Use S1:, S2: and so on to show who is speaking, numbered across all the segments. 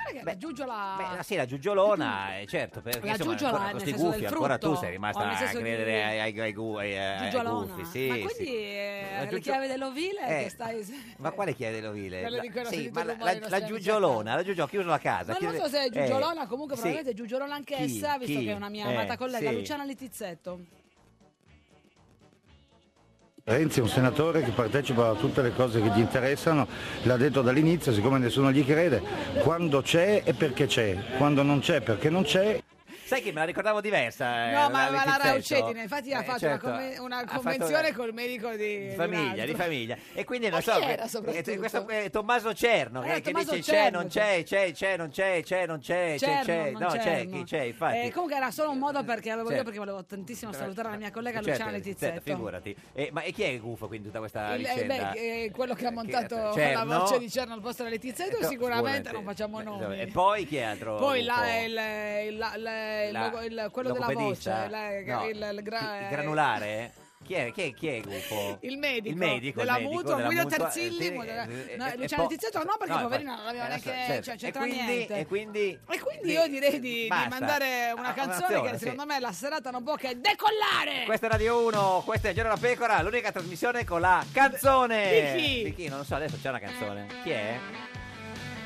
S1: che era?
S2: beh,
S1: Giugiola.
S2: Beh, sì, la giuggiolona, eh, certo, perché
S1: La
S2: insomma,
S1: giugiola
S2: ancora
S1: nel
S2: con questi
S1: senso
S2: gufi,
S1: del
S2: ancora tu
S1: frutto,
S2: sei
S1: o
S2: rimasta
S1: nel
S2: a
S1: senso di-
S2: credere ai, ai, ai gu- ai- ai
S1: Giugiolona.
S2: gufi, eh, sì,
S1: Ma quindi
S2: sì.
S1: eh,
S2: La
S1: le
S2: giugio-
S1: chiavi dell'ovile
S2: Eh,
S1: che stai...
S2: Ma quale chiede l'ovile?
S1: Quella di cui era
S2: sì,
S1: finito
S2: ma
S1: il
S2: la,
S1: rumore
S2: la,
S1: dei
S2: la
S1: nostri
S2: giuggiolona, la giuggiolona, ha chiuso la casa.
S1: Ma non
S2: chiude-
S1: so se è
S2: eh,
S1: Giugiolona, comunque
S2: sì.
S1: probabilmente è Giugiolona anch'essa,
S2: Chi?
S1: visto
S2: Chi?
S1: che è una mia
S2: Eh,
S1: amata collega,
S2: sì.
S1: Luciana Litizzetto.
S3: Renzi è un senatore che partecipa a tutte le cose che gli interessano, l'ha detto dall'inizio, siccome nessuno gli crede, quando c'è è perché c'è, quando non c'è perché non c'è.
S2: Sai che me la ricordavo diversa. eh,
S1: No, ma
S2: la
S1: aveva la
S2: Letizia,
S1: Raucetina, infatti ha
S2: eh,
S1: fatto
S2: certo,
S1: una, conven- una
S2: ha fatto
S1: convenzione
S2: una-
S1: col medico di,
S2: di
S1: un
S2: famiglia,
S1: altro.
S2: di famiglia. E quindi
S1: Ma
S2: non so,
S1: chi era
S2: que-
S1: soprattutto?
S2: eh, questo è Tommaso Cerno
S1: Era
S2: che, che
S1: Tommaso
S2: dice c'è,
S1: Cerno,
S2: non c'è, c'è, c'è, non c'è, c'è, non c'è, c'è,
S1: Cerno,
S2: c'è,
S1: non
S2: no, c'è,
S1: Cerno.
S2: chi c'è, infatti.
S1: Eh, comunque era solo un modo perché avevo io
S2: Certo.
S1: perché volevo tantissimo
S2: Certo,
S1: salutare la mia collega
S2: Certo,
S1: Luciana
S2: certo,
S1: Litizzetto.
S2: figurati. Eh, ma e chi è il gufo quindi tutta questa
S1: Il- eh,
S2: vicenda?
S1: beh, eh, quello che ha montato
S2: Cerno.
S1: la voce di Cerno al posto della Litizzetto,
S2: cioè, Eh, no,
S1: sicuramente
S2: sicuramente.
S1: non facciamo nomi.
S2: E poi chi è altro?
S1: Poi
S2: gufo?
S1: là il, il- la- la- il
S2: La-
S1: logo- il- quello della
S2: logopedista? eh?
S1: voce, la-
S2: No,
S1: il, il gra-
S2: il granulare? Chi è, chi è, chi è gufo?
S1: eh, il medico,
S2: il medico
S1: della
S2: il medico,
S1: mutua,
S2: della
S1: Guido
S2: mutua,
S1: Terzilli,
S2: eh, sì,
S1: modera-
S2: eh,
S1: no,
S2: eh,
S1: Luciana
S2: po-
S1: Tizzetto no, perché poverina
S2: infatti,
S1: non aveva
S2: eh,
S1: neanche-
S2: certo.
S1: cioè,
S2: e
S1: c'entra
S2: quindi,
S1: niente.
S2: E quindi,
S1: E quindi
S2: sì,
S1: io direi di- di,
S2: basta.
S1: mandare una
S2: Ah,
S1: canzone
S2: sì.
S1: che secondo me la serata non può che decollare.
S2: Questa è Radio 1, questa è Il Giorno della Pecora, l'unica trasmissione con la canzone.
S1: Di chi?
S2: Eh, Non lo so, adesso c'è una canzone. Chi è?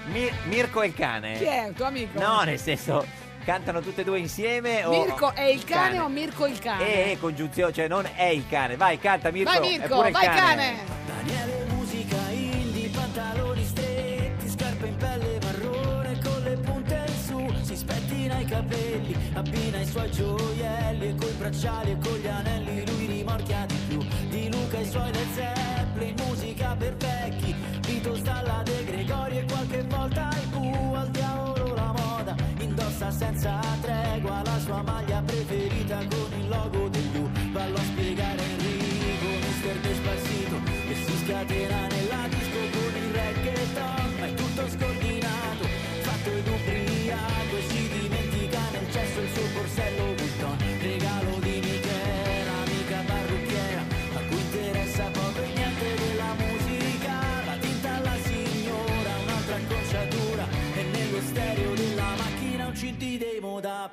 S2: Mi- Mirko e il cane.
S1: Chi è? Un tuo amico?
S2: Eh. No, nel eh, oh, senso, cantano tutte e due insieme o...
S1: Mirko è il cane, o Mirko il cane?
S2: E, e congiunzione, cioè non è il cane. Vai, canta Mirko.
S1: vai
S2: è
S1: Mirko,
S2: pure il
S1: vai cane.
S4: Daniele musica indie, pantaloni stretti, scarpe in pelle marrone con le punte in su, si spettina i capelli, abbina i suoi gioielli e coi bracciali e con gli anelli lui rimorchia di più, di Luca e i suoi Led Zeppelin, musica per vecchi, Beatles dalla De Gregori e qualche volta i Pooh, al diavolo la moda, indossa senza tregua la sua maglia preferita con il logo degli U, vallo a spiegare Enrico, mister Despacito, che si scatena nella disco con il reggaeton, ma è tutto scordinato, fatto ed ubriaco e si dimentica nel cesso il suo borsello Vuitton, regalo di Michela, amica parrucchiera, a cui interessa poco e niente della musica, la tinta alla signora, un'altra acconciatura, e nello stereo della macchina un CD dei moda.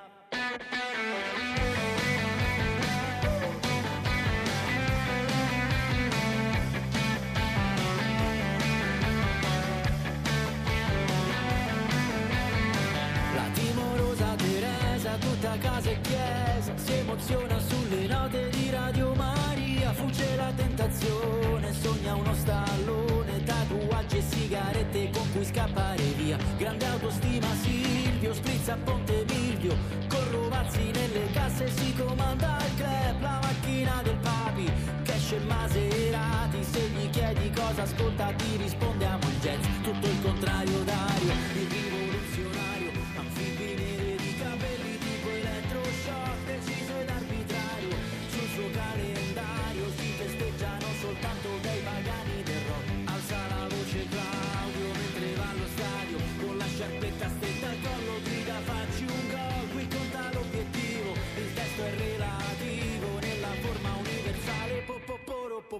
S4: La timorosa Teresa, tutta casa e chiesa, si emoziona sulle note di Radio Maria, fugge la tentazione, sogna uno stallone, tatuaggi e sigarette con cui scappare via.
S2: Eh,
S4: Grande autostima Silvio, sprizza a Ponte Milvio, con Rovazzi nelle casse si comanda il club, la macchina del papi, cash e maserati, se gli chiedi cosa ascolta ti rispondiamo il jazz, tutto il contrario Dario, il rivoluzionario, anfibi neri di capelli tipo elettroshock, deciso ed arbitrario, sul suo calendario si festeggiano soltanto dei pagani del rock, alza la voce Claudio mentre va allo stadio, con la sciarpetta stretta al collo grida facci un gol, qui conta l'obiettivo, il testo è relativo, nella forma universale, po po poro po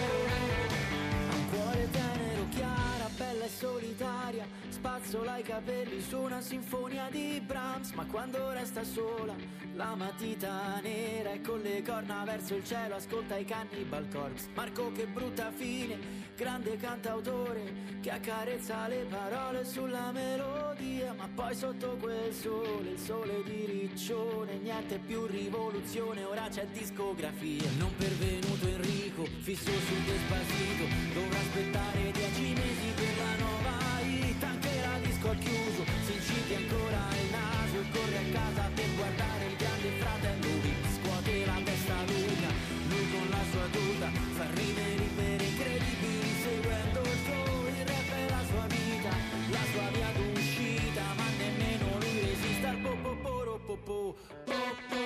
S4: Ha un cuore tenero, chiara, bella e solitaria Spazzola i capelli su una sinfonia di Brahms Ma quando resta sola, la matita nera E con le corna verso il cielo ascolta i Cannibal Corpse Marco che brutta fine, grande cantautore Che accarezza le parole sulla melodia Ma poi sotto quel sole, il sole di riccione Niente più rivoluzione, ora c'è discografia Non pervenuto Enrico, fisso sul despacito Dovrà aspettare dieci mesi per la nuova hit Anche la disco al chiuso, si incide ancora il naso E corre a casa per guardare il grande fratello Scuote la testa lunga, lui con la vita Fa ridere per incredibili seguendo il flow Il rap è la sua vita, la sua via d'uscita Ma nemmeno lui resiste al po po poro po po po poro po po. Po poro po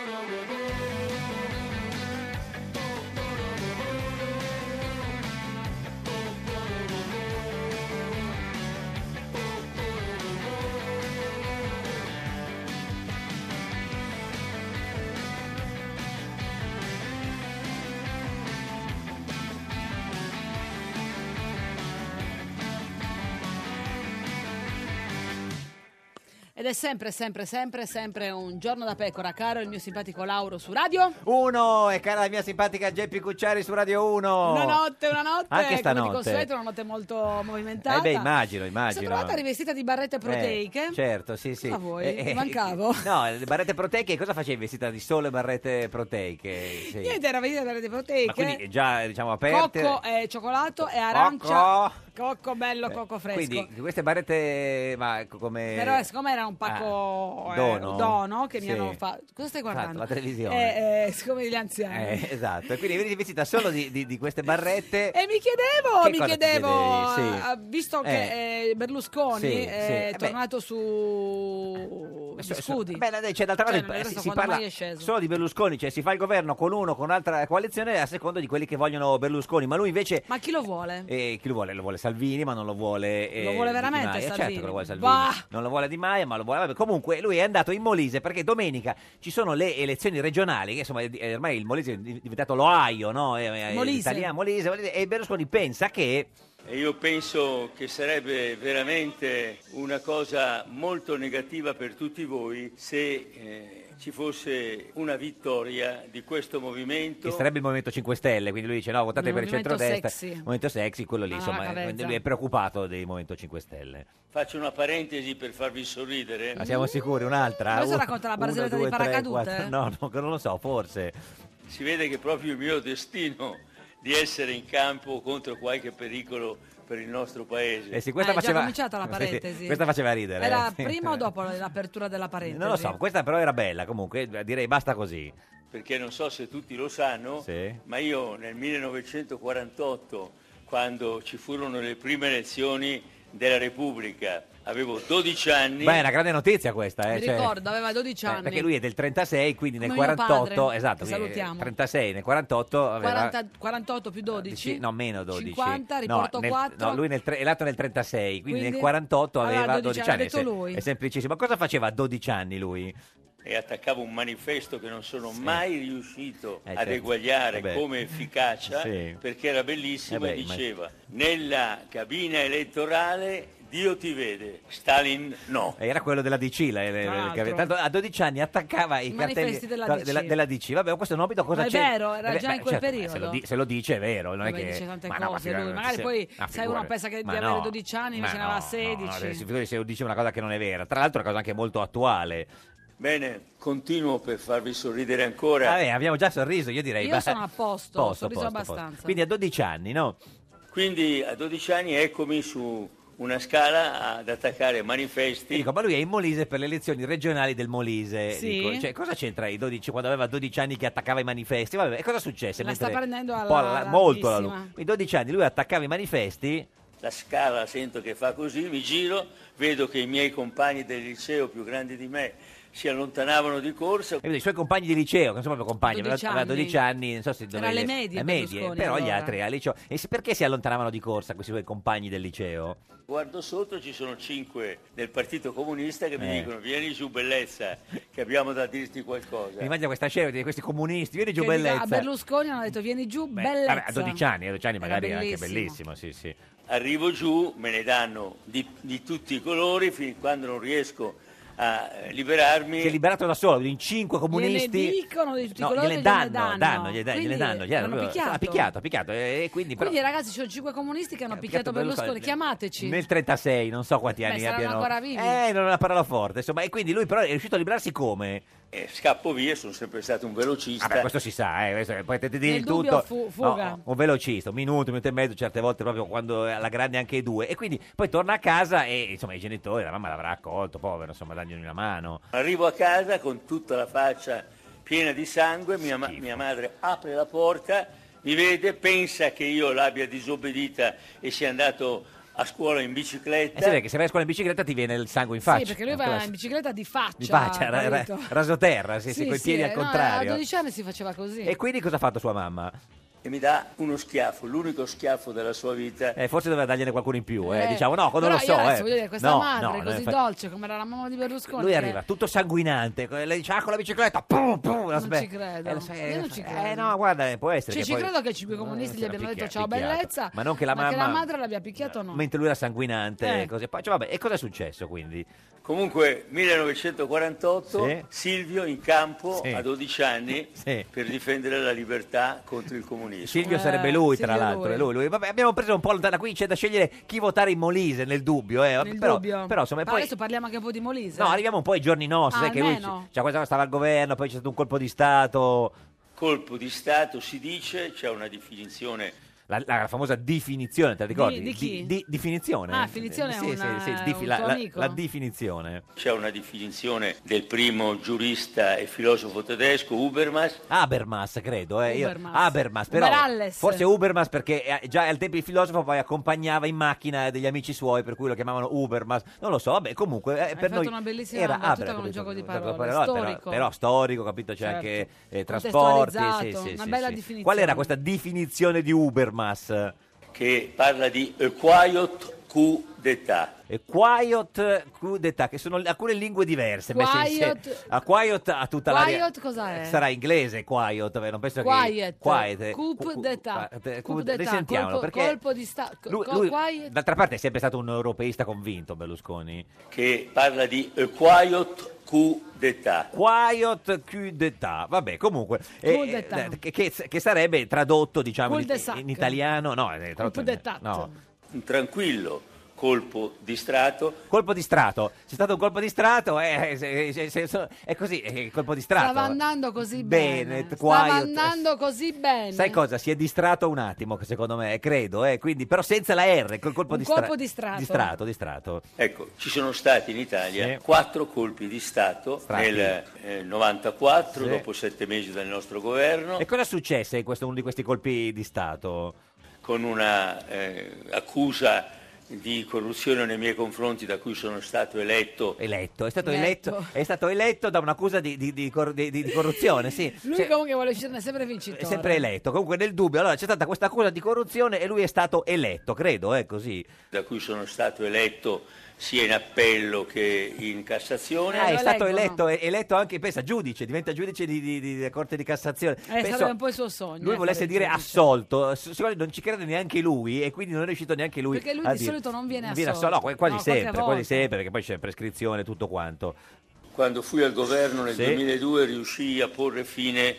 S4: po. Po poro po po. Po poro po po.
S1: Ed è sempre, sempre, sempre, sempre un giorno da pecora, caro il mio simpatico Lauro su radio.
S2: Uno, e cara la mia simpatica Geppi Cucciari su Radio 1.
S1: Una notte, una notte,
S2: Oh. Anche
S1: come di
S2: stanotte.
S1: consueto, una notte molto movimentata.
S2: Eh beh, immagino,
S1: Sono
S2: immagino.
S1: trovata rivestita di barrette proteiche.
S2: Eh, certo, sì, sì.
S1: Ma voi,
S2: Eh, eh,
S1: mi mancavo.
S2: No, le barrette proteiche, cosa facevi vestita di sole barrette proteiche? Sì.
S1: Niente, era vestita di barrette
S2: Ma
S1: proteiche.
S2: quindi già, diciamo, aperte.
S1: Cocco e cioccolato e arancia. Cocco bello, cocco fresco.
S2: Eh, Quindi queste barrette, ma co- come...
S1: Però eh, siccome era un pacco
S2: Ah,
S1: eh,
S2: dono.
S1: dono che mi
S2: Sì.
S1: hanno fatto... Cosa stai
S2: Fatto
S1: guardando?
S2: la televisione.
S1: Eh, eh, siccome gli anziani.
S2: Eh, esatto, e quindi venivi vestita solo di, di- di
S1: Eh,
S2: queste barrette.
S1: E mi chiedevo,
S2: Che
S1: mi
S2: cosa ti
S1: chiedevo,
S2: chiedevi? Sì.
S1: ah, visto che eh, Berlusconi
S2: Sì, sì. Eh
S1: è
S2: beh. Eh,
S1: tornato su gli scudi.
S2: Beh, dai, cioè, d'altra
S1: Cioè,
S2: parte si,
S1: nel resto,
S2: si
S1: quando
S2: parla
S1: mai è sceso?
S2: solo di Berlusconi, cioè si fa il governo con uno, con un'altra coalizione a seconda di quelli che vogliono Berlusconi, ma lui invece...
S1: Ma chi lo vuole?
S2: eh, chi lo vuole? Lo vuole Salvini, ma non lo vuole. eh,
S1: Lo vuole
S2: Di
S1: veramente
S2: Maia. Certo
S1: Salvini?
S2: che lo vuole Salvini.
S1: Bah!
S2: Non lo vuole Di Maia, ma lo vuole. vabbè, Comunque, lui è andato in Molise perché domenica ci sono le elezioni regionali. Che insomma, è di- è ormai il Molise è div- diventato l'Ohio, no? È- è
S5: Molise.
S2: Italiano, Molise, Molise. E Berlusconi pensa che.
S5: E io penso che sarebbe veramente una cosa molto negativa per tutti voi se eh, ci fosse una vittoria di questo movimento.
S2: Che sarebbe il Movimento 5 Stelle, quindi lui dice no, votate
S5: Il
S2: per il
S5: movimento
S2: centrodestra.
S5: sexy.
S2: Movimento sexy, quello lì,
S5: Ah,
S2: insomma, eh,
S5: cavezza.
S2: è, è preoccupato del Movimento 5 Stelle.
S5: Faccio una parentesi per farvi sorridere.
S2: Ma siamo sicuri? Un'altra?
S5: Adesso
S2: Un-
S5: Mm. racconta la
S2: uno,
S5: barzelletta
S2: due,
S5: dei
S2: tre,
S5: paracadute?
S2: quattro- No, no, non lo so, forse.
S5: Si vede che proprio il mio destino di essere in campo contro qualche pericolo per il nostro paese.
S2: Eh sì, questa
S1: Eh, già
S2: faceva...
S1: cominciata la
S2: Sì, sì,
S1: parentesi.
S2: questa faceva ridere.
S1: Era
S2: eh, sì.
S1: prima o dopo l'apertura della parentesi?
S2: Non lo so, questa però era bella comunque, direi basta così.
S5: perché non so se tutti lo sanno,
S2: Sì.
S5: ma io nel 1948, quando ci furono le prime elezioni della Repubblica, avevo 12 anni.
S2: Beh, è una grande notizia questa, eh.
S1: Mi
S2: cioè,
S1: ricordo, aveva 12 anni.
S2: eh, perché lui è del 36, quindi nel
S1: Come mio
S2: 48,
S1: padre,
S2: esatto,
S1: che
S2: quindi,
S1: salutiamo.
S2: 36, nel 48 aveva
S1: 40 48 più 12?
S2: Eh, dici- no, meno 12.
S1: 50,
S2: No,
S1: riporto
S2: nel-
S1: 4.
S2: No, lui nel tre- è nato nel 36, quindi,
S1: Quindi?
S2: nel 48 aveva
S5: Aveva
S2: 12,
S5: 12
S2: anni.
S5: aveva
S2: è
S5: detto
S2: sem-
S5: lui.
S2: È semplicissimo. Ma cosa faceva a 12 anni lui?
S5: E attaccavo un manifesto che non sono mai riuscito
S2: Eh,
S5: ad
S2: certo.
S5: eguagliare
S2: Vabbè.
S5: come efficacia,
S2: Sì.
S5: perché era bellissimo
S2: Eh beh,
S5: e
S2: immag-
S5: diceva, nella cabina elettorale Dio ti vede, Stalin no.
S2: Era quello della DC. la- la- la-
S5: l'altro.
S2: che- tanto a 12 anni attaccava i,
S5: I
S2: cartelli
S5: manifesti della
S2: tra-
S5: DC.
S2: della, della DC. Vabbè, questo nobito cosa
S1: Ma è
S2: c'è?
S1: vero, era
S2: Eh beh,
S1: già
S2: beh,
S1: in quel
S2: certo,
S1: periodo.
S2: eh, Se lo, di- se lo dice è vero, non
S1: Vabbè,
S2: è che...
S1: dice tante
S2: ma no, ma
S1: cose lui.
S2: figurati,
S1: Magari
S2: se-
S1: poi,
S2: ma
S1: sai, uno
S2: figurati.
S1: pensa che
S2: Ma
S1: di avere
S2: no,
S1: 12 anni, invece
S2: ma
S1: ne aveva
S2: no,
S1: 16.
S2: No, no, se- figurati se lo dice una cosa che non è vera. Tra l'altro è una cosa anche molto attuale.
S5: Bene, continuo per farvi sorridere ancora.
S2: Vabbè, abbiamo già sorriso, io direi.
S1: Io
S2: va-
S1: sono a posto, ho sorriso abbastanza.
S2: Quindi a 12 anni, no?
S5: Quindi a 12 anni eccomi su una scala ad attaccare
S2: Ti
S5: manifesti.
S2: dico, ma lui è in Molise per le elezioni regionali del Molise.
S1: Sì.
S2: Dico, cioè, cosa c'entra i 12 quando aveva 12 anni che attaccava i manifesti? Vabbè, e cosa successe?
S1: La sta prendendo alla-
S2: un po' molto la
S1: larghissima.
S2: luce. I 12 anni lui attaccava i manifesti.
S5: La scala sento che fa così, mi giro, vedo che i miei compagni del liceo più grandi di me si allontanavano di corsa.
S2: E i suoi compagni di liceo, che non sono proprio compagni,
S5: 12
S2: aveva aveva 12
S5: anni.
S2: anni, non so se dove
S5: alle medie
S2: alle
S5: Berlusconi,
S2: però gli
S5: allora.
S2: altri al liceo. E se- perché si allontanavano di corsa questi suoi compagni del liceo?
S5: Guardo sotto, ci sono cinque del Partito Comunista che mi
S2: Eh.
S5: dicono vieni giù bellezza, che abbiamo da dirti qualcosa.
S2: Mi immagino questa scena di questi comunisti, vieni
S1: Che
S2: giù
S1: dica- ah,
S2: bellezza.
S1: A Berlusconi hanno detto vieni giù,
S2: Beh,
S1: bellezza.
S2: vabbè, a 12 anni, a 12 anni
S5: Era
S2: magari era anche
S5: bellissimo.
S2: bellissimo, sì, sì.
S5: Arrivo giù, me ne danno di, di tutti i colori fin quando non riesco a eh, liberarmi.
S2: Si è liberato da solo, in cinque comunisti.
S1: Gliene dicono di tutti i
S2: No,
S1: colori
S2: gliene
S1: gliene
S2: danno, danno, gliene, danno,
S1: Quindi
S2: gliene danno, gliene
S1: l'hanno
S2: danno.
S1: picchiato.
S2: Ha picchiato, ha picchiato. E e quindi, però,
S1: Quindi ragazzi, ci sono cinque comunisti che hanno
S2: picchiato
S1: picchiato Berlusconi,
S2: Berlusconi.
S1: chiamateci.
S2: nel 36, non so quanti
S1: Beh,
S2: anni
S1: saranno
S2: abbiano.
S1: ancora vivi.
S2: Eh, non è una parola forte, insomma. E quindi lui, però, è riuscito a liberarsi come?
S5: E scappo via, sono sempre stato un velocista.
S1: Cioè,
S2: Vabbè, questo si sa, eh, questo- potete dire
S5: Nel
S2: il
S5: dubbio
S2: tutto.
S5: fu- fuga.
S2: No, un velocista, un minuto, un minuto e mezzo, certe volte proprio quando è alla grande anche due. E quindi poi torna a casa e insomma i genitori, la mamma l'avrà accolto, povero, insomma, dagli una mano.
S5: Arrivo a casa con tutta la faccia piena di sangue, mia, ma- mia madre apre la porta mi vede, pensa che io l'abbia disobbedita e sia andato a scuola in
S2: Eh sì,
S5: bicicletta.
S2: perché se vai a scuola in bicicletta ti viene il sangue in faccia.
S1: Sì, perché lui va in bicicletta di faccia.
S2: Di faccia, ra- ra-
S1: capito?
S2: rasoterra, sì, sì, coi piedi al
S1: eh, no,
S2: contrario.
S1: a 12 anni si faceva così.
S2: E quindi cosa ha fatto sua mamma?
S5: E mi dà uno schiaffo, l'unico schiaffo della sua vita.
S2: Eh, forse doveva dargliene qualcuno in più, eh.
S1: Eh,
S2: diciamo, no, non
S1: però
S2: lo so.
S1: Io adesso
S2: eh.
S1: voglio dire, questa
S2: No, no,
S1: madre
S2: no,
S1: così
S2: infatti-
S1: dolce come era la mamma di Berlusconi.
S2: Lui
S1: che-
S2: arriva tutto sanguinante, co- lei dice ah con la bicicletta, pum, pum, la
S1: Non
S2: spe-
S1: ci credo.
S2: Eh, lo sai,
S1: Io
S2: eh,
S1: non ci
S2: eh,
S1: credo.
S2: no, guarda, eh, può essere
S1: Cioè,
S2: che
S1: ci
S2: poi-
S1: credo che i cinque comunisti gli
S2: era
S1: abbiano detto
S2: picchia-
S1: ciao
S2: picchiato.
S1: bellezza,
S2: Ma non che la mamma-
S1: madre l'abbia picchiato no.
S2: mentre lui era sanguinante
S1: Eh.
S2: così. Poi, cioè, vabbè, e cosa è successo quindi?
S5: Comunque, 1948,
S2: Sì.
S5: Silvio in campo
S2: Sì.
S5: a 12 anni
S2: Sì.
S5: per difendere la libertà contro il comunismo.
S2: Silvio sarebbe lui, tra
S5: Eh, Silvio
S2: l'altro,
S5: lui.
S2: è lui, lui. Vabbè, abbiamo preso un po' lontana qui, c'è da scegliere chi votare in Molise nel dubbio, eh.
S1: Nel
S2: però,
S1: dubbio.
S2: però, insomma,
S1: Pa-
S2: poi
S1: Adesso parliamo anche un po' di Molise.
S2: No, arriviamo un po' ai giorni nostri,
S1: Ah,
S2: sai che lui
S1: almeno.
S2: cioè, questa stava al governo, poi c'è stato un colpo di stato,
S5: Colpo di Stato si dice, c'è una definizione
S2: la, la famosa definizione, te la ricordi?
S5: di chi?
S2: di- definizione.
S5: Ah,
S1: definizione è
S2: Sì,
S1: un,
S2: sì, sì,
S1: eh,
S2: difi-
S1: un
S2: la,
S1: tuo
S2: la-
S1: amico?
S2: la definizione.
S5: C'è una definizione del primo giurista e filosofo tedesco Habermas.
S2: Habermas, credo. eh, io-
S5: Habermas.
S2: Habermas, però.
S5: Uberalles.
S2: Forse Ubermas perché eh, già al tempo il filosofo poi accompagnava in macchina degli amici suoi, per cui lo chiamavano Ubermas. Non lo so, vabbè, comunque eh,
S1: Hai
S2: per
S1: fatto
S2: noi
S1: una bellissima
S2: era
S1: battuta
S2: Habermas,
S1: con un gioco di
S2: capito?
S1: parole,
S2: però-
S1: storico.
S2: Però, storico, capito? C'è
S1: Certo.
S2: anche eh, trasporti. Sì,
S1: Contestualizzato,
S2: sì,
S1: una
S2: sì,
S1: bella
S2: sì.
S1: definizione.
S2: Qual era questa definizione di Ubermas?
S5: che parla di quiet coup d'etat.
S2: E Quiet coup d'etat, che sono alcune lingue diverse. messe
S1: Quiet-
S2: insieme. Ah, quiet ha tutta la eh,
S1: Quiet cos'è?
S2: Sarà inglese Quiet, vero? non penso
S1: Quiet.
S2: che Quiet. eh, cu-
S1: Coup
S2: cu-
S1: d'età.
S2: eh, eh,
S1: Coup
S2: cu-
S1: d'età,
S2: risentiamolo,
S1: colpo,
S2: perché
S1: colpo di stato.
S2: lui- lui- d'altra parte è sempre stato un europeista convinto Berlusconi.
S5: Che parla di eh, quiet coup d'etat.
S2: Quiet coup d'etat, vabbè, comunque eh,
S5: Coup d'etat.
S2: eh, che, che- che sarebbe tradotto, diciamo,
S5: Coup
S2: in,
S5: de sac.
S2: in italiano, no, eh, tradotto in- no.
S5: Un tranquillo colpo di strato.
S2: Colpo di strato, c'è stato un colpo di strato, eh, se- se- se- so- è così, è colpo di strato.
S1: Stava andando così bene.
S2: Bene, t-
S1: Stava
S2: quiet.
S1: andando così bene.
S2: Sai cosa? Si è distratto un attimo, che secondo me, credo, eh, quindi, però senza la R, col colpo
S1: Un
S2: di stra-
S1: colpo di strato.
S2: Distratto, distratto.
S5: Ecco, ci sono stati in Italia
S2: Sì.
S5: quattro colpi di Stato
S2: Strati.
S5: nel eh, 94,
S2: Sì.
S5: dopo sette mesi dal nostro governo,
S2: E cosa successe in questo, uno di questi colpi di Stato?
S5: con una eh, accusa di corruzione nei miei confronti da cui sono stato eletto.
S2: Eletto, è stato
S1: Ecco.
S2: eletto, è stato eletto da un'accusa di, di- di cor- di- di- di corruzione, sì.
S1: Lui
S2: Cioè,
S1: comunque vuole uscirne sempre vincitore.
S2: è sempre eletto. Comunque nel dubbio, allora c'è stata questa accusa di corruzione e lui è stato eletto, credo, è così.
S5: da cui sono stato eletto sia in appello che in Cassazione.
S2: Ah, è stato eletto, è- eletto anche, pensa, giudice, diventa giudice di, di- di- della Corte di Cassazione.
S1: Eh,
S2: Penso-
S1: sarebbe un po' il suo sogno.
S2: lui
S1: eh,
S2: volesse
S1: fare il
S2: dire
S1: giudice.
S2: assolto, s- siccome non ci crede neanche lui e quindi non è riuscito neanche lui.
S1: Perché lui
S2: a
S1: di
S2: dire-
S1: solito non viene
S2: assolto,
S1: assolto.
S2: no, qu- quasi
S1: No, qualche
S2: sempre, quasi
S1: volta.
S2: sempre, perché poi c'è prescrizione e tutto quanto.
S5: Quando fui al governo nel
S2: Sì.
S5: 2002 riuscii a porre fine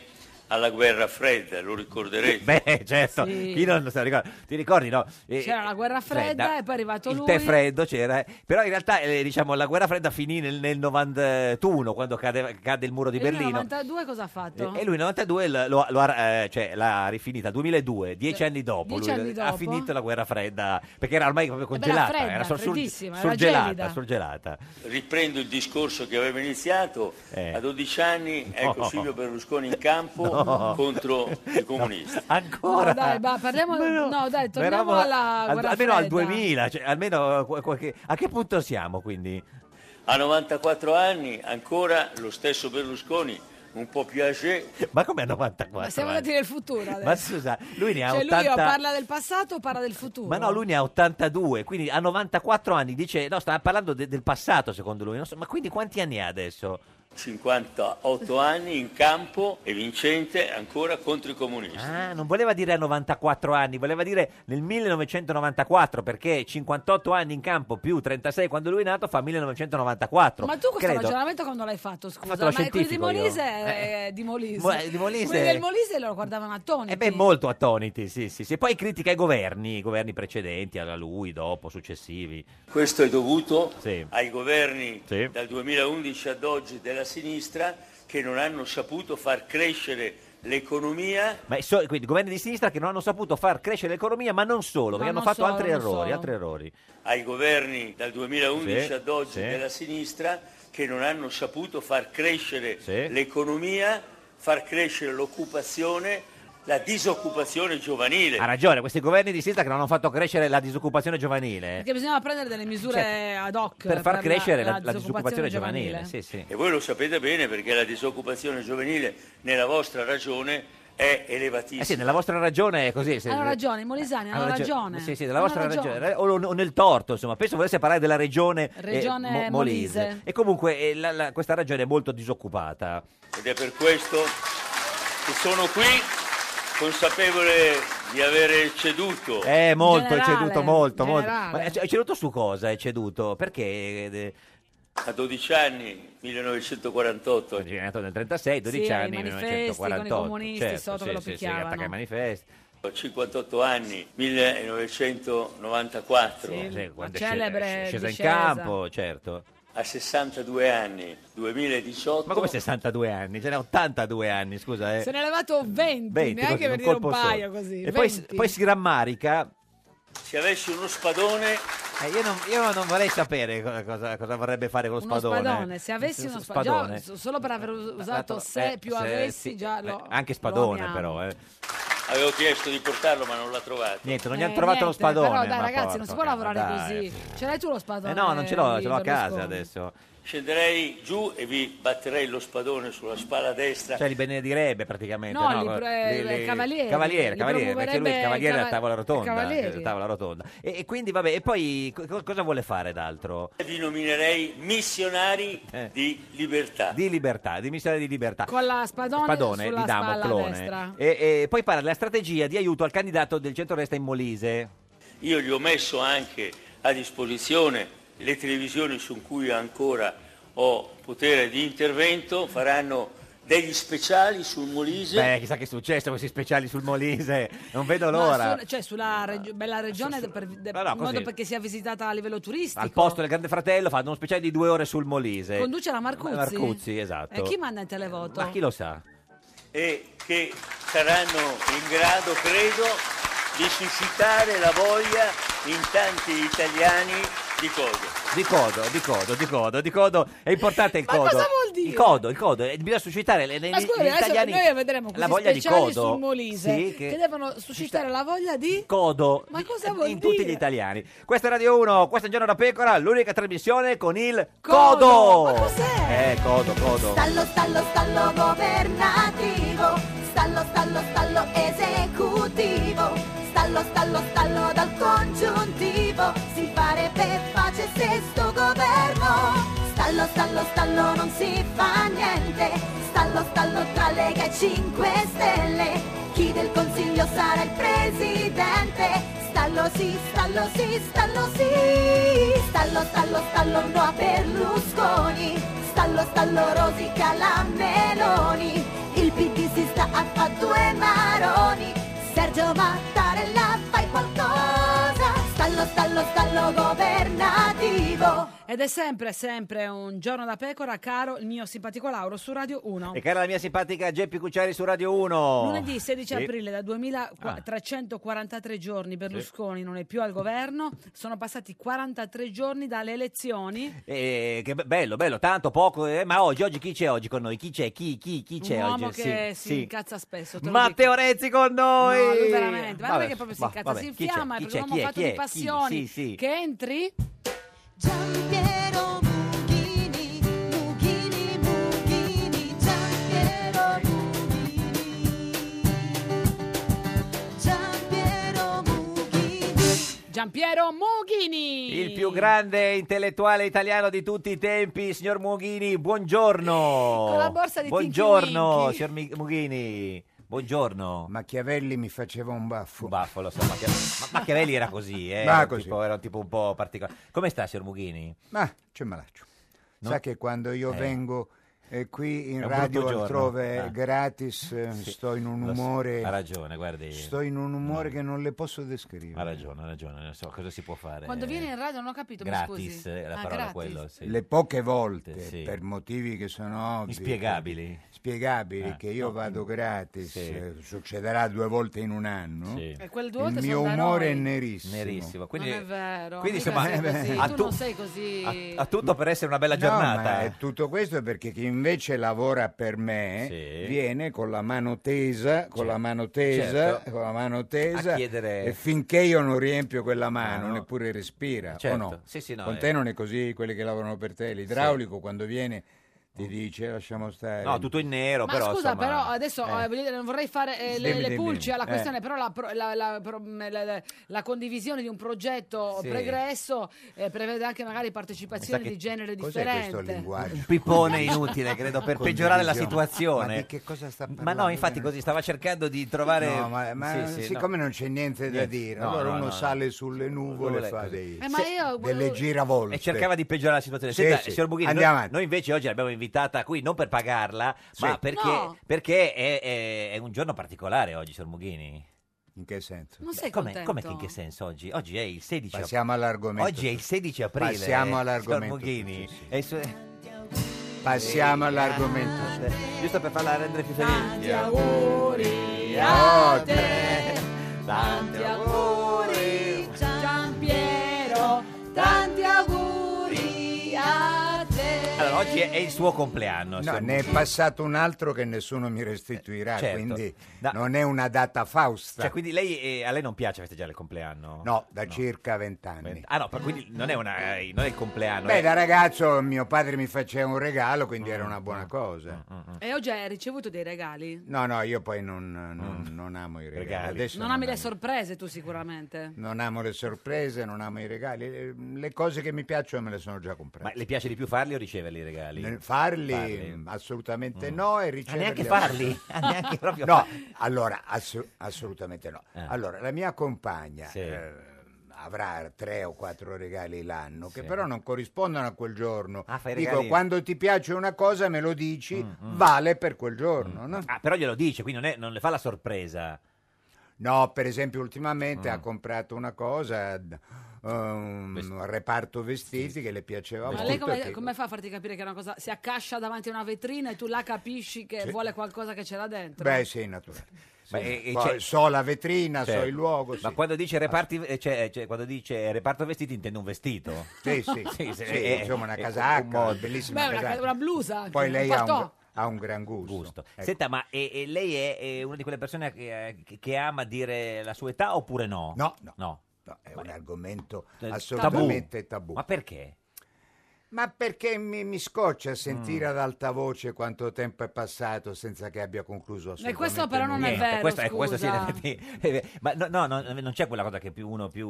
S5: alla guerra fredda, lo ricorderete.
S2: Beh, certo,
S1: Sì.
S2: chi non se lo ricorda? Ti ricordi, no? Eh,
S1: C'era la guerra fredda,
S2: fredda.
S1: e poi è arrivato
S2: il
S1: lui.
S2: tè freddo c'era, eh. però in realtà eh, diciamo, la guerra fredda finì nel, nel 91 quando cade, cade il muro di
S1: E lui nel
S2: Berlino.
S1: 92 cosa ha fatto?
S2: E e lui nel 92 l- lo ha- lo ha, eh, cioè, l'ha rifinita, 2002, dieci anni dopo,
S1: Cioè, dieci
S2: lui
S1: anni
S2: ha
S1: dopo?
S2: finito la guerra fredda, perché era ormai proprio
S1: beh, era
S2: congelata,
S1: fredda,
S2: sol- sol-
S1: freddissima, era gelida.
S2: surgelata, surgelata.
S5: Riprendo il discorso che avevo iniziato.
S2: Eh.
S5: A 12 anni ecco
S2: No.
S5: Silvio Berlusconi in campo
S2: No.
S5: contro i comunisti.
S2: Ancora?
S1: No, Oh, dai, va, parliamo. no, dai,
S2: Ma
S1: torniamo
S2: eravamo
S1: alla
S2: al-
S1: guerra
S2: almeno al
S1: fredda.
S2: 2000, cioè, almeno eh, qu- qualche- a che punto siamo quindi?
S5: A 94 anni ancora lo stesso Berlusconi, un po' più âgé.
S2: Ma come a 94?
S1: Ma siamo andati nel futuro adesso.
S2: Ma scusa, lui ne ha
S1: cioè,
S2: 80
S1: lui o parla del passato o parla del futuro?
S2: Ma no, lui ne ha 82, quindi a 94 anni dice, no, stava parlando de- del passato secondo lui, non so, ma quindi quanti anni ha adesso?
S5: 58 anni in campo e vincente ancora contro i comunisti.
S2: Ah, non voleva dire a 94 anni, voleva dire nel 1994, perché 58 anni in campo più 36 quando lui è nato fa 1994.
S1: Ma tu questo
S2: Credo.
S1: ragionamento quando l'hai fatto, scusa?
S2: fatto lo
S1: ma è quelli di
S2: scientifico io.
S1: Molise eh, di Molise.
S2: Mo- eh, di Molise-
S1: Quelli del Molise lo guardavano attoniti.
S2: E Eh beh, molto attoniti, sì, sì, sì. Poi critica ai governi, i governi precedenti, a lui, dopo, successivi.
S5: Questo è dovuto
S2: Sì.
S5: ai governi
S2: Sì.
S5: dal 2011 ad oggi della sinistra che non hanno saputo far crescere l'economia
S2: Ma è so- quindi governi di sinistra che non hanno saputo far crescere l'economia, ma non solo, perché
S5: non
S2: hanno fatto
S5: solo,
S2: altri
S5: non
S2: errori,
S5: solo.
S2: altri errori.
S5: ai governi dal 2011
S2: Sì,
S5: ad oggi
S2: sì.
S5: della sinistra che non hanno saputo far crescere
S2: Sì.
S5: l'economia, far crescere l'occupazione, la disoccupazione giovanile.
S2: Ha ragione, questi governi di sinistra che non hanno fatto crescere la disoccupazione giovanile.
S1: Perché bisognava prendere delle misure ad hoc
S2: Cioè, per far crescere la, la
S1: disoccupazione
S2: disoccupazione giovanile. Sì, sì.
S5: E voi lo sapete bene perché la disoccupazione giovanile nella vostra ragione è elevatissima.
S2: Eh sì, nella vostra ragione è così. se-
S1: Hanno ragione, i molesani hanno,
S2: hanno Eh, ragio-
S1: ragione.
S2: Sì, sì, nella
S1: della
S2: vostra ragione. O, o nel torto, insomma. Penso volesse parlare della regione, eh,
S1: Regione
S2: Mo- Molise.
S1: Molise.
S2: E comunque eh, la- la- questa ragione è molto disoccupata.
S5: Ed è per questo che sono qui consapevole di avere ceduto.
S2: Eh, molto, è
S5: ceduto
S2: ceduto molto,
S5: in
S2: molto.
S5: generale.
S2: Ma è è ceduto su cosa? È ceduto? Perché? eh,
S5: A 12 anni, 1948.
S2: È nato nel 36,
S5: 12
S2: Sì, anni,
S5: anni,
S2: i manifesti, con i 1948, comunisti, certo, sotto sì, che lo sì, sì, picchiavano. attacca i manifesti.
S5: Ho 58 anni, 1994.
S2: Sì, sì,
S1: quando è sce- celebre
S2: è scesa in discesa. campo, certo.
S5: A 62 anni, 2018.
S2: Ma come 62 anni? Ce n'è 82 anni, scusa. Eh.
S1: Oh. Se ne è levato 20,
S2: 20, così,
S1: neanche per
S2: un
S1: dire un
S2: colpo
S1: paio
S2: solo.
S1: così.
S2: E poi,
S1: 20.
S2: poi si rammarica. Eh,
S5: Se avessi uno spadone...
S2: io, non, io non vorrei sapere co- cosa, cosa vorrebbe fare con lo
S1: uno
S2: spadone.
S1: spadone. se avessi uno spa-
S2: spadone.
S1: già, so- solo per aver us- usato
S2: Eh,
S1: Esatto, se più
S2: se-
S1: avessi
S2: sì,
S1: già
S2: eh,
S1: lo-
S2: Anche
S1: lo
S2: spadone
S1: amiamo.
S2: però. eh.
S5: Avevo chiesto di portarlo ma non l'ha trovato.
S2: Niente, non gli
S1: Eh,
S2: hanno trovato lo
S1: niente,
S2: spadone.
S1: Però dai
S2: ma
S1: ragazzi,
S2: porca
S1: non si può
S2: cacca,
S1: lavorare
S2: dai.
S1: così. Ce l'hai tu lo spadone?
S2: Eh, no, non ce l'ho,
S1: di
S2: ce l'ho a casa
S1: Berlusconi?
S2: adesso.
S5: Scenderei giù e vi batterei lo spadone sulla spalla destra.
S2: Cioè li benedirebbe praticamente.
S5: No,
S2: No,
S5: li
S1: eh,
S5: pre-
S1: cavalieri,
S2: Cavaliere,
S5: li
S2: cavaliere, perché lui è il
S5: promuoverebbe
S2: cavaliere della
S5: cava-
S2: tavola rotonda.
S5: cavalieri.
S2: della tavola rotonda. E, e quindi vabbè, e poi co- cosa vuole fare d'altro? Eh.
S5: Vi nominerei missionari di libertà.
S2: Di libertà, di missione di libertà.
S1: Con la spadone,
S2: Spadone
S1: sulla
S2: di
S1: spalla
S2: Damoclone.
S1: destra.
S2: E, e poi parla della strategia di aiuto al candidato del centrodestra in Molise.
S5: Io gli ho messo anche a disposizione le televisioni su cui ancora ho potere di intervento, faranno degli speciali sul Molise.
S2: Beh, chissà che è successo questi speciali sul Molise. Non vedo
S1: Ma
S2: l'ora.
S1: su- cioè sulla reg- bella regione per, de-
S2: No, no,
S1: in modo
S2: così.
S1: perché sia visitata a livello turistico.
S2: Al posto del Grande Fratello fanno uno speciale di due ore sul Molise.
S1: Conduce la Marcuzzi.
S2: Marcuzzi, esatto.
S1: E chi manda il televoto?
S2: Ma chi lo sa?
S5: e che saranno in grado, credo, di suscitare la voglia in tanti italiani di cosa.
S2: Di codo, di codo, di codo, di codo. È importante il
S1: Ma
S2: codo.
S1: cosa vuol dire?
S2: Il codo, il codo. Eh, Bisogna suscitare le, le,
S1: Ma scusa,
S2: gli
S1: adesso
S2: italiani.
S1: noi vedremo questi
S2: la voglia di
S1: speciali
S2: codo.
S1: sul Molise
S2: Sì,
S1: che...
S2: che-
S1: devono suscitare la voglia di...
S2: Codo.
S1: Ma cosa vuol
S2: in
S1: dire?
S2: tutti gli italiani. Questa è Radio 1, questo è un giorno da pecora, l'unica trasmissione con il
S1: Codo.
S2: codo. Eh, codo, codo.
S6: Stallo, stallo, stallo governativo, stallo, stallo, stallo esecutivo, stallo, stallo, stallo dal congiuntivo, si farebbe pace se sto governo. Stallo, stallo, stallo non si fa niente, stallo, stallo tra Lega e 5 Stelle, chi del Consiglio sarà il presidente. Stallo sì, stallo sì, stallo sì, stallo, stallo, stallo no a Berlusconi. Stallo, stallo, rosica la Meloni Il PD si sta a, a due maroni Sergio Mattarella fai qualcosa Stallo, stallo, stallo governativo
S1: Ed è sempre, sempre un giorno da pecora, caro il mio simpatico Lauro su Radio 1.
S2: E cara la mia simpatica Geppi Cucciari su Radio 1.
S1: Lunedì 16
S2: Sì. Ah.
S1: aprile, da 2343 giorni Berlusconi non è più al governo, sono passati 43 giorni dalle elezioni.
S2: Eh, che be- bello, bello, tanto poco. eh, ma oggi, oggi chi c'è oggi con noi? Chi c'è? Chi, chi, chi c'è
S1: un uomo
S2: oggi?
S1: che
S2: Sì,
S1: si
S2: sì.
S1: incazza spesso. te lo
S2: Matteo Renzi con noi!
S1: No, lui veramente, ma non è
S2: Vabbè,
S1: che proprio si
S2: va-
S1: incazza,
S2: vabbè,
S1: si
S2: chi c'è?
S1: infiamma,
S2: Chi
S1: è
S2: c'è?
S1: un
S2: Chi
S1: uomo
S2: è?
S1: fatto
S2: Chi
S1: di
S2: è? Chi? Sì,
S1: passioni.
S2: sì.
S1: Che entri?
S6: Giampiero Mughini, Mughini, Mughini Giampiero Mughini Giampiero Mughini
S1: Giampiero Mughini!
S2: Il più grande intellettuale italiano di tutti i tempi, signor Mughini, buongiorno.
S1: Con la borsa di
S2: Buongiorno,
S1: Tinky Winky.
S2: signor Mi- Mughini. Buongiorno.
S7: Machiavelli mi faceva un baffo.
S2: Un baffo, lo so, Machia- ma Machiavelli era così, eh,
S7: Ma
S2: era un
S7: così.
S2: tipo- era un tipo un po' particolare. Come sta, signor Mughini?
S7: Ma c'è malaccio.
S2: No?
S7: Sa che quando io
S2: Eh.
S7: vengo eh, qui
S2: È
S7: in
S2: un brutto
S7: radio
S2: giorno.
S7: altrove
S2: Ah.
S7: gratis, eh,
S2: Sì,
S7: sto in un
S2: lo so,
S7: umore.
S2: Ha ragione, guardi.
S7: Sto in un
S3: Mm.
S7: umore che non le posso descrivere.
S2: Ha ragione, ha ragione, non so cosa si può fare.
S1: Quando viene in radio non ho capito, mi
S2: gratis,
S1: scusi.
S2: eh, la
S1: Ah,
S2: parola
S1: gratis.
S2: quello, sì.
S7: Le poche volte,
S2: Sì.
S7: per motivi che sono ovvi,
S2: Inspiegabili.
S7: spiegabili,
S2: Ah.
S7: che io
S2: No,
S7: vado gratis,
S2: Sì.
S7: eh, succederà due volte in un anno.
S1: E quelle due volte
S7: Il mio
S1: sono da
S7: umore è
S1: noi.
S7: nerissimo.
S2: Nerissimo, quindi-
S1: non è vero.
S2: quindi,
S1: mica
S2: insomma,
S1: sei
S2: eh, beh,
S1: così,
S2: a
S1: tu
S2: tu-
S1: non sei così.
S2: Ha, ha tutto per essere una bella
S7: No, ma
S2: giornata. eh.
S7: è tutto questo perché chi invece lavora per me viene con la mano tesa, con la mano tesa,
S8: Certo.
S7: con la mano tesa
S8: A chiedere-
S2: Eh.
S7: e finché io non riempio quella mano
S2: Ah,
S8: Mano.
S7: neppure respira,
S8: Certo.
S7: o no?
S8: Sì, sì, no,
S7: con
S8: eh.
S7: te non è così quelli che lavorano per te, l'idraulico quando viene ti dice lasciamo stare.
S2: No, tutto in nero,
S1: Ma scusa, però adesso
S7: eh.
S1: eh, voglio dire, non vorrei fare eh, le,
S7: Dimmi,
S1: le
S7: dimmi.
S1: pulci alla
S7: Eh.
S1: questione, però la, pro- la- la pro- mh, la- la- la condivisione di un progetto
S2: Sì.
S1: pregresso eh, prevede anche magari partecipazione
S2: Mi sa che-
S1: di genere
S2: cos'è questo
S1: differente.
S2: Un pippone inutile, credo, per
S7: Condivisione.
S2: peggiorare la
S7: Ma
S2: situazione.
S7: di che cosa sta parlando?
S2: Ma no, infatti così stava cercando di trovare...
S7: No, ma, ma
S2: Sì, sì,
S7: siccome
S2: no.
S7: non c'è niente da
S2: Niente.
S7: dire,
S2: No,
S7: allora
S2: no,
S7: uno
S2: no,
S7: sale sulle nuvole
S2: Nuvole,
S7: fa
S2: così.
S7: dei,
S1: Eh, ma
S7: se-
S1: io-
S7: delle giravolte.
S2: E cercava di peggiorare la situazione.
S7: Sì,
S2: Senta,
S7: sì.
S2: signor Bughini,
S7: Andiamo
S2: noi,
S7: avanti.
S2: noi invece oggi l'abbiamo invitata qui non per pagarla,
S7: Sì.
S2: ma perché,
S1: No.
S2: perché è, è- è un giorno particolare oggi, signor Mughini.
S7: In che senso?
S1: Non sei
S2: come,
S1: contento?
S2: come che in che senso oggi? Oggi è il 16 aprile.
S7: Passiamo all'argomento.
S2: Oggi è il 16 aprile.
S7: Passiamo
S2: eh,
S7: all'argomento,
S2: Signor Mughini. È su-
S7: Passiamo all'argomento.
S2: Giusto per farla rendere più felice.
S4: auguri
S2: a
S4: te, tanti auguri Giampiero, tanti auguri a te.
S2: Allora, oggi è il suo compleanno.
S7: No,
S2: signor
S7: ne è
S2: Mughini.
S7: passato un altro che nessuno mi restituirà,
S2: Certo.
S7: quindi
S2: Da-
S7: non è una data fausta.
S2: Cioè, quindi lei, eh, a lei non piace festeggiare il compleanno?
S7: No, da circa vent'anni.
S2: Ah no, per- quindi non è, una, eh, non è il compleanno.
S7: Beh,
S2: è- Mm,
S7: da ragazzo mio padre mi faceva un regalo, quindi era una buona cosa.
S1: E oggi hai ricevuto dei regali?
S7: No, no, io poi non, non- non amo i regali.
S2: Mm. Regali.
S7: Adesso
S1: Non ami
S7: amo.
S1: le sorprese tu sicuramente?
S7: Non amo le sorprese, non amo i regali. Le- Le cose che mi piacciono me le sono già
S2: Ma
S7: comprate.
S2: le piace di più farli o riceverli i regali?
S7: Nel Farli,
S2: Farli.
S7: mh, assolutamente no e
S2: Ah,
S7: riceverli
S2: neanche
S7: assolutamente-
S2: farli? Ah, neanche proprio
S7: No,
S2: farli.
S7: allora, assu- assolutamente no.
S2: Eh.
S7: Allora, la mia compagna
S2: Sì.
S7: eh, avrà tre o quattro regali l'anno che
S2: Sì.
S7: però non corrispondono a quel giorno.
S2: Ah, fai i Mm,
S7: Dico,
S2: regali.
S7: quando ti piace una cosa me lo dici, vale per quel giorno, no?
S2: Ah, però glielo dice, quindi non, è- non le fa la sorpresa.
S7: No, per esempio, ultimamente ha comprato una cosa, d- um, un reparto vestiti che le piaceva
S1: Ma
S7: molto.
S1: lei
S7: e
S1: come,
S7: che-
S1: come fa a farti capire che è una cosa si accascia davanti a una vetrina e tu la capisci che
S7: Sì.
S1: vuole qualcosa che ce l'ha dentro?
S7: Beh, sì, naturale. Sì.
S2: Ma e- e
S7: Poi
S2: c'è-
S7: so la vetrina, so
S2: Certo.
S7: il luogo.
S2: Ma
S7: sì.
S2: quando dice, reparti, eh, cioè, cioè, quando dice reparto vestiti intende un vestito?
S7: Sì, sì,
S2: Sì, sì,
S7: sì,
S2: è-
S7: insomma, una
S2: è un
S7: casacca,
S2: modo.
S7: una bellissima
S1: Beh, una,
S7: casacca.
S1: una blusa. anche,
S7: Poi
S1: un
S7: lei ha un,
S1: pattò.
S7: ha un gran gusto.
S2: Gusto.
S7: Ecco.
S2: Senta, ma e, e lei è, è una di quelle persone che, eh, che- che ama dire la sua età oppure no?
S7: No, no,
S2: No.
S7: no, è un argomento
S2: Cioè,
S7: assolutamente tabù.
S2: Ma perché?
S7: Ma perché mi, mi scoccia sentire ad alta voce quanto tempo è passato senza che abbia concluso
S1: E
S7: assolutamente
S1: questo però non è
S7: nulla.
S2: Niente,
S1: vero.
S2: questo, eh, questo sì, in
S1: scusa.
S2: effetti, è vero. ma no, no, no, non c'è quella cosa che più uno più,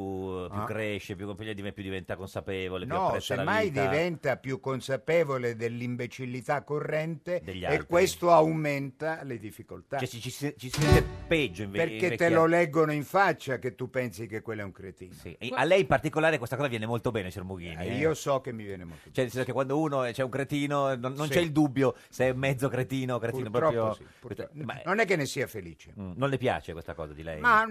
S2: più
S7: Ah.
S2: cresce, più, più div- più diventa consapevole, più
S7: No,
S2: apprezza la
S7: semmai
S2: vita.
S7: diventa più consapevole dell'imbecillità corrente
S2: Degli
S7: e
S2: altri.
S7: questo aumenta le difficoltà.
S2: Cioè, ci, ci si- ci si sente peggio inve-
S7: perché te
S2: invecchiare.
S7: lo leggono in faccia che tu pensi che quello è un cretino.
S2: Sì, eh, e A lei in particolare questa cosa viene molto bene, signor Mughini.
S7: Eh,
S2: eh.
S7: Io so che mi viene molto
S2: Cioè, nel senso che quando uno è- c'è un cretino, non, non
S7: Sì.
S2: c'è il dubbio se è mezzo cretino o cretino
S7: Purtroppo
S2: proprio.
S7: sì, purtroppo.
S2: Ma-
S7: Non è che ne sia felice,
S2: mm, non le piace questa cosa di lei? Mm,
S7: ma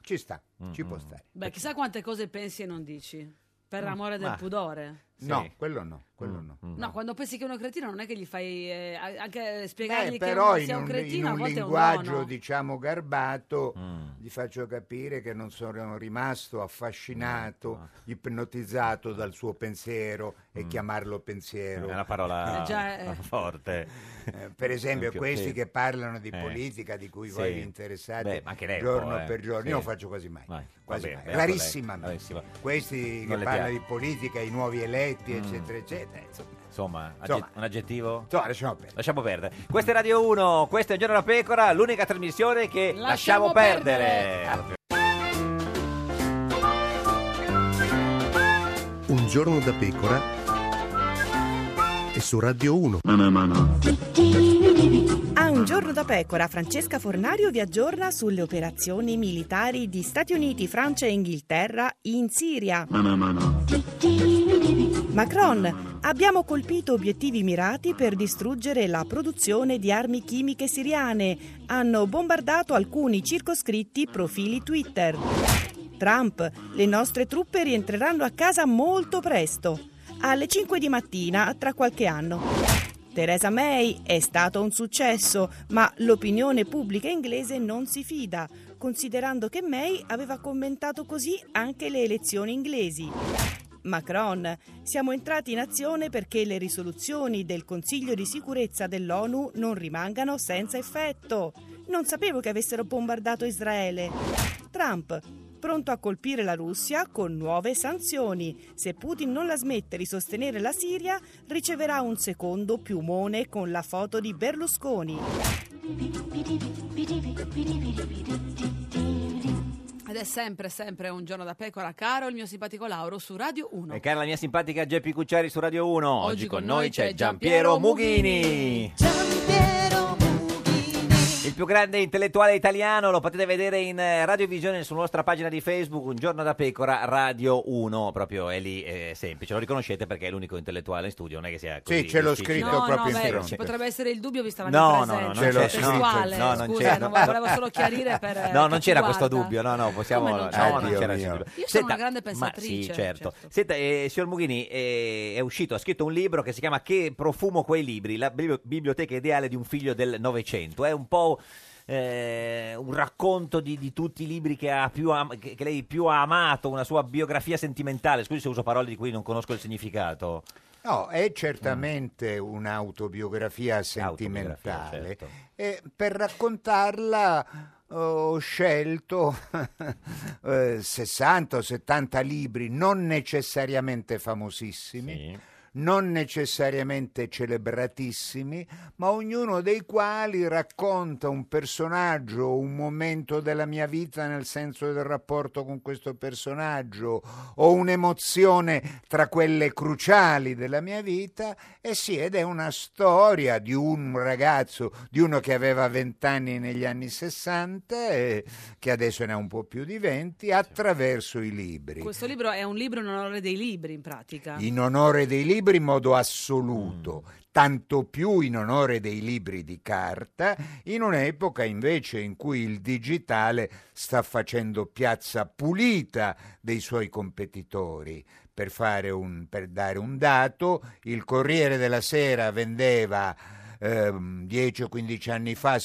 S7: ci sta, ci può stare.
S1: Beh, chissà quante cose pensi e non dici. Per amore del
S2: ma-
S1: pudore.
S2: Sì. Mm,
S7: No, quello no, quello no.
S1: No, quando pensi che uno è cretino non è che gli fai eh, a- anche
S7: Eh,
S1: spiegargli che
S7: però
S1: uno
S7: in
S1: sia un
S7: un, in
S1: cretino a
S7: un
S1: volte è un
S7: linguaggio
S1: dono.
S7: diciamo garbato
S2: Mm.
S7: gli faccio capire che non sono rimasto affascinato,
S2: Ecco.
S7: ipnotizzato dal suo pensiero e chiamarlo
S2: Mm. È
S7: pensiero.
S2: una parola
S1: Eh, già, eh.
S2: forte.
S7: Eh, per esempio
S2: Più
S7: questi
S2: che-
S7: che parlano di
S2: Eh.
S7: politica di cui
S2: Sì.
S7: voi vi interessate
S2: Beh, ma anche lei un
S7: giorno
S2: po', eh.
S7: per giorno,
S2: Sì.
S7: io non faccio quasi mai,
S2: Vai,
S7: quasi
S2: vabbè,
S7: mai.
S2: beato lei.
S7: rarissimamente.
S2: Rarissima.
S7: Questi
S2: Non
S7: che
S2: le
S7: parlano
S2: piace. Mm.
S7: di politica, i nuovi eletti, eccetera, eccetera. Insomma,
S2: Insomma, agge-
S7: Insomma.
S2: un aggettivo?
S7: Insomma, lasciamo perdere.
S2: Lasciamo perdere. Questa è Radio 1, questa è Un Giorno da Pecora, l'unica trasmissione che lasciamo,
S1: Lasciamo
S2: perdere.
S9: Un giorno da pecora e su Radio 1.
S10: A un giorno da pecora, Francesca Fornario vi aggiorna sulle operazioni militari di Stati Uniti, Francia e Inghilterra in Siria. Macron, abbiamo colpito obiettivi mirati per distruggere la produzione di armi chimiche siriane. Hanno bombardato alcuni circoscritti profili Twitter. Trump, le nostre truppe rientreranno a casa molto presto, alle 5 di mattina tra qualche anno. Theresa May è stato un successo, ma l'opinione pubblica inglese non si fida, considerando che May aveva commentato così anche le elezioni inglesi. Macron. Siamo entrati in azione perché le risoluzioni del Consiglio di sicurezza dell'ONU non rimangano senza effetto. Non sapevo che avessero bombardato Israele. Trump, pronto a colpire la Russia con nuove sanzioni. Se Putin non la smette di sostenere la Siria, riceverà un secondo piumone con la foto di Berlusconi.
S1: Ed è sempre, sempre un giorno da pecora, caro il mio simpatico Lauro su Radio 1.
S7: Eh,
S2: E cara la mia simpatica Geppi Cucciari su Radio 1. Oggi, con noi c'è Giampiero
S1: Giampiero
S2: Mughini. Il più grande intellettuale italiano, lo potete vedere in eh, radiovisione sulla nostra pagina di Facebook, Un giorno da pecora, Radio 1, proprio è lì, è semplice, lo riconoscete perché è l'unico intellettuale in studio, non è che sia così
S7: Sì, ce l'ho
S2: difficile.
S7: scritto
S1: No, no, beh, ci potrebbe essere il dubbio vista la mia
S2: no,
S1: presenza.
S2: no,
S7: Ce l'ho
S2: non c'è,
S7: scritto.
S1: Sessuale,
S2: no, non
S1: scusa,
S2: c'è,
S1: non-
S2: no.
S1: volevo solo chiarire per...
S2: No, non c'era
S1: guarda.
S2: questo dubbio, no, no, possiamo...
S1: Come non
S2: no,
S1: c'era?
S2: non c'era
S1: Io
S2: nessun
S1: sono
S2: dubbio.
S1: una grande pensatrice,
S2: Ma sì, certo. Senta, eh, signor Mughini, eh, è uscito, ha scritto un libro che si chiama Che profumo quei libri, la bibli- biblioteca ideale di un figlio del Novecento. È un po'... eh, un racconto di, di tutti i libri che, ha più am- che- che lei più ha amato, una sua biografia sentimentale. Scusi se uso parole di cui non conosco il significato.
S7: No, è certamente un'autobiografia sentimentale.
S2: certo.
S7: E per raccontarla ho scelto eh, 60 o 70 libri non necessariamente famosissimi. Non necessariamente celebratissimi, ma ognuno dei quali racconta un personaggio, o un momento della mia vita nel senso del rapporto con questo personaggio, o un'emozione tra quelle cruciali della mia vita. E sì, ed è una storia di un ragazzo, di uno che aveva 20 anni negli anni 60 e che adesso ne ha un po' più di 20, attraverso i libri.
S1: Questo libro è un libro in onore dei libri, in pratica.
S7: In onore dei libri in modo assoluto, tanto più in onore dei libri di carta, in un'epoca invece in cui il digitale sta facendo piazza pulita dei suoi competitori. Per, fare un- per dare un dato, il Corriere della Sera vendeva ehm, 10 o 15 anni fa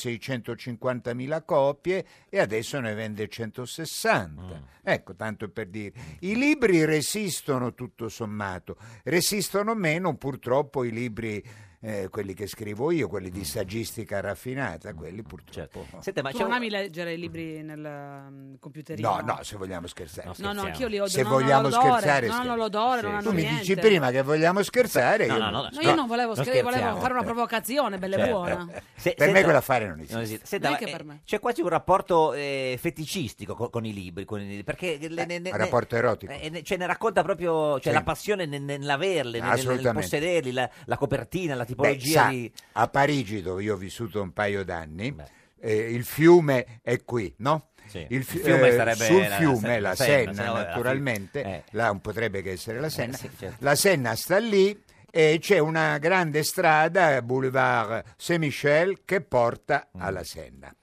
S7: 650.000 copie e adesso ne vende 160.
S2: Mm.
S7: Ecco, tanto per dire. I libri resistono tutto sommato, resistono meno purtroppo i libri, eh, quelli che scrivo io, quelli di saggistica raffinata, quelli purtroppo...
S2: Mm. Certo. Senta,
S1: tu non ami leggere i libri nel um, computerino?
S7: No, no, se vogliamo scherzare.
S1: No, no, anch'io li odio.
S7: Se
S1: no,
S7: vogliamo
S1: non hanno l'odore,
S7: scherzare,
S1: no, non
S7: scherzo.
S1: hanno l'odore, non hanno
S7: Tu mi
S1: niente.
S7: dici prima che vogliamo scherzare.
S2: No,
S7: io-
S2: no, no,
S1: No, io non volevo, scher- volevo fare una provocazione, bella e
S2: Certo.
S1: buona.
S2: Se-
S7: Per
S2: senta-
S7: me quell'affare non esiste.
S2: Senta,
S1: Neanche
S2: ma,
S1: per
S2: eh,
S1: me.
S2: C'è quasi un rapporto eh, feticistico co- con, i libri, con i- perché le- ne- ne-
S7: un rapporto erotico.
S2: eh, ne- cioè, ne racconta proprio cioè,
S7: Sì.
S2: la passione nel- nell'averle, nel, nel,
S7: Assolutamente.
S2: possederli, la, la copertina, la
S7: Beh,
S2: tipologia
S7: sa,
S2: di...
S7: a Parigi, dove io ho vissuto un paio d'anni, eh, il fiume è qui, no?
S2: Il
S7: fi-
S2: fiume
S7: eh,
S2: sarebbe
S7: sul
S2: la- la
S7: fiume,
S2: Sen-
S7: la,
S2: la
S7: Senna,
S2: Senna, se no, la-
S7: naturalmente,
S2: eh.
S7: là potrebbe che essere la Senna.
S2: sì, certo.
S7: La Senna sta lì e c'è una grande strada, Boulevard Saint-Michel, che porta
S2: Mm.
S7: alla Senna.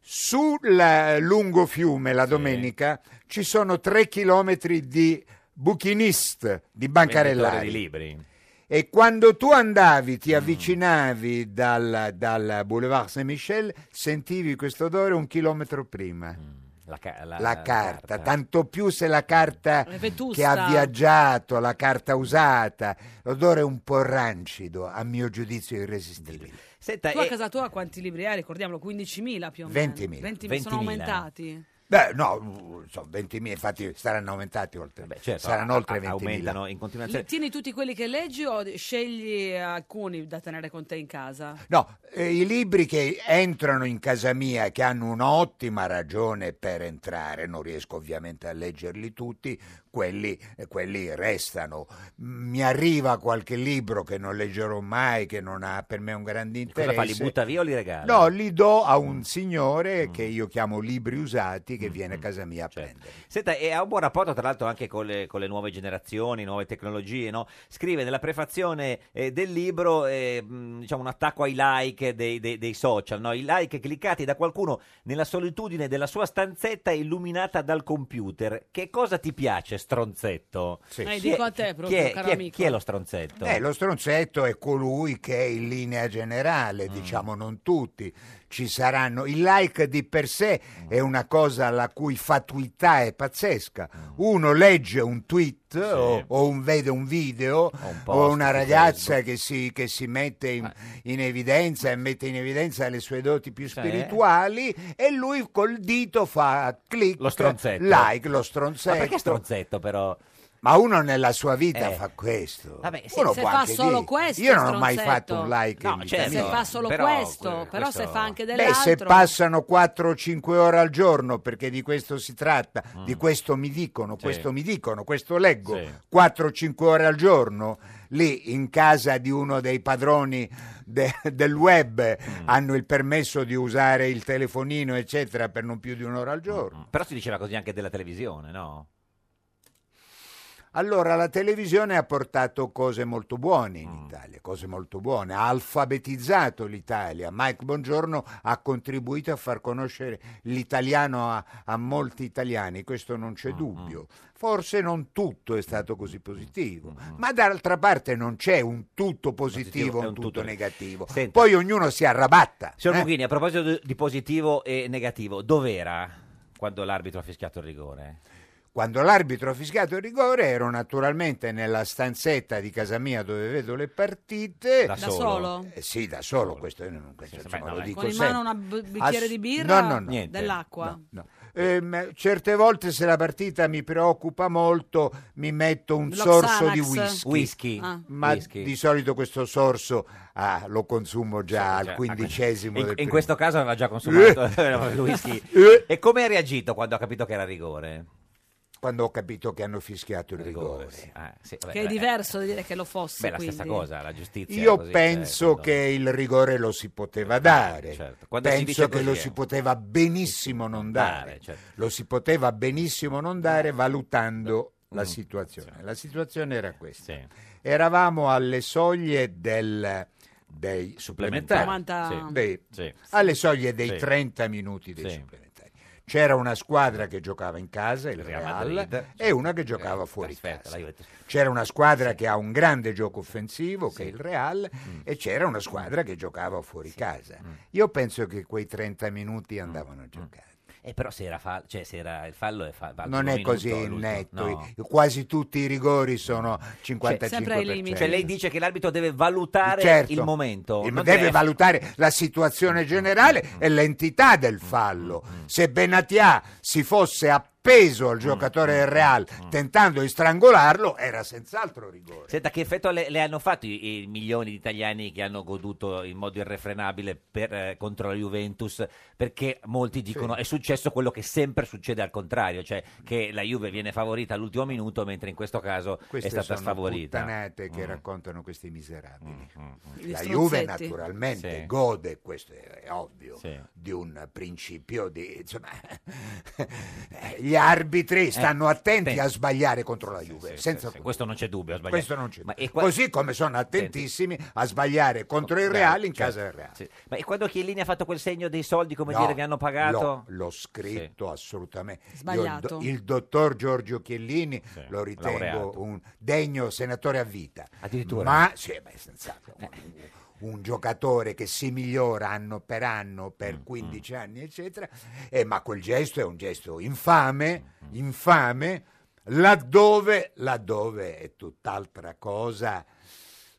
S7: Sul eh, lungo fiume, la domenica, ci sono tre chilometri di buchinist, di
S2: venditore
S7: bancarellari.
S2: di libri.
S7: E quando tu andavi, ti avvicinavi dal, dal Boulevard Saint-Michel, sentivi questo odore un chilometro prima.
S2: La, ca-
S7: La, carta, tanto più se la carta
S1: È vetusta.
S7: che ha viaggiato, la carta usata, l'odore è un po' rancido, a mio giudizio irresistibile.
S2: Senta,
S1: Tu a
S2: e-
S1: casa tua quanti libri hai? Ricordiamolo, 15.000 più o meno.
S7: 20.000.
S1: 20.000,
S7: 20.000.
S1: sono aumentati.
S7: Beh, no, sono 20.000, infatti saranno aumentati oltre,
S2: certo,
S7: saranno
S2: a-
S7: oltre
S2: a-
S7: 20.000.
S2: aumentano in continuazione.
S1: Li tieni tutti quelli che leggi o scegli alcuni da tenere con te in casa?
S7: No, eh, i libri che entrano in casa mia, che hanno un'ottima ragione per entrare, non riesco ovviamente a leggerli tutti, quelli, eh, quelli restano. M- Mi arriva qualche libro che non leggerò mai, che non ha per me un grande
S2: Cosa fa,
S7: interesse.
S2: li butta via o li regala? Mm.
S7: No, li do a un signore che io chiamo libri usati che viene a casa mia a
S2: Certo.
S7: prendere.
S2: Senta, e ha un buon rapporto tra l'altro anche con le, con le nuove generazioni, nuove tecnologie, no? Scrive nella prefazione eh, del libro eh, mh, diciamo, un attacco ai like dei, dei- dei social, no? I like cliccati da qualcuno nella solitudine della sua stanzetta illuminata dal computer. Che cosa ti piace, stronzetto?
S1: Eh,
S2: Chi
S1: dico
S2: è-
S1: a te proprio,
S2: chi è,
S1: caro
S2: chi è-
S1: amico.
S2: chi è lo stronzetto?
S7: Eh, lo stronzetto è colui che in linea generale, diciamo non tutti, ci saranno. Il like di per sé è una cosa la cui fatuità è pazzesca. Uno legge un tweet o, o un- vede un video o
S8: post
S7: una
S8: su
S7: ragazza che si, che si mette
S2: Eh.
S7: in, in evidenza e mette in evidenza le sue doti più spirituali e lui col dito fa click,
S2: Lo stronzetto.
S7: like, lo stronzetto.
S2: Ma perché stronzetto però?
S7: Ma uno nella sua vita
S2: Eh.
S7: fa questo.
S2: Vabbè, sì,
S7: uno
S1: se
S7: può
S1: fa
S7: anche
S1: solo
S7: dire,
S1: questo,
S7: Io non ho mai
S1: stronzetto.
S7: fatto un like.
S1: No,
S7: in vita
S2: certo.
S7: mia.
S1: se fa solo
S2: però
S1: questo,
S2: que-
S1: però se
S2: questo-
S1: fa anche
S7: Beh,
S1: dell'altro.
S7: se passano 4-5 ore al giorno, perché di questo si tratta, di
S2: Mm.
S7: questo mi dicono,
S8: Sì.
S7: questo mi dicono, questo leggo,
S8: Sì.
S7: 4-5 ore al giorno, lì in casa di uno dei padroni de- del web hanno il permesso di usare il telefonino, eccetera, per non più di un'ora al giorno.
S2: Però si diceva così anche della televisione, no?
S7: Allora, la televisione ha portato cose molto buone
S2: Mm.
S7: in Italia, cose molto buone, ha alfabetizzato l'Italia. Mike Bongiorno ha contribuito a far conoscere l'italiano a, a molti italiani, questo non
S2: Mm,
S7: c'è dubbio. Forse non tutto è stato così
S2: Mm,
S7: positivo, ma d'altra parte non c'è un tutto positivo
S2: è
S7: e
S2: un
S7: un tutto
S2: tutto-
S7: negativo.
S2: Senta.
S7: Poi ognuno si arrabatta.
S2: Signor
S7: eh?
S2: Mughini, a proposito di- di positivo e negativo, dov'era quando l'arbitro ha fischiato il rigore?
S7: Quando l'arbitro ha fischiato il rigore ero naturalmente nella stanzetta di casa mia dove vedo le partite.
S2: Da Da solo? solo?
S7: Eh, sì, da solo, questo, io non- questo, insomma, lo dico
S1: Con in mano
S7: sempre.
S1: un bicchiere
S7: Ass-
S1: di birra,
S7: no, no, no. Niente.
S1: dell'acqua.
S7: No. Ehm, certe volte se la partita mi preoccupa molto mi metto un
S1: L'Oxanax.
S7: sorso di whisky,
S2: Whisky.
S1: Ah.
S7: ma
S2: Whisky.
S7: di solito questo sorso ah, lo consumo già
S2: Cioè,
S7: al quindicesimo
S2: in,
S7: del
S2: in
S7: primo.
S2: questo caso aveva già consumato
S7: Eh.
S2: il whisky.
S7: Eh.
S2: E come ha reagito quando ha capito che era rigore?
S7: quando ho capito che hanno fischiato il rigore.
S2: sì. Ah, sì, vabbè,
S1: Che è
S2: eh,
S1: diverso da dire che lo fosse.
S2: Beh, la
S1: quindi.
S2: stessa cosa, la giustizia.
S7: Io
S2: così,
S7: penso
S2: cioè,
S7: che il rigore lo si poteva dare.
S2: certo. Quando si dice
S7: Penso che
S2: così,
S7: lo
S2: eh.
S7: si poteva benissimo non dare.
S2: certo.
S7: Lo si poteva benissimo non dare valutando
S2: Mm.
S7: la situazione. La situazione era questa. Eravamo alle soglie del- dei supplementari.
S1: 90.
S7: Dei-
S2: Sì.
S7: Alle soglie dei
S2: Sì.
S7: 30 minuti dei
S2: Sì.
S7: supplementari. C'era una squadra che giocava in casa, il
S2: Real
S7: Real,
S2: Madrid. Eh,
S7: e una che giocava fuori
S2: Aspetta,
S7: casa.
S2: la Juventus.
S7: C'era una squadra che ha un grande gioco offensivo, che è il Real,
S2: Mm.
S7: e c'era una squadra che giocava fuori casa. Io penso che quei 30 minuti andavano giocati.
S2: Eh, però se era, fallo, cioè, se era il fallo è fallo.
S7: Non è così netto, i- quasi tutti i rigori sono 55%.
S2: Cioè, lei dice che l'arbitro deve valutare
S7: Certo.
S2: il momento.
S7: E
S2: non Mm,
S7: deve
S2: deve-
S7: valutare la situazione generale e l'entità del
S2: mm,
S7: fallo. Se Benatia si fosse appeso
S2: Mm,
S7: al giocatore del Real tentando di strangolarlo, eh, era senz'altro rigore.
S2: Senta, che effetto le, le hanno fatto i, i milioni di italiani che hanno goduto in modo irrefrenabile per, eh, contro la Juventus? Perché molti dicono è successo quello che sempre succede al contrario, cioè che la Juve viene favorita all'ultimo minuto, mentre in questo caso
S7: Queste
S2: è stata
S7: sono
S2: sfavorita.
S7: puttanate che
S2: Mm.
S7: raccontano questi miserabili.
S1: Gli
S7: La
S1: stronzetti.
S7: Juve naturalmente
S2: Sì.
S7: gode, questo è è ovvio,
S2: Sì.
S7: di un principio di... insomma, gli arbitri stanno attenti
S2: attenti.
S7: a sbagliare contro la Juve, senza
S2: Eh, Sì, Questo non c'è dubbio, ha sbagliato.
S7: Questo non c'è.
S2: Ma e qua-
S7: Così come sono attentissimi a sbagliare contro il
S2: Bravo,
S7: Real in
S2: certo,
S7: casa del Real.
S2: sì. Ma e quando Chiellini ha fatto quel segno dei soldi, come
S7: No,
S2: dire, vi hanno pagato?
S7: l'ho- L'ho scritto assolutamente. Io il
S1: Sbagliato.
S7: do- Il, dottor Giorgio Chiellini lo ritengo
S2: laureato.
S7: un degno senatore a vita.
S2: Addirittura?
S7: Ma eh. sì, beh, senz'altro. Un, un giocatore che si migliora anno per anno
S2: Mm,
S7: per 15 anni, eccetera. Eh, ma quel gesto è un gesto infame,
S2: Mm,
S7: infame, laddove, laddove è tutt'altra cosa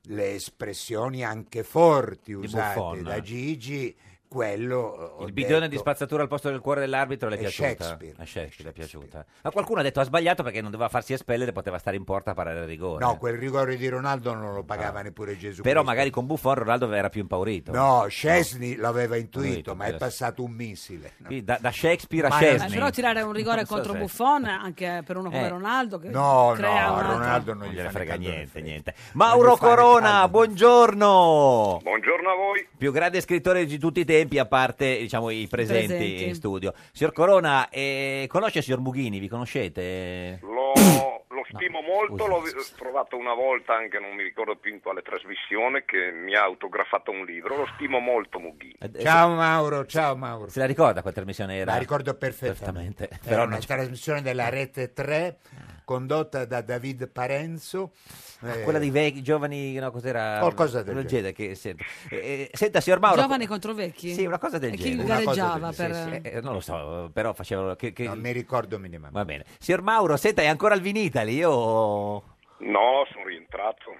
S7: le espressioni anche forti usate
S2: Buffon. eh.
S7: da Gigi, quello eh, ho
S2: Il bidone di
S7: detto,
S2: spazzatura al posto del cuore dell'arbitro le è
S7: È
S2: piaciuta.
S7: Shakespeare.
S2: A Shakespeare, è piaciuta. Ma qualcuno ha detto ha sbagliato perché non doveva farsi espellere, poteva stare in porta a parare il rigore.
S7: No, quel rigore di Ronaldo non lo pagava neppure Gesù.
S2: Ah. Però
S7: Cristo.
S2: magari con Buffon Ronaldo era più impaurito.
S7: No, Scesni l'aveva
S2: Intuito,
S7: intuito, ma è
S2: adesso.
S7: passato un missile.
S2: Quindi da, da Shakespeare a
S7: Ma-
S1: Eh,
S2: Scesni.
S1: però tirare un rigore
S2: Non so
S1: contro
S2: se-
S1: Buffon anche per uno come
S2: Eh.
S1: Ronaldo che
S7: No, no,
S1: crea
S7: a
S1: un altro-
S7: Ronaldo non
S2: Ah, Non
S7: gli
S2: gliene
S7: fa
S2: frega
S7: né caldo né
S2: niente,
S7: freddo.
S2: niente.
S7: Non
S2: Mauro
S7: gli fa né
S2: Corona,
S7: caldo né
S2: buongiorno.
S11: Buongiorno a voi.
S2: Più grande scrittore di tutti i tempi, a parte diciamo, i presenti,
S1: Presenti.
S2: in studio. Signor Corona, eh, conosce il signor Mughini? Vi conoscete? Eh,
S11: Lo, lo stimo molto, l'ho vi- trovato una volta anche, non mi ricordo più in quale trasmissione, che mi ha autografato un libro. Lo stimo molto Mughini.
S2: Eh,
S7: Ciao Mauro, ciao Mauro.
S2: Se la ricorda quella trasmissione era?
S7: La ricordo perfettamente.
S2: perfettamente.
S7: Era
S2: Però Eh.
S7: una
S2: non c'è-
S7: trasmissione della Rete 3 condotta da David Parenzo. eh,
S2: Ah, Quella dei vecchi, giovani, no, cos'era?
S7: Qualcosa del genere.
S2: che- senta. Eh, eh, senta, signor Mauro.
S1: Giovani contro vecchi?
S2: Sì, una cosa del
S1: e
S2: genere.
S1: Chi gareggiava per...
S2: Eh, eh, non lo so, però facevano... Che, Non mi
S7: ricordo minimamente.
S2: Va bene. Signor Mauro, senta, è ancora al Vinitali, io...
S11: No, sono rientrato.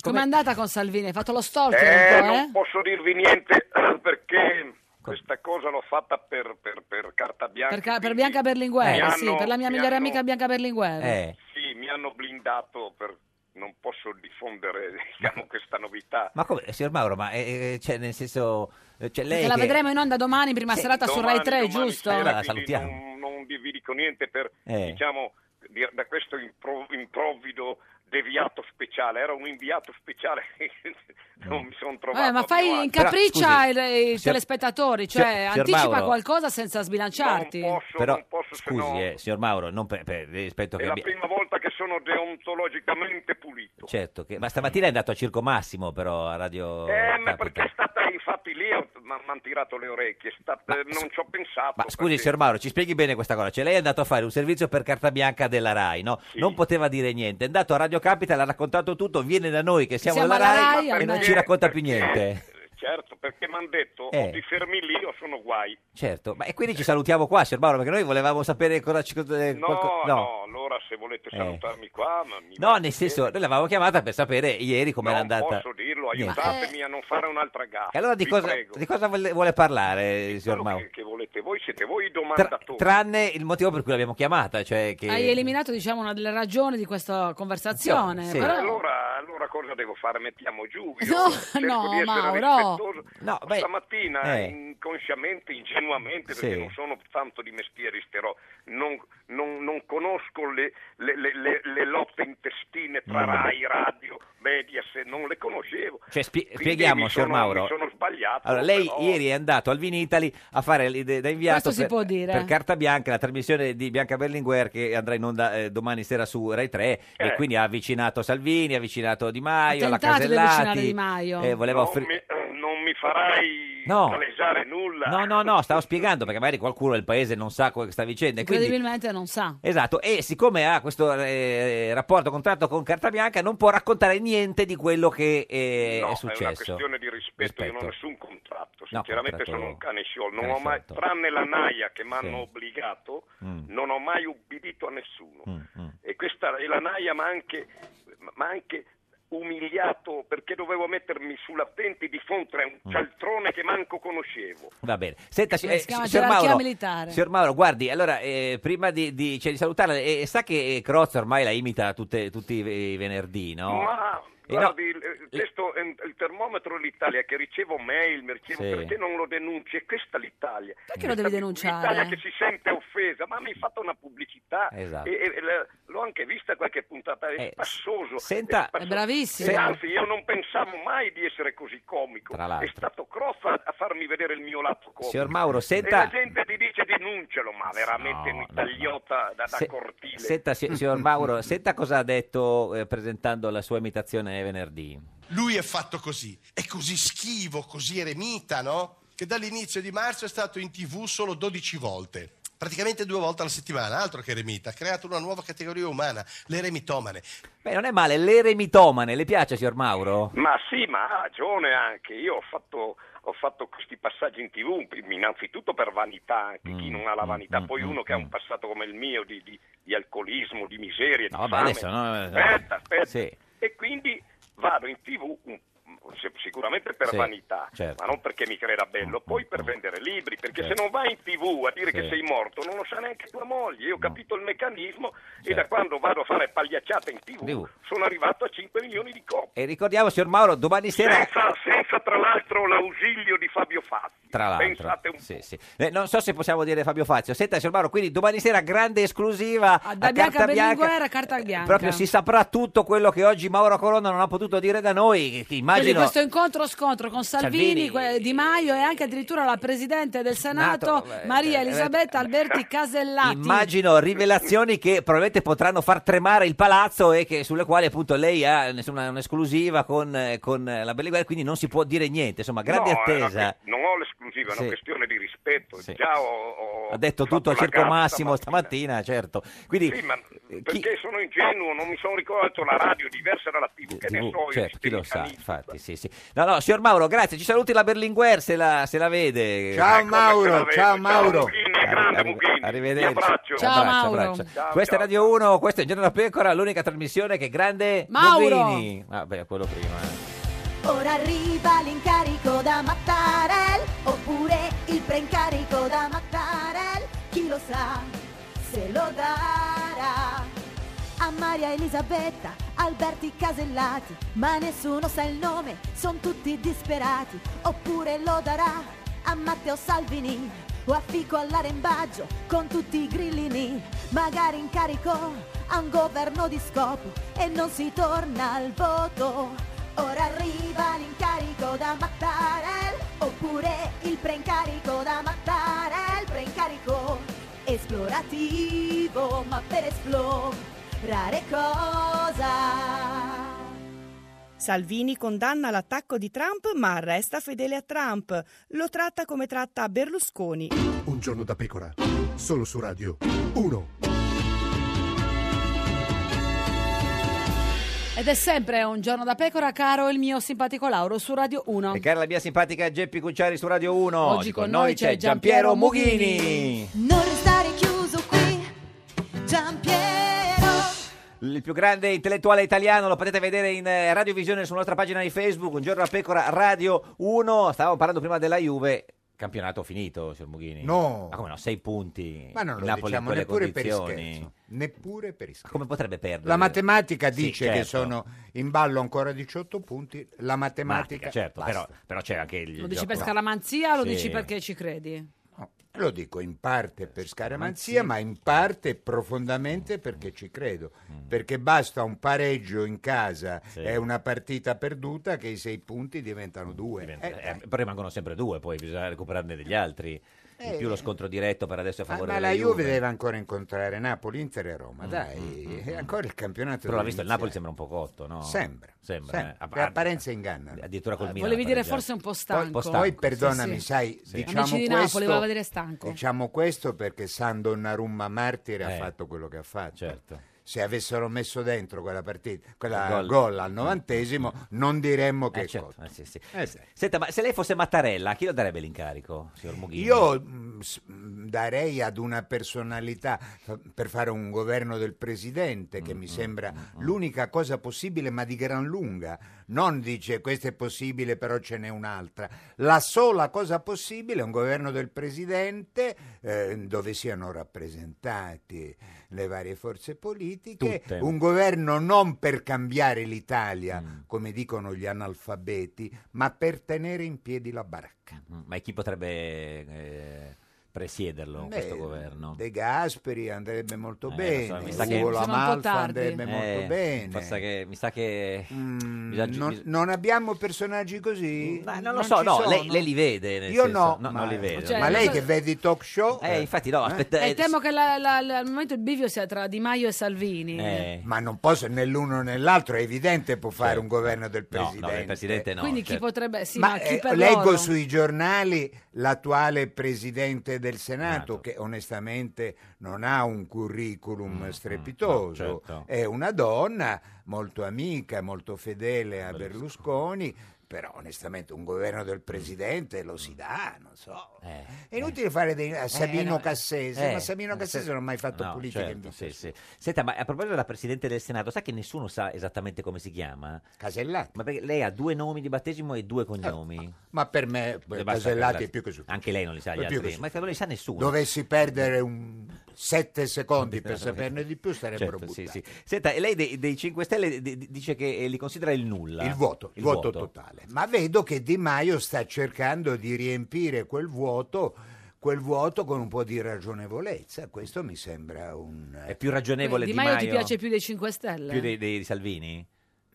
S1: Com'è andata con Salvini? Hai fatto lo stalker
S11: Eh,
S1: un po', eh?
S11: non posso dirvi niente perché questa cosa l'ho fatta per, per- per carta bianca.
S1: Per, ca- per Bianca Berlinguer,
S2: Eh.
S11: Mi
S1: sì,
S11: hanno-
S1: per la mia
S11: mi
S1: migliore
S11: hanno-
S1: amica Bianca Berlinguer.
S11: Sì, mi hanno blindato per... Non posso diffondere diciamo, questa novità.
S2: Ma come, signor Mauro, ma eh, eh, cioè, nel senso... eh, Cioè, lei
S1: Perché la
S2: che-
S1: vedremo in onda domani, prima serata su Rai 3, giusto?
S2: sera, Allora, quindi salutiamo.
S11: Non, non vi, vi dico niente per,
S2: Eh.
S11: diciamo, di- da questo impro- improvvido deviato speciale. Era un inviato speciale, non mi sono trovato.
S1: Vabbè, Eh, ma fai
S11: capriccia
S1: incapriccia i, i
S2: signor-
S1: telespettatori, cioè
S2: signor- signor
S1: anticipa
S2: Mauro.
S1: qualcosa senza sbilanciarti.
S2: Però, scusi, eh, signor Mauro, non per, per rispetto
S11: È
S2: che
S11: la
S2: abbia-
S11: prima volta che sono deontologicamente pulito.
S2: Certo, che... ma stamattina è andato a Circo Massimo, però, a Radio...
S11: Eh, ma
S2: Capitol.
S11: perché è stata, infatti lì mi hanno tirato le orecchie, è stata- non ci ho pensato.
S2: Ma scusi, signor Mauro, ci spieghi bene questa cosa. Cioè, lei è andato a fare un servizio per carta bianca della Rai, no? Non poteva dire niente. È andato a Radio Capital, ha raccontato tutto, viene da noi che siamo,
S11: siamo
S2: della
S11: alla
S2: Rai,
S11: Rai,
S2: e non
S11: ma-
S2: ci racconta più niente.
S11: Certo, perché mi hanno detto,
S2: Eh.
S11: o ti fermi lì o sono guai.
S2: Certo, ma e quindi ci salutiamo qua, signor Mauro, perché noi volevamo sapere cosa ci... eh,
S11: No,
S2: qualco-
S11: no, allora se volete
S2: Eh.
S11: salutarmi qua, ma mi
S2: No, nel senso, noi l'avevamo chiamata per sapere ieri come era andata.
S11: posso dirlo,
S2: Niente.
S11: aiutatemi a non fare un'altra gara.
S2: E allora di
S11: vi
S2: cosa,
S11: prego.
S2: di cosa vuole, vuole parlare, signor Mauro?
S11: Che volete voi, siete voi i
S2: Tra-
S11: domandatori.
S2: tranne il motivo per cui l'abbiamo chiamata, cioè che...
S1: Hai eliminato, diciamo, una delle ragioni di questa conversazione.
S2: Sì.
S1: però-
S11: Allora, allora cosa devo fare? Mettiamo giù. Io
S1: No,
S11: cerco
S1: no,
S11: di essere
S1: Mauro.
S11: rispettoso. Stamattina,
S2: eh.
S11: inconsciamente, ingenuamente, perché
S2: Sì.
S11: non sono tanto di mestieri, però non, non- non conosco le, le- le- le- le lotte intestine tra
S2: Mm.
S11: Rai, radio, media, se non le conoscevo.
S2: Cioè, spie-
S11: Quindi
S2: spieghiamo,
S11: mi
S2: signor
S11: sono-
S2: Mauro.
S11: mi sono sbagliato.
S2: Allora, lei
S11: però-
S2: ieri è andato al Vinitali a fare l- da inviato
S1: Questo
S2: per,
S1: si può dire.
S2: per Carta Bianca, la trasmissione di Bianca Berlinguer che andrà in onda eh, domani sera su Rai 3 e
S11: Eh.
S2: quindi ha avvicinato Salvini, ha avvicinato Di
S1: ha
S2: Maio, la
S1: tentato di avvicinare
S2: Casellati.
S1: Di Maio.
S2: eh, voleva offri-
S11: Non mi farai
S2: No.
S11: palesare nulla.
S2: No, no, no, stavo spiegando perché magari qualcuno del paese non sa que- questa vicenda. e Quindi...
S1: Incredibilmente non sa.
S2: Esatto, e siccome ha questo eh, rapporto, contratto con Carta Bianca, non può raccontare niente di quello che
S11: No,
S2: eh, è
S11: è una
S2: successo.
S11: questione di rispetto, io non ho
S2: Rispetto.
S11: nessun contratto,
S2: No,
S11: sinceramente
S2: contratto-
S11: sono un cane sciolto, non
S2: cane
S11: ho mai,
S2: sciolto.
S11: tranne la naia che mi
S2: Sì.
S11: hanno obbligato,
S2: Mm.
S11: non ho mai ubbidito a nessuno.
S2: Mm, mm.
S11: E questa e la naia mi ha anche, m'ha anche umiliato perché dovevo mettermi sull'attenti di fronte a un
S2: Mm.
S11: cialtrone che manco conoscevo.
S2: Va bene. Senta,
S1: Si
S2: eh,
S1: chiama
S2: signor
S1: gerarchia
S2: Mauro,
S1: militare.
S2: signor Mauro, guardi, allora, eh, prima di, di- cioè, di salutarla, eh, sa che eh, Crozza ormai la imita tutte- tutti i venerdì, no?
S11: Ma
S2: Eh,
S11: guardi, il- questo è un- il termometro è l'Italia che ricevo mail, mi ricevo-
S2: Sì.
S11: perché non lo denunci? E questa è l'Italia.
S1: Perché lo devi
S11: L'Italia che
S1: denunciare?
S11: si sente offesa, ma mi hai fatto una pubblicità
S2: Esatto. Eh,
S11: e, e- e la- l'ho anche vista qualche puntata, è spassoso.
S2: senta-
S11: spassoso.
S2: È bravissimo.
S11: E
S2: Sen-
S11: eh, anzi, io non pensavo mai di essere così comico.
S2: Tra
S11: È
S2: l'altro.
S11: stato Crozza a farmi vedere il mio lato comico.
S2: Signor Mauro,
S11: E
S2: senta-
S11: la gente ti dice denuncialo, ma veramente un italiota da, da
S2: Se-
S11: cortile.
S2: senta, si- signor Mauro, senta cosa ha detto eh, presentando la sua imitazione venerdì.
S8: Lui è fatto così, è così schivo, così eremita, no? Che dall'inizio di marzo è stato in tv solo 12 volte. Praticamente due volte alla settimana, altro che eremita, ha creato una nuova categoria umana, l'eremitomane.
S2: Beh, non è male, l'eremitomane, le piace, signor Mauro?
S11: Ma sì, ma ha ragione anche. Io ho fatto, ho fatto questi passaggi in tv, innanzitutto per vanità, anche
S2: Mm,
S11: chi non ha la vanità, poi uno che ha un passato come il mio di, di- di alcolismo, di miseria, di
S2: No, vabbè,
S11: fame.
S2: adesso no.
S11: Aspetta, aspetta.
S2: Sì.
S11: E quindi vado in tv un- se- sicuramente per
S2: Sì,
S11: vanità,
S2: certo. Mm,
S11: ma non perché mi creda bello, poi per vendere libri, perché
S2: Certo.
S11: se non vai in tv a dire
S2: Sì.
S11: che sei morto non lo sa neanche tua moglie. Io ho capito il meccanismo e
S2: Certo.
S11: da quando vado a fare pagliacciate in tv
S2: TV.
S11: sono arrivato a 5 milioni di coppie.
S2: E ricordiamo, signor Mauro, domani sera...
S11: Senza, senza, tra l'altro l'ausilio di Fabio Fazzi.
S2: Tra l'altro,
S11: Pensate un
S2: sì, sì. Eh, non so se possiamo dire Fabio Fazio. Senta, signor Mauro, quindi domani sera grande esclusiva a,
S1: Da Bianca
S2: Carta
S1: Berlinguer a Carta Bianca.
S2: Proprio si saprà tutto quello che oggi Mauro Colonna non ha potuto dire da noi. che
S1: Quindi
S2: Immagino Almeno-
S1: questo incontro scontro con Salvini,
S2: Salvini.
S1: que- Di Maio e anche addirittura la presidente del Senato
S2: Nato, eh,
S1: Maria
S2: eh,
S1: Elisabetta Alberti Casellati.
S2: Immagino rivelazioni che probabilmente potranno far tremare il palazzo e che- sulle quali appunto lei ha insomma, un'esclusiva con, eh, con eh, la Berlinguer, quindi non si può dire niente. Insomma, grande
S11: No, è una
S2: attesa.
S11: que- non ho l'esclusiva, è
S2: Sì.
S11: una questione di rispetto.
S2: Sì.
S11: Già ho- ho-
S2: Ha detto tutto
S11: fatto
S2: al
S11: la
S2: circo
S11: gatta,
S2: massimo stamattina, certo. Quindi,
S11: Sì, ma perché sono ingenuo, non mi sono ricordato la radio diversa dalla TV, che ne
S2: TV,
S11: so io.
S2: certo, chi lo sa, infatti, sì, sì. No, no, signor Mauro, grazie. Ci saluti la Berlinguer se la, se la vede.
S7: Ciao Mauro, ciao Mauro.
S2: Arrivederci.
S7: abbraccio.
S2: Un
S7: Ciao,
S2: abbraccio,
S7: Mauro.
S2: abbraccio.
S7: Ciao,
S2: Questa è Radio 1, questa è Il Giorno della Pecora, l'unica trasmissione che grande
S6: Mauro.
S2: Mogherini. Vabbè, quello prima. eh.
S6: Ora arriva l'incarico da Mattarel, oppure il preincarico da Mattarel, chi lo sa se lo darà. A Maria Elisabetta, Alberti Casellati, ma nessuno sa il nome, son tutti disperati, oppure lo darà a Matteo Salvini o a Fico all'arembaggio con tutti i grillini, magari incarico a un governo di scopo e non si torna al voto. Ora arriva l'incarico da Mattarel, oppure il preincarico da Mattarel, preincarico esplorativo, ma per esplorare cosa?
S10: Salvini condanna l'attacco di Trump ma resta fedele a Trump. Lo tratta come tratta Berlusconi.
S9: Un giorno da pecora, solo su Radio 1.
S1: Ed è sempre un giorno da pecora, caro il mio simpatico Lauro su Radio 1.
S2: E cara la mia simpatica Geppi Cucciari su Radio 1.
S1: Oggi con noi c'è Giampiero
S2: Mughini.
S6: Non restare chiuso qui, Giampiero.
S2: Il più grande intellettuale italiano, lo potete vedere in eh, radiovisione sulla nostra pagina di Facebook, Un giorno a pecora Radio 1. Stavamo parlando prima della Juve. Campionato finito, signor Mughini.
S7: No.
S2: Ma come no? Sei punti.
S7: Ma non
S2: Il
S7: lo
S2: Napoli in
S7: diciamo
S2: quelle
S7: neppure per
S2: condizioni.
S7: scherzo. Neppure per iscritto.
S2: Come potrebbe perdere?
S7: La matematica
S2: Sì,
S7: dice che
S2: certo.
S7: sono in ballo ancora 18 punti. La matematica.
S2: Matica, certo,
S7: basta.
S2: però, però c'è anche il
S1: Lo dici
S2: gioco. Eh,
S1: per scaramanzia o lo
S7: Sì.
S1: dici perché ci credi?
S7: Lo dico in parte per scaramanzia, ma in parte profondamente perché ci credo. Perché basta un pareggio in casa e una partita perduta che i sei punti diventano due. Eh,
S2: Eh, però rimangono sempre due, poi bisogna recuperarne degli altri. In
S7: Eh.
S2: più lo scontro diretto per adesso è a
S7: Ah, ma-
S2: favore
S7: ma
S2: della
S7: la Juve
S2: Juve.
S7: deve ancora incontrare Napoli, Inter e Roma.
S2: Mm,
S7: Dai,
S2: mm, mm,
S7: è
S2: mm.
S7: ancora il campionato.
S2: Però l'ha
S7: deve
S2: visto il
S7: iniziare.
S2: Napoli sembra un po' cotto, no?
S7: Sembra.
S2: Sembra.
S7: sembra.
S2: eh. A- Eh,
S7: Le apparenze ingannano.
S2: Addirittura col Milan.
S1: Eh, Volevi
S2: ha
S1: dire
S2: pareggiato.
S1: forse un po' stanco.
S7: Poi,
S2: stanco,
S7: poi
S2: sì,
S7: perdonami,
S1: sì.
S7: sai,
S1: Sì.
S7: diciamo
S1: Amici di
S7: questo,
S1: Napoli, va a vedere stanco.
S7: Diciamo questo perché San Donnarumma Martire
S2: Eh,
S7: ha fatto quello che ha fatto. Se avessero messo dentro quella partita, quella
S2: Il certo. gol. Eh, certo.
S7: gol, al novantesimo, non diremmo che è cotto. Eh, sì.
S2: Senta, ma se lei fosse Mattarella, a chi lo darebbe l'incarico, signor Mughini?
S7: Io mh, s- mh, darei ad una personalità f- per fare un governo del presidente, che mi sembra l'unica cosa possibile, ma di gran lunga. Non dice questo è possibile, però ce n'è un'altra. La sola cosa possibile è un governo del presidente eh, dove siano rappresentati le varie forze politiche,
S9: Tutte.
S7: un governo non per cambiare l'Italia, come dicono gli analfabeti, ma per tenere in piedi la baracca.
S2: Mm, Ma chi potrebbe eh, presiederlo,
S7: Beh,
S2: questo governo?
S7: De Gasperi andrebbe molto
S2: Eh,
S7: bene,
S2: lo so,
S7: Ugo
S2: mi sa che-
S7: La Malfa andrebbe
S2: Eh,
S7: molto bene.
S2: forse che- mi sa che...
S7: Mm,
S2: bisogna-
S7: non, non abbiamo personaggi così?
S2: non lo so,
S7: ci
S2: no,
S7: sono? Cioè,
S2: lei, lei li vede. nel
S7: Io
S2: senso-
S7: no,
S2: non
S7: ma,
S2: li vedo.
S7: ma
S2: no.
S7: lei che vede i talk show?
S2: Eh, infatti no, aspetta...
S1: E
S2: eh,
S1: temo che la- la- la- al momento il bivio sia tra Di Maio e Salvini.
S2: Eh,
S7: Ma non posso né l'uno né l'altro, è evidente può fare un governo del
S2: No, no, del
S7: presidente.
S2: presidente no, certo.
S1: Quindi chi potrebbe... Sì, ma,
S7: ma
S1: Ah, chi
S7: eh,
S1: per
S7: leggo
S1: loro?
S7: sui giornali l'attuale presidente del Senato che onestamente non ha un
S2: Mm,
S7: curriculum strepitoso,
S9: no, certo.
S7: è una donna molto amica, molto fedele a Berlusconi, però onestamente un governo del presidente lo si dà, non so.
S2: eh.
S7: È inutile fare dei, a Sabino
S2: no, Mm. eh,
S7: Cassese,
S2: eh,
S7: ma Sabino Cassese non ha mai fatto
S2: no,
S7: politica in
S2: certo,
S7: vita.
S2: sì, sì. Senta, ma a proposito della Presidente del Senato, sa che nessuno sa esattamente come si chiama?
S7: Casellati.
S2: Ma perché lei ha due nomi di battesimo e due cognomi. Eh,
S7: Ma per me
S2: Basta,
S7: Casellati è
S2: Casellati.
S7: più che sufficiente.
S2: Anche lei non li sa gli
S7: È più
S2: altri.
S7: che
S2: Ma non li sa nessuno.
S7: Dovessi perdere un 7 secondi per saperne di più sarebbero
S2: Certo, sì,
S7: buttati.
S2: sì. Senta, e lei dei, dei 5 Stelle di- di- dice che eh, li considera il nulla.
S7: Il vuoto, il vuoto totale. Ma vedo che Di Maio sta cercando di riempire quel vuoto, quel vuoto con un po' di ragionevolezza. Questo mi sembra un...
S2: È più ragionevole
S1: Di
S2: Di
S1: Maio
S2: Maio,
S1: ti piace più dei 5 Stelle?
S2: più dei, dei Salvini?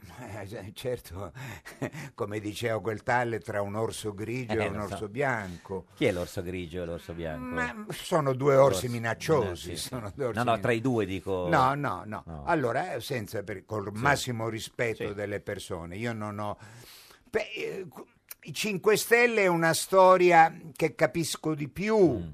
S7: Eh, Certo, come diceva quel tale, tra un orso grigio
S2: Eh,
S7: e un
S2: lo so.
S7: orso bianco.
S2: Chi è l'orso grigio e l'orso bianco?
S7: Ma sono due orsi minacciosi,
S2: Eh, sì, sì.
S7: sono due orsi
S2: no, no,
S7: min-
S2: tra i due dico.
S7: No, no, no.
S2: No.
S7: Allora, eh, senza per- col
S2: Sì.
S7: massimo rispetto delle persone, io non ho... Beh, eh, cu- I 5 Stelle è una storia che capisco di più.
S2: Mm.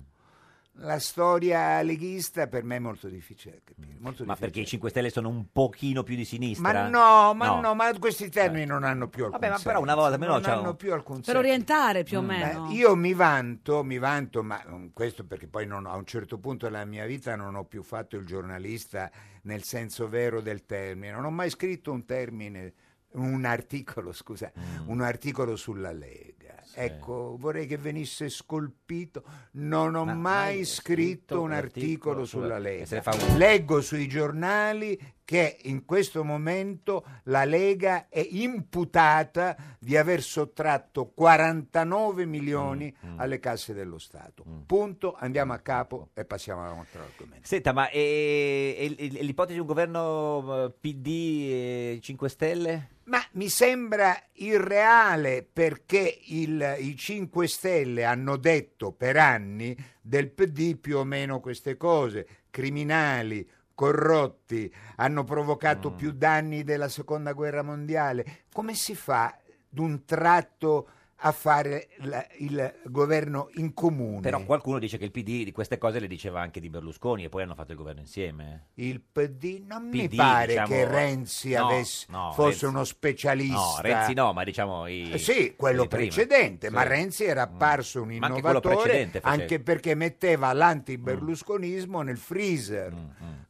S7: La storia leghista per me è molto difficile. da capire, molto
S2: Ma perché i 5 Stelle sono un pochino più di sinistra?
S7: Ma no, ma no, ma questi termini non hanno più alcun
S2: Certo. Vabbè, ma però
S7: senso.
S2: una volta almeno
S7: non
S2: c'è un-
S7: hanno più alcun
S1: Per
S7: senso.
S1: orientare più o
S7: Mm.
S1: meno.
S7: Eh, io mi vanto, mi vanto, ma mm, questo perché poi non ho- a un certo punto della mia vita non ho più fatto il giornalista nel senso vero del termine, non ho mai scritto un termine, un articolo, scusa, un articolo sulla Lega. Ecco, vorrei che venisse scolpito. Non ho
S2: Ma
S7: mai
S2: mai
S7: scritto
S2: scritto
S7: un
S2: un
S7: articolo
S2: articolo
S7: sulla
S2: sulla-
S7: Lega.
S2: E se ne fa uno.
S7: Leggo sui giornali che in questo momento la Lega è imputata di aver sottratto 49 milioni alle casse dello Stato. Punto, andiamo a capo e passiamo a un altro argomento.
S2: Senta, ma eh, e- e- e l'ipotesi di un governo eh, PD e 5 Stelle?
S7: Ma mi sembra irreale perché il- i 5 Stelle hanno detto per anni del PD più o meno queste cose, criminali, corrotti, hanno provocato più danni della seconda guerra mondiale. Come si fa d'un tratto a fare la- il governo in comune?
S2: Però qualcuno dice che il PD di queste cose le diceva anche di Berlusconi e poi hanno fatto il governo insieme.
S7: Il PD non mi
S2: PD,
S7: pare
S2: diciamo-
S7: che Renzi
S2: No,
S7: avesse-
S2: no,
S7: fosse
S2: Renzi-
S7: uno specialista.
S2: No, Renzi no, ma diciamo i-
S7: Eh Sì, quello
S2: quelli prima.
S7: precedente, ma
S2: Sì. Mm.
S7: Renzi era apparso un
S2: Ma anche quello
S7: innovatore
S2: precedente faceva.
S7: anche perché metteva l'anti-berlusconismo nel freezer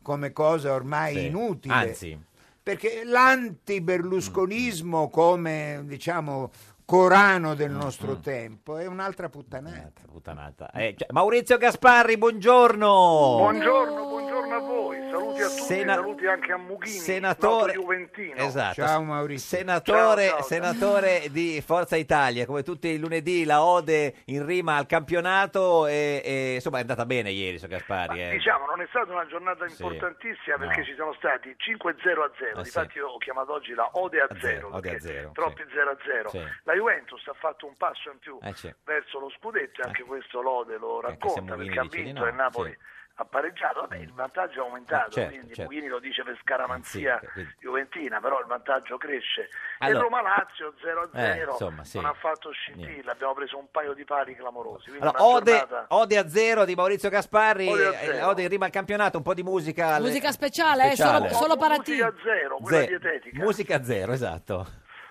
S7: come cosa ormai
S2: Mm, Sì.
S7: inutile.
S2: Anzi, Mm,
S7: Perché l'anti-berlusconismo come, diciamo, corano del nostro
S2: mm.
S7: tempo è un'altra puttanata.
S2: puttanata. Eh, cioè, Maurizio Gasparri, buongiorno.
S12: Buongiorno, buongiorno a voi, saluti a tutti,
S2: Sena-
S12: saluti anche a Mughini,
S2: Senatore,
S12: nato Juventino.
S2: Esatto. Senatore,
S12: Ciao, ciao, ciao.
S2: senatore di Forza Italia, come tutti i lunedì la ode in rima al campionato e, e, insomma è andata bene ieri su Gasparri. eh.
S12: Diciamo, non è stata una giornata importantissima
S2: no.
S12: perché ci sono stati 5 0 a 0,
S2: Eh, sì.
S12: infatti io ho chiamato oggi la Ode a 0,
S2: ode a zero,
S12: troppi 0 a 0.
S2: Sì.
S12: La Juventus ha fatto un passo in più
S2: Eh, sì. Eh.
S12: verso lo scudetto e anche questo l'Ode lo
S2: Anche se
S12: racconta
S2: Mughini
S12: perché ha
S2: dice di
S12: vinto
S2: no, Mm.
S12: e Napoli ha pareggiato, vabbè il vantaggio è aumentato,
S2: Eh, certo,
S12: quindi
S2: certo. Eh,
S12: Mughini lo dice per scaramanzia
S2: Sì, quindi-
S12: juventina, però il vantaggio cresce.
S2: Allora-
S12: e Roma-Lazio 0 a 0,
S2: Eh, insomma, sì.
S12: non ha fatto scintilla, abbiamo preso un paio di pari clamorosi. Quindi
S2: Allora,
S12: una
S2: ode,
S12: giornata-
S2: ode a zero di Maurizio Gasparri,
S12: Ode a
S2: eh,
S12: zero.
S2: ode in rima al campionato, un po' di musica. alle-
S1: Musica speciale, eh,
S2: speciale.
S1: solo, solo para ti.
S12: zero,
S2: Ze- musica zero, esatto.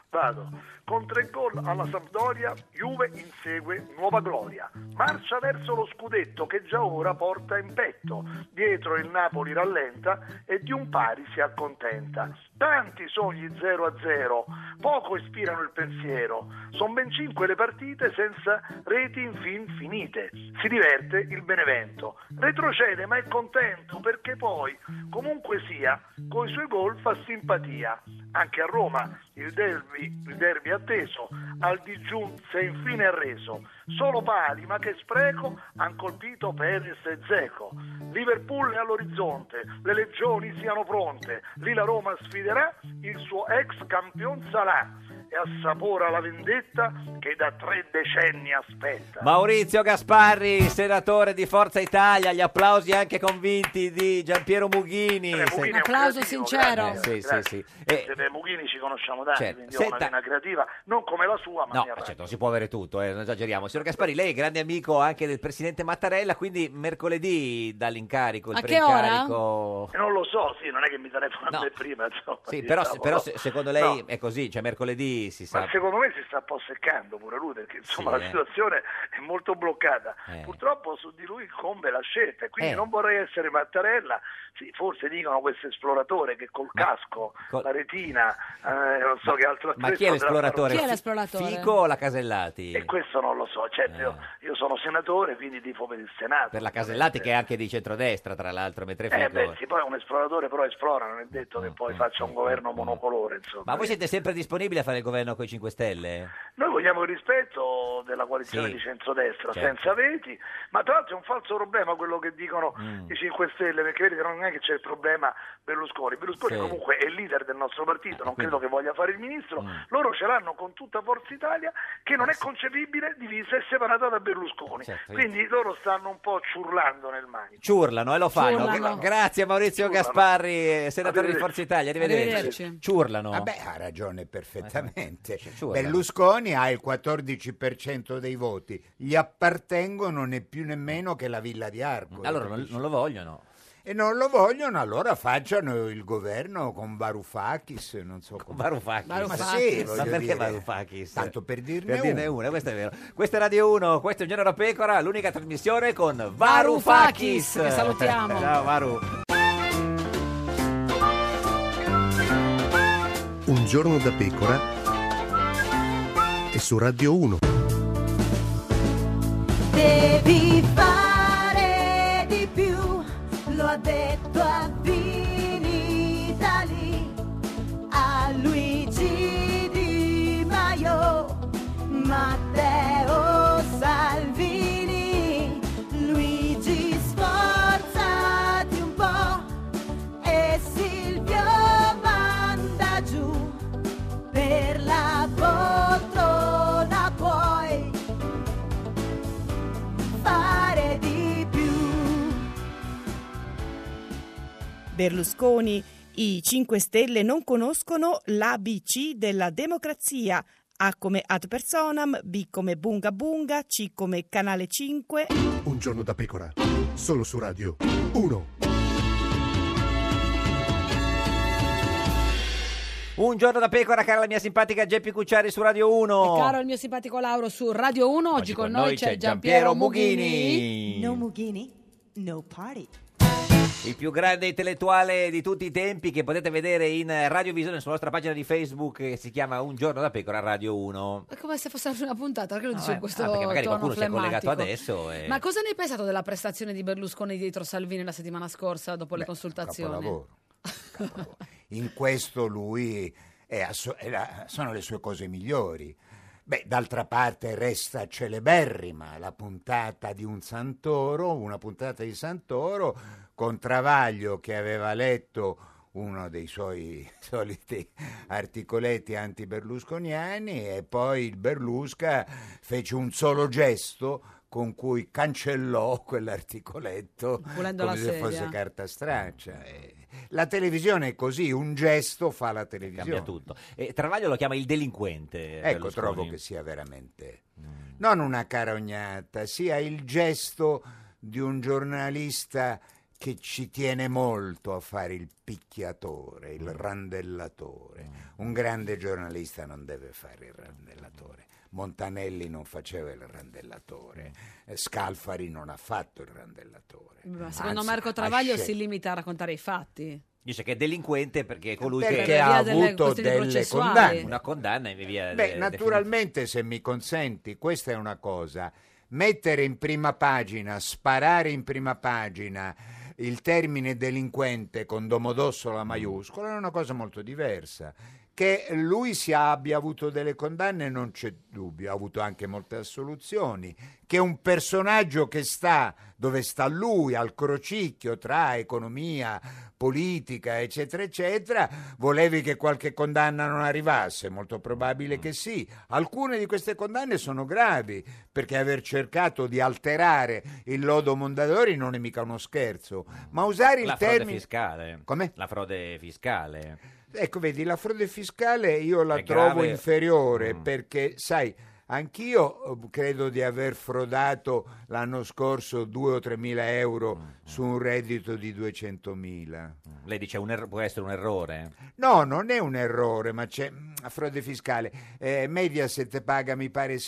S12: Vado. Con tre gol alla Sampdoria, Juve insegue nuova gloria. Marcia verso lo scudetto che già ora porta in petto. Dietro il Napoli rallenta e di un pari si accontenta. Tanti sono gli 0 a 0, poco ispirano il pensiero. Sono ben cinque le partite senza reti infin finite. Si diverte il Benevento. Retrocede ma è contento perché poi, comunque sia, coi suoi gol fa simpatia. Anche a Roma il derby, il derby atteso, al digiun si è infine arreso. Solo pali, ma che spreco, han colpito Perez e Zeco. Liverpool è all'orizzonte, le legioni siano pronte. Lì la Roma sfiderà il suo ex campion Salah e assapora la vendetta che da tre decenni aspetta.
S2: Maurizio Gasparri, senatore di Forza Italia, gli applausi anche convinti di Giampiero Mughini.
S12: Eh, Mughini è
S2: Sen-
S12: un Applauso creativo, sincero. grazie,
S2: Eh, sì, sì,
S12: grazie.
S2: sì.
S12: Eh, per Mughini ci conosciamo tanti,
S2: Certo.
S12: quindi ho una
S2: Senta-
S12: vena creativa, non come la sua, ma
S2: No,
S12: mi
S2: ma
S12: arrabbio.
S2: certo, non si può avere tutto, eh, non esageriamo. Signor Gasparri, lei è grande amico anche del presidente Mattarella, quindi mercoledì dall'incarico, il preincarico.
S12: Non lo so, sì, non è che mi telefona a me prima. insomma,
S2: Sì,
S12: di
S2: però,
S12: tavolo.
S2: però se- secondo lei
S12: No,
S2: è così, cioè mercoledì si sa.
S12: Ma secondo me si sta un po' seccando pure lui, perché insomma
S2: Sì,
S12: la
S2: eh.
S12: situazione è molto bloccata.
S2: Eh.
S12: Purtroppo su di lui incombe la scelta, e quindi
S2: Eh.
S12: non vorrei essere Mattarella. Sì, forse dicono questo esploratore che col casco,
S2: col-
S12: la retina, eh, non so che altro
S2: Ma chi è
S12: attrezzo della
S2: l'esploratore?
S12: parrucca.
S2: Fi- Fico o la Casellati?
S12: E questo non lo so,
S2: Eh.
S12: certo io, io sono senatore, quindi tifo per il Senato.
S2: Per la Casellati che è anche di centrodestra, tra l'altro, mentre Fico...
S12: Eh beh, sì, poi è un esploratore però esplora, non è
S2: Oh,
S12: detto che poi faccia un governo monocolore, insomma.
S2: Ma voi siete sempre disponibili a fare il governo con i 5 Stelle?
S12: Noi vogliamo il rispetto della coalizione
S13: Sì.
S12: di centrodestra,
S13: Certo.
S12: senza veti, ma tra l'altro è un falso problema quello che dicono
S13: Mm.
S12: i 5 Stelle, perché vedi che non è che c'è il problema Berlusconi. Berlusconi
S13: Sì.
S12: comunque è il leader del nostro partito, non credo che voglia fare il ministro,
S13: Mm.
S12: loro ce l'hanno con tutta Forza Italia che
S13: Eh
S12: non è concepibile divisa e separata da Berlusconi.
S2: Certo, io-
S12: Quindi loro stanno un po' ciurlando nel manico.
S2: Ciurlano e lo fanno.
S12: Ciurlano.
S2: Gra- Grazie Maurizio
S12: Ciurlano.
S2: Gasparri, eh, senatore di
S7: Arrivederci.
S2: Forza Italia, arrivederci.
S7: Arrivederci.
S2: Ciurlano. Eh,
S7: Vabbè, ha ragione perfettamente.
S2: ciurlano.
S7: Berlusconi ha il 14% dei voti, gli appartengono né più né meno che la Villa di Arco.
S2: Allora non, non lo vogliono.
S7: E non lo vogliono, allora facciano il governo con Varoufakis, non so con
S2: Varoufakis.
S7: Ma sì, voglio
S2: Ma perché
S7: dire.
S2: Varoufakis?
S7: Tanto per dirne
S2: Per dirne
S7: uno.
S2: una, questo è vero. Questa è Radio 1, questo è Un Giorno da Pecora, l'unica trasmissione con Varoufakis.
S1: Varoufakis, che salutiamo.
S2: Ciao Varu.
S9: Un giorno da pecora e su Radio 1.
S6: Devi fare di più, lo ha detto a Vinitali, a Luigi Di Maio, Matteo Salvini, Luigi sforzati un po' e Silvio manda giù per la poltrona puoi fare di più.
S10: Berlusconi, i 5 Stelle non conoscono l'ABC della democrazia. A come ad personam, B come bunga bunga, C come canale 5.
S9: Un giorno da pecora, solo su Radio 1.
S2: Un giorno da Pecora, cara la mia simpatica Geppi Cucciari su Radio 1.
S1: E caro il mio simpatico Lauro su Radio 1, oggi, con noi c'è
S2: Giampiero
S1: Giampiero Mughini.
S2: No
S14: Mughini, no party.
S2: Il più grande intellettuale di tutti i tempi che potete vedere in eh, radiovisione sulla nostra pagina di Facebook che si chiama Un giorno da Pecora Radio 1.
S1: È come se fosse la prima puntata, perché lo dici in questo
S2: Ah, perché magari
S1: tono
S2: qualcuno si è collegato
S1: flemmatico?
S2: adesso. E...
S1: Ma cosa ne hai pensato della prestazione di Berlusconi dietro Salvini la settimana scorsa dopo le consultazioni?
S7: Capolavoro. Capolavoro. In questo lui è asso- è la- sono le sue cose migliori. Beh, d'altra parte resta celeberrima la puntata di un Santoro, una puntata di Santoro con Travaglio che aveva letto uno dei suoi soliti articoletti anti-berlusconiani e poi il Berlusca fece un solo gesto con cui cancellò quell'articoletto
S1: Pulendo
S7: come
S1: la
S7: se
S1: sedia.
S7: fosse carta straccia. Eh, La televisione è così, un gesto fa la televisione.
S2: Cambia tutto. E Travaglio lo chiama il delinquente.
S7: Ecco, trovo che sia veramente... Non una carognata, sia il gesto di un giornalista che ci tiene molto a fare il picchiatore,
S2: Mm.
S7: il randellatore. Un grande giornalista non deve fare il randellatore. Montanelli non faceva il randellatore,
S2: Mm.
S7: eh, Scalfari non ha fatto il randellatore.
S1: Ma secondo
S7: Anzi,
S1: Marco
S7: ha
S1: Travaglio
S7: scelto-
S1: si limita a raccontare i fatti.
S2: Dice che è delinquente perché è colui
S7: Perché
S2: che
S7: ha Per via delle avuto questioni delle processuali. condanne.
S2: Una condanna e via.
S7: Beh,
S2: eh,
S7: naturalmente, se mi consenti, questa è una cosa. Mettere in prima pagina, sparare in prima pagina il termine delinquente con domodossola maiuscola è una cosa molto diversa. Che lui si abbia avuto delle condanne non c'è dubbio, ha avuto anche molte assoluzioni. Che un personaggio che sta dove sta lui, al crocicchio tra economia, politica, eccetera, eccetera, volevi che qualche condanna non arrivasse? Molto
S2: Mm.
S7: probabile che sì. Alcune di queste condanne sono gravi, perché aver cercato di alterare il lodo Mondadori non è mica uno scherzo. Ma usare il
S2: La frode
S7: termine...
S2: fiscale.
S7: Come?
S2: La frode fiscale.
S7: Ecco, vedi, la frode fiscale io la
S2: È
S7: trovo
S2: grave. Mm.
S7: inferiore perché, sai, anch'io eh, credo di aver frodato l'anno scorso 2 o 3 mila euro
S2: Mm,
S7: su un reddito di 200 mila.
S2: Lei dice un er- può essere un errore.
S7: No, non è un errore, ma c'è mm, frode fiscale. Eh, Mediaset paga, mi pare,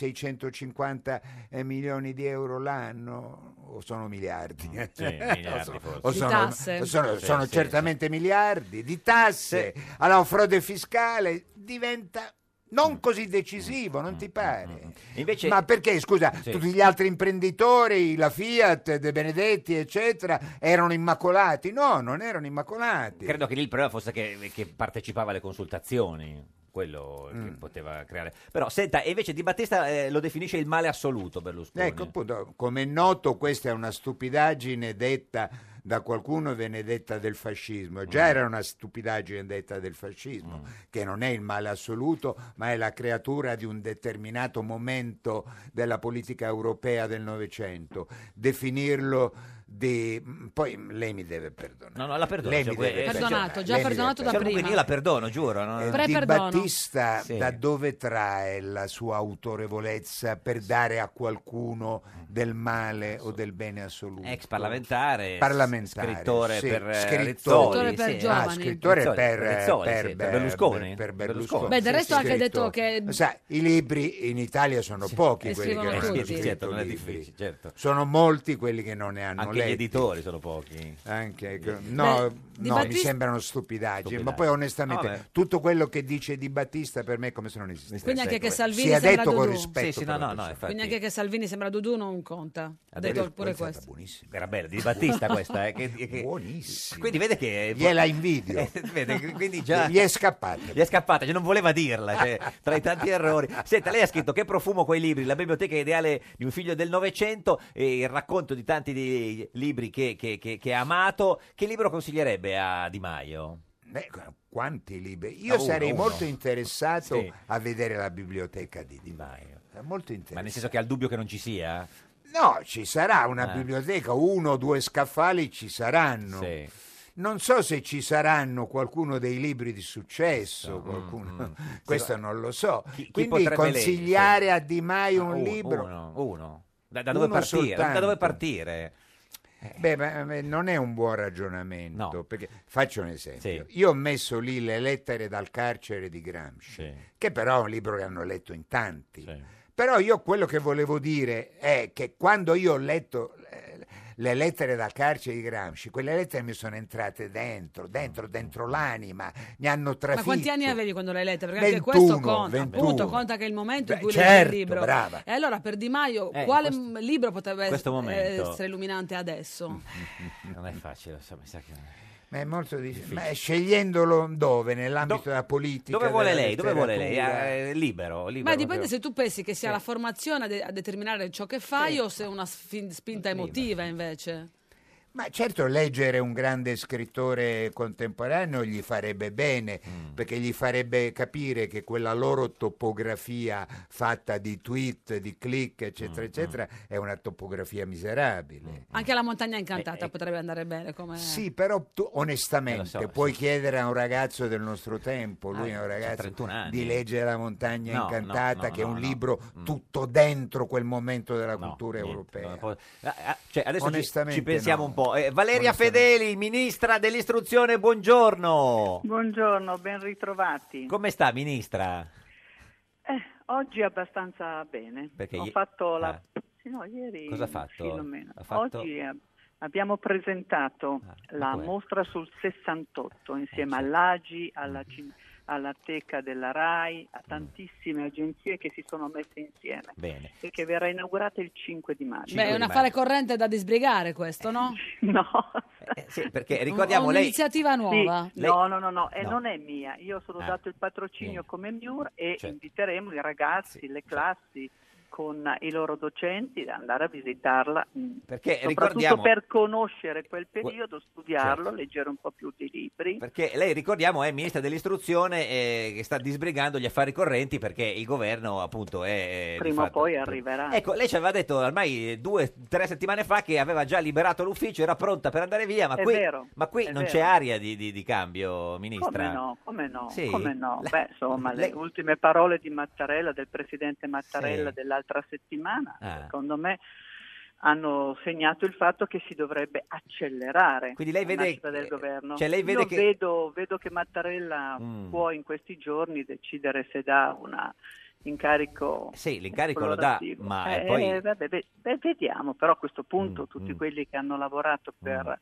S7: 650 eh, milioni di euro l'anno, o sono miliardi.
S2: Mm, sì, miliardi
S7: o sono,
S2: forse.
S7: o
S2: Di
S7: sono-
S2: tasse.
S7: o sono-
S2: Sì,
S7: sono
S2: sì,
S7: certamente miliardi di tasse. Allora, frode fiscale diventa
S2: Mm.
S7: non così decisivo, non ti pare?
S2: Invece-
S7: Ma perché, scusa,
S2: Sì.
S7: tutti gli altri imprenditori, la Fiat, De Benedetti, eccetera, erano immacolati? No, non erano immacolati.
S2: Credo che lì il problema fosse che, che partecipava alle consultazioni. quello che
S7: Mm.
S2: poteva creare. Però senta, e invece Di Battista eh, lo definisce il male assoluto Berlusconi.
S7: Ecco, appunto, come è noto, questa è una stupidaggine detta da qualcuno e venne detta del fascismo. Già
S13: Mm.
S7: era una stupidaggine detta del fascismo, che non è il male assoluto, ma è la creatura di un determinato momento della politica europea del Novecento. Definirlo di... Poi lei mi deve perdonare.
S2: No, no, la perdono.
S7: Lei
S2: cioè,
S7: mi
S2: que-
S7: deve
S2: eh,
S7: perdonare.
S1: Perdonato, già
S7: Lei mi
S1: perdonato
S7: deve
S1: da
S7: perdonare.
S1: prima.
S2: io la perdono, giuro. no?
S7: Eh,
S1: Pre
S7: Di
S1: perdono.
S7: Battista
S2: Sì.
S7: da dove trae la sua autorevolezza per dare a qualcuno del male o del bene assoluto?
S2: Ex parlamentare,
S7: Parlamentare,
S2: scrittore
S7: sì,
S2: per, eh, Rizzoli,
S7: scrittore.
S2: Scrittore per sì.
S7: Ah,
S2: giovani.
S7: scrittore
S2: Rizzoli,
S7: per,
S2: per Rizzoli,
S7: per-
S2: sì, per
S7: per-
S2: Berlusconi.
S7: per
S2: Berlusconi.
S7: Berlusconi.
S1: Beh, del
S7: Sì,
S1: resto ha anche detto
S7: scrittore.
S1: che-
S7: Lo sai, i libri in Italia sono pochi
S1: E
S7: quelli che
S1: scrivono
S7: hanno
S1: tutti.
S7: scritto
S2: Certo, non è
S7: libri.
S2: difficile, certo.
S7: Sono molti quelli che non ne hanno
S2: Anche gli
S7: letti.
S2: editori sono pochi.
S7: Anche, no,
S2: Di
S7: no, mi
S2: Battista-
S7: sembrano stupidaggini, ma
S2: Stupidaggini. Ah,
S7: poi onestamente
S2: Vabbè.
S7: tutto quello che dice Di Battista per me è come se non esistesse.
S1: Quindi anche che
S7: si
S1: Salvini
S7: è
S1: sembra
S7: detto con
S1: Dudu.
S7: rispetto.
S2: Sì, sì, Ah, no,
S7: per la
S2: no, no,
S7: persona.
S2: infatti. Ah,
S1: Quindi anche che Salvini sembra Dudu non conta. Ha
S2: detto-
S1: detto pure
S2: questa è
S1: questo.
S2: Era bella, di Battista questa, eh, che- che-
S7: Buonissima.
S2: Quindi vede che...
S7: Gliela invidio.
S2: Eh, vede, che- quindi già...
S7: Gli è scappata.
S2: Gli è scappata, cioè non voleva dirla, cioè, tra i tanti errori. Senta, lei ha scritto Che profumo quei libri, la biblioteca ideale di un figlio del Novecento, e il racconto di tanti di- libri che, che- che- che ha amato. Che libro consiglierebbe a Di Maio?
S7: Beh, qu- quanti libri?
S2: Ah,
S7: Io
S2: uno,
S7: sarei
S2: uno.
S7: molto interessato
S2: Sì.
S7: a vedere la biblioteca di Di Maio. Molto
S2: Ma nel senso
S7: interessante.
S2: che ha il dubbio che non ci sia?
S7: No, ci sarà una
S2: Eh.
S7: biblioteca, uno o due scaffali ci saranno.
S2: Sì.
S7: Non so se ci saranno qualcuno dei libri di successo,
S2: Mm,
S7: qualcuno- questo non lo so. Quindi
S2: potrebbe Ah,
S7: consigliare a Di Maio un
S2: Un-
S7: libro.
S2: Uno, uno. Da, da dove
S7: Uno
S2: partire? Da- Da
S7: soltanto.
S2: dove partire?
S7: Beh, ma- ma non è un buon ragionamento, perché faccio un esempio. Io ho messo lì le lettere dal carcere di Gramsci, che però è un libro che hanno letto in tanti. Però io quello che volevo dire è che quando io ho letto eh, le lettere dal carcere di Gramsci, quelle lettere mi sono entrate dentro, dentro,
S2: Mm,
S7: dentro l'anima, mi hanno
S1: Ma
S7: trafitto.
S1: quanti anni avevi quando l'hai letta? Perché anche
S7: 21,
S1: questo conta,
S7: 21.
S1: appunto, conta che è il momento in
S7: Beh,
S1: cui
S7: certo,
S1: leggi il libro.
S7: brava.
S1: E allora per Di Maio,
S2: Eh,
S1: quale
S2: questo-
S1: m- libro potrebbe es- eh,
S2: questo momento. Mm,
S1: essere illuminante adesso?
S2: Non è facile, insomma, mi sa che...
S7: Ma è molto difficile. Ma è scegliendolo dove? Nell'ambito della politica?
S2: Dove vuole
S7: della
S2: lei? Dove vuole lei?
S7: letteratura?
S2: Eh, libero, libero.
S1: Ma dipende
S2: proprio.
S1: se tu pensi che sia la formazione a, de- a determinare ciò che fai o se è una sfin- spinta emotiva invece.
S2: Mm.
S7: Ma certo leggere un grande scrittore contemporaneo gli farebbe bene,
S2: Mm.
S7: perché gli farebbe capire che quella loro topografia fatta di tweet, di click,
S2: Mm,
S7: eccetera, eccetera, è una topografia miserabile.
S1: Anche la montagna
S2: Eh,
S1: incantata potrebbe andare bene come...
S7: Sì, però tu onestamente puoi chiedere a un ragazzo del nostro tempo,
S2: Ah,
S7: lui è un
S2: c'ha
S7: ragazzo,
S2: 31 anni.
S7: di leggere La montagna
S2: No, no,
S7: incantata,
S2: no,
S7: che è un
S2: no, no.
S7: libro tutto dentro quel momento della cultura
S2: niente,
S7: europea.
S2: Ah, ah, cioè, adesso ci- ci,
S7: Onestamente
S2: pensiamo
S7: no.
S2: un po'. Eh, Valeria Fedeli, ministra dell'istruzione, buongiorno.
S15: Buongiorno, ben ritrovati.
S2: Come sta, ministra?
S15: Eh, oggi abbastanza bene.
S2: Perché
S15: Ho
S2: ie-
S15: fatto la...
S2: ah.
S15: sì, no, ieri
S2: Cosa ha fatto?
S15: sì, non meno.
S2: Ha fatto- Ah,
S15: Oggi eh, abbiamo presentato la
S2: com'è? Eh,
S15: mostra sul 68 insieme all'AGI,
S2: Mm.
S15: alla, Cin- alla Teca della RAI, a tantissime agenzie che si sono messe insieme
S2: Bene.
S15: e che verrà inaugurata il 5 di maggio.
S1: Beh, è un affare corrente da disbrigare questo, no?
S2: Eh,
S15: No.
S2: Sì, perché ricordiamo
S1: Un-
S2: lei...
S1: un'iniziativa nuova.
S15: Sì,
S2: Lei-
S15: No, no, no, no, eh,
S2: No.
S15: non è mia. Io ho solo
S2: Ah.
S15: dato il patrocinio come MIUR e
S2: Certo.
S15: inviteremo i ragazzi, le classi con i loro docenti ad andare a visitarla. mm,
S2: Perché
S15: soprattutto
S2: ricordiamo-
S15: per conoscere quel periodo, studiarlo,
S2: Certo.
S15: leggere un po' più di libri.
S2: Perché lei, ricordiamo, è ministra dell'istruzione eh, che sta disbrigando gli affari correnti perché il governo, appunto, è... eh, di
S15: Prima o
S2: fatto-
S15: poi eh. arriverà.
S2: Ecco, lei ci aveva detto ormai due, tre settimane fa che aveva già liberato l'ufficio, era pronta per andare via, ma
S15: È
S2: qui,
S15: vero,
S2: ma qui
S15: è
S2: non
S15: vero.
S2: c'è aria di, di- di cambio, ministra.
S15: Come no, come no,
S2: Sì?
S15: come no. Beh, insomma,
S2: lei-
S15: le ultime parole di Mattarella, del presidente Mattarella
S2: Sì.
S15: dell'altra settimana,
S2: Ah.
S15: secondo me hanno segnato il fatto che si dovrebbe accelerare
S2: Quindi lei
S15: la
S2: vede-
S15: nascita del governo.
S2: cioè lei vede
S15: Io
S2: che-
S15: vedo, vedo che Mattarella
S2: Mm.
S15: può in questi giorni decidere se dà una incarico
S2: Sì, l'incarico lo dà,
S15: esplorativo.
S2: ma eh,
S15: Eh,
S2: poi... Mm,
S15: vabbè, ve- ve- vediamo, però a questo punto tutti quelli che hanno lavorato per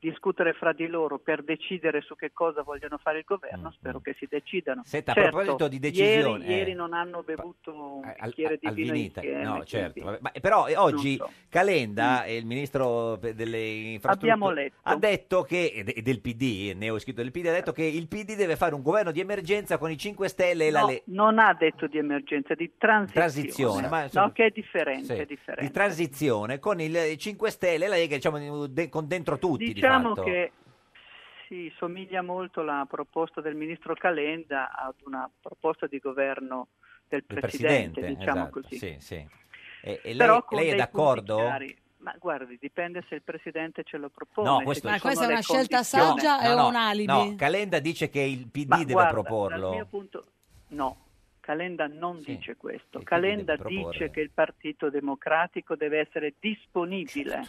S15: discutere fra di loro, per decidere su che cosa vogliono fare il governo, spero che si decidano.
S2: Mm, Senta, a
S15: Certo,
S2: proposito di
S15: ieri-
S2: decisione,
S15: Ieri,
S2: eh,
S15: non hanno bevuto un
S2: al-
S15: bicchiere di
S2: al
S15: vino
S2: Vinita.
S15: insieme,
S2: no,
S15: quindi
S2: certo. vabbè. Ma, però eh, oggi Calenda, eh, il ministro pe- delle
S15: Mm. Abbiamo
S2: infrastrutture,
S15: letto.
S2: ha detto che, e de- e del PD, eh, ne ho scritto del PD, ha detto che il PD deve fare un governo di emergenza con i 5 Stelle e la
S15: No,
S2: Lega.
S15: non ha detto di emergenza, di transizione,
S2: Transizione, ma
S15: No,
S2: insomma-
S15: che è differente,
S2: Sì,
S15: è differente.
S2: Di transizione con il 5 Stelle e la Lega, diciamo, de- con dentro tutti. di
S15: Diciamo
S2: fatto.
S15: che si somiglia molto la proposta del ministro Calenda ad una proposta di governo del
S2: Il
S15: Presidente, diciamo
S2: esatto,
S15: così.
S2: sì, sì. E, e lei,
S15: Però con
S2: lei è
S15: dei
S2: d'accordo?
S15: punti chiari. Ma guardi, dipende se il Presidente ce lo propone.
S2: No,
S15: se
S2: questo-
S15: ci
S2: Ma
S15: sono
S1: questa è
S15: le
S1: una scelta
S15: condizioni.
S1: saggia
S2: No,
S1: è
S2: no,
S1: un alibi.
S2: No, Calenda dice che il PD
S15: Ma
S2: deve
S15: guarda,
S2: proporlo.
S15: Dal mio punto, no, Calenda non dice questo.
S2: quindi
S15: Calenda
S2: deve proporre.
S15: dice che il Partito Democratico deve essere disponibile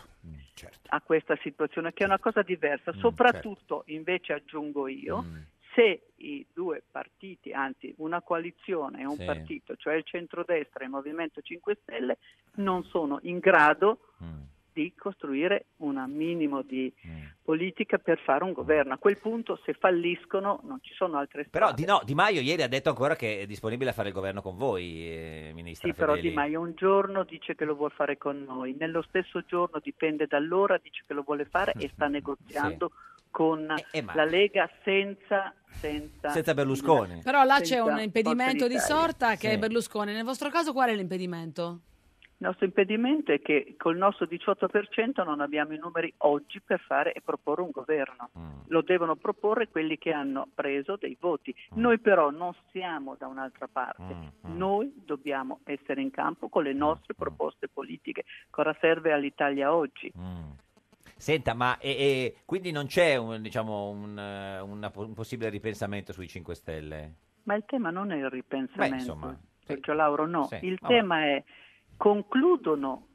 S2: Certo, mm,
S15: a questa situazione, che è una cosa diversa. Soprattutto,
S2: certo.
S15: invece, aggiungo io,
S2: Mm.
S15: se i due partiti, anzi una coalizione e un
S13: Sì.
S15: partito, cioè il centrodestra e il Movimento 5 Stelle, non sono in grado di costruire un minimo di
S2: Mm.
S15: politica per fare un governo. A quel punto, se falliscono, non ci sono altre strade.
S2: Però di, no, di Maio ieri ha detto ancora che è disponibile a fare il governo con voi, eh, ministra
S15: Sì, però
S2: Fedeli.
S15: Di Maio un giorno dice che lo vuole fare con noi, nello stesso giorno dipende dall'ora, dice che lo vuole fare e sta negoziando con
S2: Eh, ma-
S15: la Lega senza, senza,
S2: Senza Berlusconi.
S1: Però là c'è
S15: senza
S1: un impedimento
S15: Forza
S1: di
S15: Italia.
S1: sorta
S15: Sì.
S1: che è Berlusconi. Nel vostro caso qual è l'impedimento?
S15: Il nostro impedimento è che col nostro 18% non abbiamo i numeri oggi per fare e proporre un governo.
S2: Mm.
S15: Lo devono proporre quelli che hanno preso dei voti.
S2: Mm.
S15: Noi però non siamo da un'altra parte. Noi dobbiamo essere in campo con
S2: Mm,
S15: le nostre proposte politiche. Cosa serve all'Italia oggi?
S2: Mm. Senta, ma e- e quindi non c'è un, diciamo, un, eh, una po- un possibile ripensamento sui 5 Stelle?
S15: Ma il tema non è il ripensamento,
S2: Beh, insomma,
S15: Sergio Lauro, no.
S2: Sì,
S15: il
S2: vabbè.
S15: tema è concludono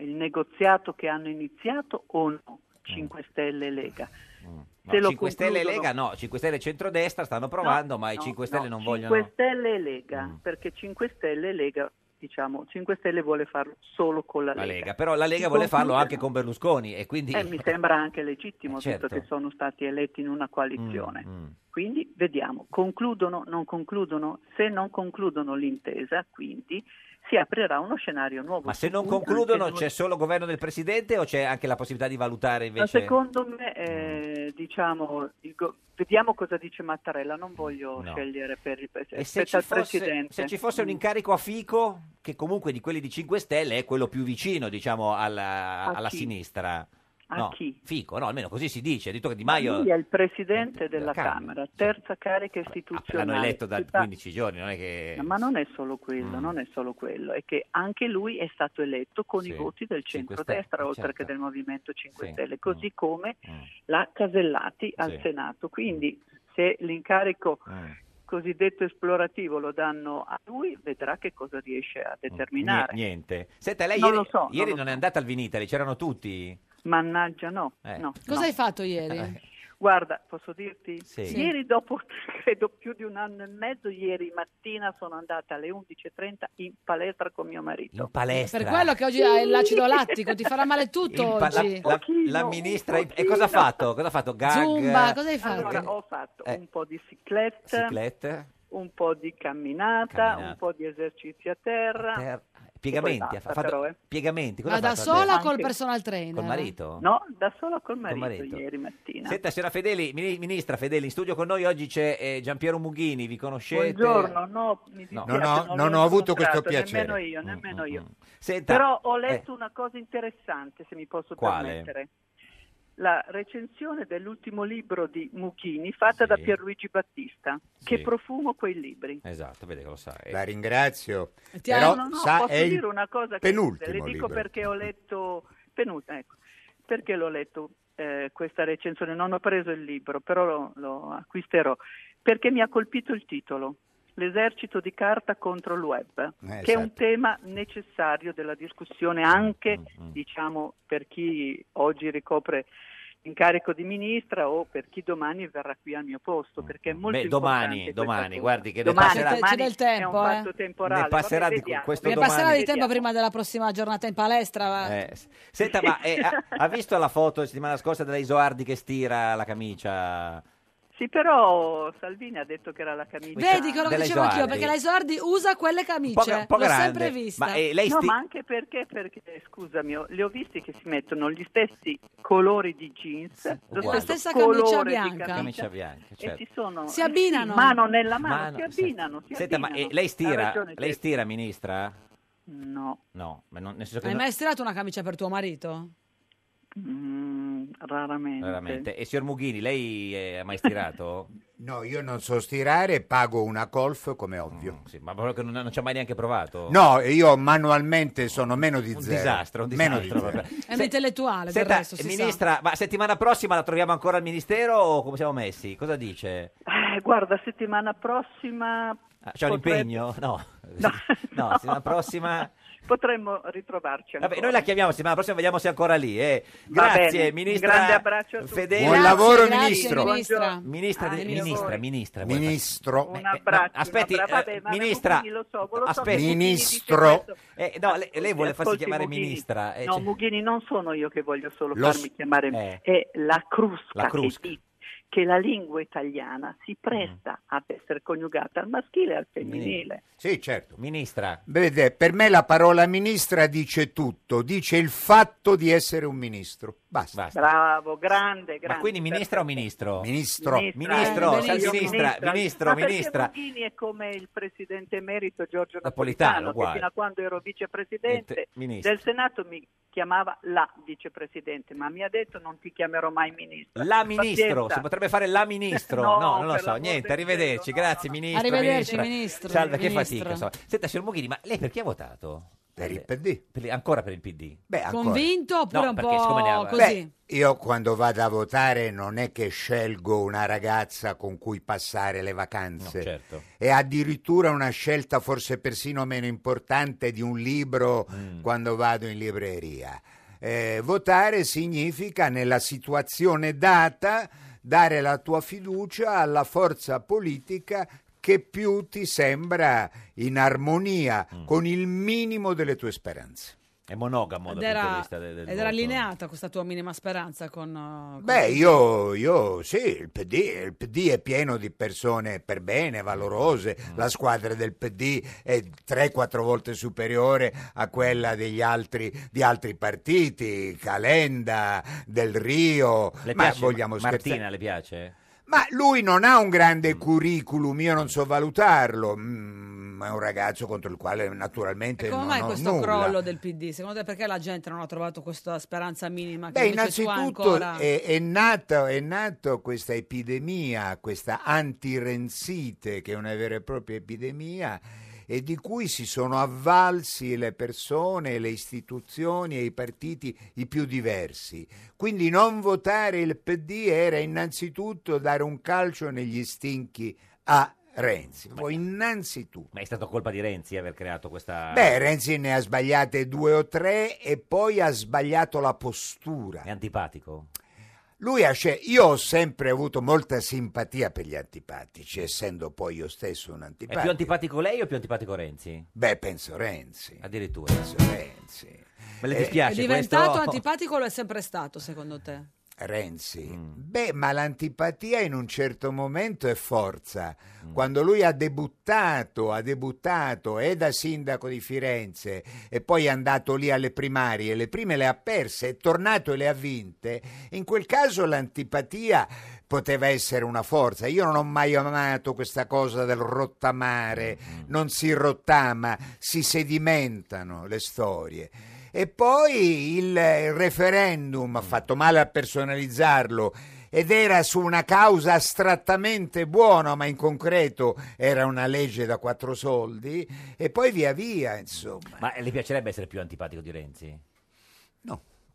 S15: il negoziato che hanno iniziato o no 5
S2: Mm.
S15: Stelle e Lega.
S2: No,
S15: Se lo
S2: 5 Stelle e
S15: concludono-
S2: Lega no, 5 Stelle e centrodestra stanno provando,
S15: No,
S2: ma i
S15: no,
S2: 5 Stelle
S15: no,
S2: non vogliono...
S15: 5 Stelle e Lega,
S2: Mm.
S15: perché 5 Stelle e Lega, diciamo, 5 Stelle vuole farlo solo con la
S2: La
S15: Lega.
S2: Lega, però la Lega
S15: Si
S2: vuole farlo
S15: conclude-
S2: anche con Berlusconi e quindi...
S15: Eh, mi sembra anche legittimo,
S2: Eh, certo. Mm,
S15: visto che sono stati eletti in una coalizione. Quindi vediamo, concludono, non concludono, se non concludono l'intesa, quindi si aprirà uno scenario nuovo.
S2: Ma
S15: su
S2: se non
S15: cui anche
S2: concludono
S15: noi-
S2: c'è solo governo del Presidente o c'è anche la possibilità di valutare
S15: Ma
S2: invece... Mm.
S15: secondo me, eh, diciamo, il go- vediamo cosa dice Mattarella, non voglio
S2: No.
S15: scegliere per Mm. il
S2: E
S15: Presidente.
S2: se ci, fosse, se ci fosse un incarico a Fico, che comunque di quelli di 5 Stelle è quello più vicino, diciamo, alla,
S15: A
S2: alla
S15: chi?
S2: sinistra.
S15: A
S2: no,
S15: chi?
S2: Fico, no, almeno così si dice. Ha detto che Di Maio
S15: Lui è il Presidente della
S2: Camera,
S15: Camera, terza carica istituzionale.
S2: l'hanno eletto Mm. da
S15: Si sa-
S2: 15 giorni, non è che...
S15: Ma non è solo quello, non è solo quello, è che anche lui è stato eletto con
S2: Sì,
S15: i voti del
S2: Cinque
S15: centrodestra,
S2: Stelle,
S15: oltre
S2: certo.
S15: che del Movimento 5
S2: Sì, Mm.
S15: Stelle, così come la Casellati al
S2: Sì. Mm.
S15: Senato. Quindi se l'incarico
S2: Eh,
S15: cosiddetto esplorativo lo danno a lui, vedrà che cosa riesce
S2: Mm.
S15: a determinare.
S2: Ni- Niente. Senta, lei
S15: Non
S2: ieri,
S15: lo so, non
S2: ieri
S15: lo
S2: non, è andata al Vinitali, c'erano tutti.
S15: Mannaggia, no.
S2: Eh.
S15: no,
S1: Cosa
S15: no.
S1: hai fatto ieri?
S15: Guarda, posso dirti?
S2: Sì. Sì.
S15: Ieri dopo, credo, più di un anno e mezzo, ieri mattina sono andata alle 11.30 in palestra con mio marito.
S2: In palestra.
S1: Per quello che oggi hai l'acido lattico, ti farà male tutto
S2: Il pa- la,
S1: oggi.
S2: la- la ministra... E cosa ha fatto? Cosa ha fatto? Gag?
S1: Zumba, cosa hai fatto?
S15: Allora, ho fatto
S2: Eh.
S15: un po' di cicletta,
S2: Ciclette?
S15: un po' di camminata,
S2: Camminata.
S15: un po' di esercizi a terra.
S2: Ter- Piegamenti,
S15: Ah. basta,
S2: ha fatto
S15: però, eh.
S2: piegamenti. Cosa
S1: Ma
S2: ha
S1: da
S2: fatto adesso?
S1: sola o col
S15: Anche-
S1: personal trainer?
S2: Col marito?
S15: No, da sola col
S2: Col
S15: marito, ieri mattina.
S2: Senta, signora Fedeli, mini- ministra Fedeli, in studio con noi oggi c'è eh, Giampiero Mughini, vi conoscete?
S15: Buongiorno, no, mi
S2: Cioè, No. No,
S15: dispiace,
S2: no,
S15: non
S2: non
S15: l'ho
S2: ho avuto questo
S15: incontrato,
S2: piacere. Mm,
S15: Nemmeno io, nemmeno io.
S2: Senta,
S15: Però ho
S2: eh,
S15: letto una cosa interessante, se mi posso
S2: Quale?
S15: permettere. La recensione dell'ultimo libro di Mucchini fatta da Pierluigi Battista. Che profumo quei libri.
S2: Esatto, vede che lo sa.
S7: La ringrazio.
S15: Ti
S7: Però,
S15: hanno- no,
S7: sa,
S15: posso
S7: è il
S15: dire una cosa che
S7: penultimo
S15: le
S7: libro.
S15: dico perché ho letto penultimo, ecco, perché l'ho letto eh, questa recensione, non ho preso il libro, però lo, lo acquisterò perché mi ha colpito il titolo. L'esercito di carta contro il web,
S13: Eh,
S15: che è
S2: certo.
S15: un
S13: esatto.
S15: tema
S2: Mm,
S15: necessario della discussione anche, diciamo, per chi oggi ricopre incarico di ministra o per chi domani verrà qui al mio posto, perché è molto
S2: Mm, Beh,
S15: importante
S2: domani,
S15: questa
S2: domani,
S15: cosa.
S2: guardi che
S15: Domani,
S2: ne passerà.
S15: domani
S1: C'è del
S15: è un
S1: tempo, eh.
S15: fatto temporale.
S2: Ne passerà
S15: Vabbè,
S2: di
S15: vediamo.
S2: questo
S1: Ne
S2: domani.
S1: passerà di tempo prima della prossima giornata in palestra. va.
S2: Eh, s- Senta, ma eh, ha, ha visto la foto settimana scorsa della Isoardi che stira la camicia?
S15: Sì, però Salvini ha detto che era la camicia.
S1: Vedi che lo
S2: Della
S1: dicevo anch'io,
S2: Isoardi.
S1: perché la Isoardi usa quelle camicie,
S2: Un po' gra- un po'
S1: l'ho
S2: grande,
S1: sempre vista.
S2: ma, eh, lei
S15: no,
S2: sti-
S15: ma anche perché, perché, eh, scusami, ho- li ho visti che si mettono gli stessi colori di jeans, lo
S2: uguale.
S15: stesso
S2: La stessa
S1: camicia
S15: colore di
S1: bianca.
S2: Camicia bianca,
S15: e
S2: certo.
S15: si sono
S1: Si abbinano.
S15: sì, mano nella mano,
S2: Mano,
S15: si abbinano, si
S2: Senta, ma
S15: abbinano.
S2: eh, lei
S15: Ha
S2: stira,
S15: ragione,
S2: lei
S15: Pietro.
S2: stira, ministra?
S15: No.
S2: No, ma non, nel senso che
S1: Hai
S2: non-
S1: mai stirato una camicia per tuo marito?
S15: Mm, raramente.
S2: veramente. E signor Mughini, lei eh, ha mai stirato?
S7: No, io non so stirare e pago una golf come ovvio.
S2: Mm, Sì, ma proprio che non, non ci ha mai neanche provato?
S7: No, io manualmente sono meno di
S2: Oh. Un
S7: zero.
S2: disastro, un
S7: Meno di
S2: disastro,
S7: zero.
S2: vabbè.
S1: È un intellettuale, del
S2: Senta,
S1: resto, si sa.
S2: ministra, ma settimana prossima la troviamo ancora al ministero o come siamo messi? Cosa dice?
S15: Eh, guarda, settimana prossima
S2: Ah, C'è un
S15: potremmo-
S2: impegno? No, no, settimana prossima.
S15: potremmo ritrovarci ancora.
S2: Vabbè, noi la chiamiamo settimana prossima, vediamo se è ancora lì. eh.
S15: Va
S2: Grazie,
S15: bene, un
S2: ministra.
S15: grande abbraccio a tutti.
S2: Fedele.
S7: Buon Grazie, lavoro, grazie, ministro.
S1: ministra.
S2: Ministra,
S1: Ah,
S2: di-
S1: del
S2: ministra,
S1: lavoro.
S2: ministra. vuoi
S7: Ministro.
S2: fare-
S15: Un
S2: Eh, eh, no,
S15: abbraccio, un
S2: aspetti,
S15: abbraccio. Vabbè,
S2: eh,
S15: vabbè,
S2: ministra,
S15: Mughini, lo so, ve lo so
S2: aspetti.
S15: che Mughini dice
S7: Ministro.
S15: questo.
S2: Eh, no, lei, lei vuole farsi
S15: Ascolti,
S2: chiamare
S15: Mughini.
S2: ministra. eh,
S15: no,
S2: cioè-
S15: Mughini, non sono io che voglio solo
S2: Lo
S15: farmi
S2: s- eh.
S15: chiamare, è la crusca,
S2: La crusca. Mm.
S15: Che, dice che la lingua italiana si presta ad essere coniugata al maschile e al femminile.
S7: Sì, certo.
S2: Ministra.
S7: Vede, per me la parola ministra dice tutto, dice il fatto di essere un ministro. Basta.
S15: Bravo, grande, grande.
S2: Ma quindi ministra o ministro?
S7: Ministro.
S2: Ministro,
S15: eh,
S2: sai,
S15: ministro,
S2: ministra, ministro,
S15: Ma perché
S2: ministra.
S15: Mughini è come il presidente emerito Giorgio
S2: Napolitano,
S15: Napolitano,
S2: uguale.
S15: che fino a quando ero vicepresidente
S2: Niente, ministro.
S15: del Senato mi chiamava la vicepresidente, ma mi ha detto non ti chiamerò mai ministro.
S2: La ministro,
S15: Pazienza.
S2: si potrebbe fare la ministro, no,
S15: No,
S2: non lo
S15: per
S2: so,
S15: l'amor
S2: niente,
S15: del
S2: arrivederci, grazie ministro.
S1: Arrivederci,
S2: ministra.
S1: ministro,
S2: Salve,
S1: ministro.
S2: che fatica. insomma. Senta, signor Mughini, ma lei per chi ha votato? Per il
S7: PD.
S2: ancora per il PD?
S7: Beh, ancora.
S1: Convinto oppure
S2: No,
S1: un
S2: perché siccome ne
S1: po'
S2: aveva-
S1: così?
S7: Beh, io quando vado a votare non è che scelgo una ragazza con cui passare le vacanze.
S2: No, certo.
S7: È addirittura una scelta forse persino meno importante di un libro
S2: Mm.
S7: quando vado in libreria. Eh, votare significa nella situazione data dare la tua fiducia alla forza politica che più ti sembra in armonia con il minimo delle tue speranze.
S2: Mm. È monogamo
S1: Ed era, ed era allineata questa tua minima speranza con... eh, con
S7: Beh,
S1: il-
S7: io, io sì, il PD, il PD è pieno di persone per bene, valorose, la squadra del PD è 3-4 volte superiore a quella degli altri, di altri partiti, Calenda, Del Rio,
S2: Le
S7: ma
S2: piace
S7: vogliamo
S2: Martina,
S7: scherzare?
S2: le piace?
S7: Ma lui non ha un grande curriculum, io non so valutarlo, Mm, è un ragazzo contro il quale naturalmente
S1: Come
S7: non
S1: mai
S7: ho
S1: questo
S7: nulla.
S1: crollo del PD? Secondo te perché la gente non ha trovato questa speranza minima che
S7: Beh,
S1: invece tu hai
S7: innanzitutto eh,
S1: ancora?
S7: è, è nato, è nato questa epidemia, questa antirenzite, che è una vera e propria epidemia, e di cui si sono avvalsi le persone, le istituzioni e i partiti i più diversi. Quindi non votare il PD era innanzitutto dare un calcio negli stinchi a Renzi. Poi innanzitutto.
S2: Ma è stata colpa di Renzi aver creato questa...
S7: Beh, Renzi ne ha sbagliate due o tre e poi ha sbagliato la postura.
S2: È antipatico?
S7: Lui ha scel- io ho sempre avuto molta simpatia per gli antipatici, essendo poi io stesso un
S2: È più
S7: antipatico.
S2: antipatico lei o più antipatico Renzi?
S7: Beh, penso Renzi.
S2: Addirittura.
S7: Penso Renzi.
S2: Ma le
S7: Eh,
S1: È
S2: dispiace
S1: diventato
S2: questo?
S1: antipatico o lo è sempre stato secondo te?
S7: Renzi.
S2: Mm.
S7: Beh, ma l'antipatia in un certo momento è forza.
S2: Mm.
S7: Quando lui ha debuttato, ha debuttato e da sindaco di Firenze e poi è andato lì alle primarie, le prime le ha perse, è tornato e le ha vinte, in quel caso l'antipatia poteva essere una forza. Io non ho mai amato questa cosa del rottamare, non si rottama, si sedimentano le storie. E poi il eh, referendum ha fatto male a personalizzarlo ed era su una causa astrattamente buona, ma in concreto era una legge da quattro soldi, e poi via via, insomma.
S2: Ma le piacerebbe essere più antipatico di Renzi?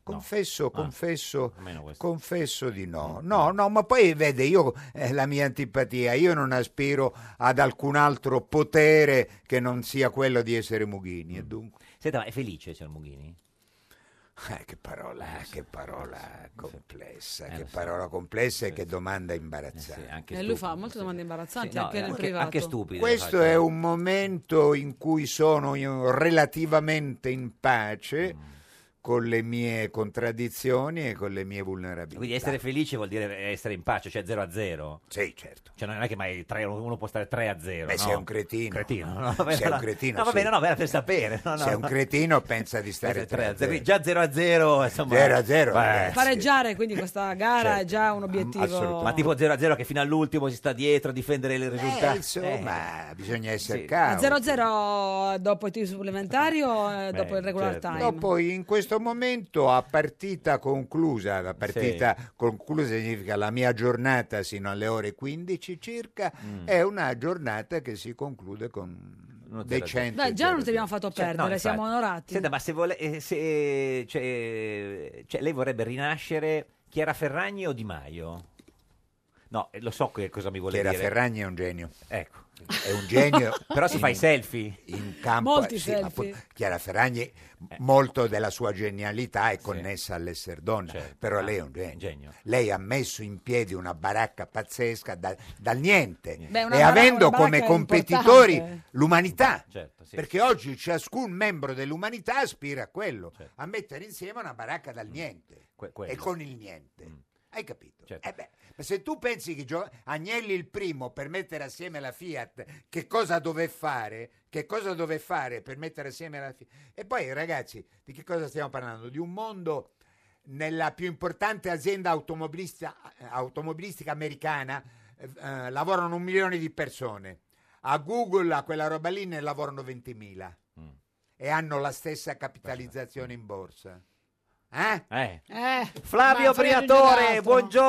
S7: Confesso, confesso,
S2: Ah, almeno questo. Mm,
S7: confesso di no. No, no, ma poi vede, io eh, la mia antipatia, io non aspiro ad alcun altro
S2: Mm.
S7: potere che non sia quello di essere Mughini. E dunque.
S2: Senta, ma è felice, signor Mughini?
S7: Eh, che parola, che
S2: Eh,
S7: parola complessa, che parola complessa e che domanda imbarazzante.
S1: E Eh, lui fa molte domande imbarazzanti,
S7: Sì, no,
S1: anche nel
S7: anche-
S1: privato.
S7: anche
S2: stupide.
S7: Questo
S2: infatti.
S7: è un momento in cui sono io relativamente in
S2: Mm.
S7: pace con le mie contraddizioni e con le mie vulnerabilità.
S2: Quindi essere felici vuol dire essere in pace, cioè 0 a 0.
S7: Sì, certo.
S2: Cioè non è che mai tre- uno può stare 3 a 0.
S7: Beh,
S2: no?
S7: sei un cretino.
S2: Cretino, no?
S7: Sei un
S2: Vabbè,
S7: cretino,
S2: No, va
S7: sì.
S2: bene, no, era per sapere. No, no,
S7: Se è un
S2: no.
S7: cretino pensa di stare 3 a 0.
S2: Già 0 a 0, insomma.
S7: 0 a eh. 0,
S2: Beh,
S1: Pareggiare quindi questa gara
S2: Certo.
S1: è già un obiettivo.
S2: Ma tipo 0 a 0 che fino all'ultimo si sta dietro a difendere il risultato.
S7: Eh,
S2: Eh.
S7: insomma, bisogna essere
S1: A 0-0 dopo i tiri supplementari o eh,
S7: Beh,
S1: dopo il regular
S7: certo.
S1: time?
S7: Dopo in questo momento a partita conclusa, la partita conclusa significa la mia giornata sino alle ore 15 circa,
S2: Mm.
S7: è una giornata che si conclude con decente.
S1: Dai, già non ti abbiamo fatto
S2: Cioè, no,
S1: perdere, siamo
S2: infatti.
S1: onorati.
S2: Senta, ma se, vuole, eh, se cioè, cioè, lei vorrebbe rinascere Chiara Ferragni o Di Maio? No, eh, lo so che cosa mi vuole
S7: Chiara
S2: dire.
S7: Ferragni è un genio.
S2: Ecco.
S7: È un genio. Mm.
S2: Però si fa i
S7: in-
S2: selfie.
S7: In campo,
S2: Molti
S7: sì, ma
S2: selfie.
S7: poi Chiara Ferragni, eh, molto della sua genialità è connessa all'essere donna,
S2: Certo. Ah,
S7: però lei è un genio. Lei ha messo in piedi una baracca pazzesca da- dal niente
S13: Beh, una
S7: e
S13: bara-
S7: avendo
S13: una baracca
S7: come
S13: è
S7: competitori
S13: importante.
S7: l'umanità.
S2: Certo, sì.
S7: Perché oggi ciascun membro dell'umanità aspira a quello,
S2: Certo.
S7: a mettere insieme una baracca dal niente
S2: Que- quello.
S7: e con il niente. Hai capito? Eh beh, ma se tu pensi che Gio- Agnelli il primo per mettere assieme la Fiat, che cosa dove fare? Che cosa dove fare per mettere assieme la Fiat? E poi ragazzi, di che cosa stiamo parlando? Di un mondo nella più importante azienda automobilista- automobilistica americana eh, eh, lavorano un milione di persone. A Google, a quella roba lì, ne lavorano 20.000 e hanno la stessa capitalizzazione in borsa. Eh?
S2: Eh.
S1: Eh,
S2: Flavio
S7: Ma Flavio
S2: Briatore,
S7: Gelato.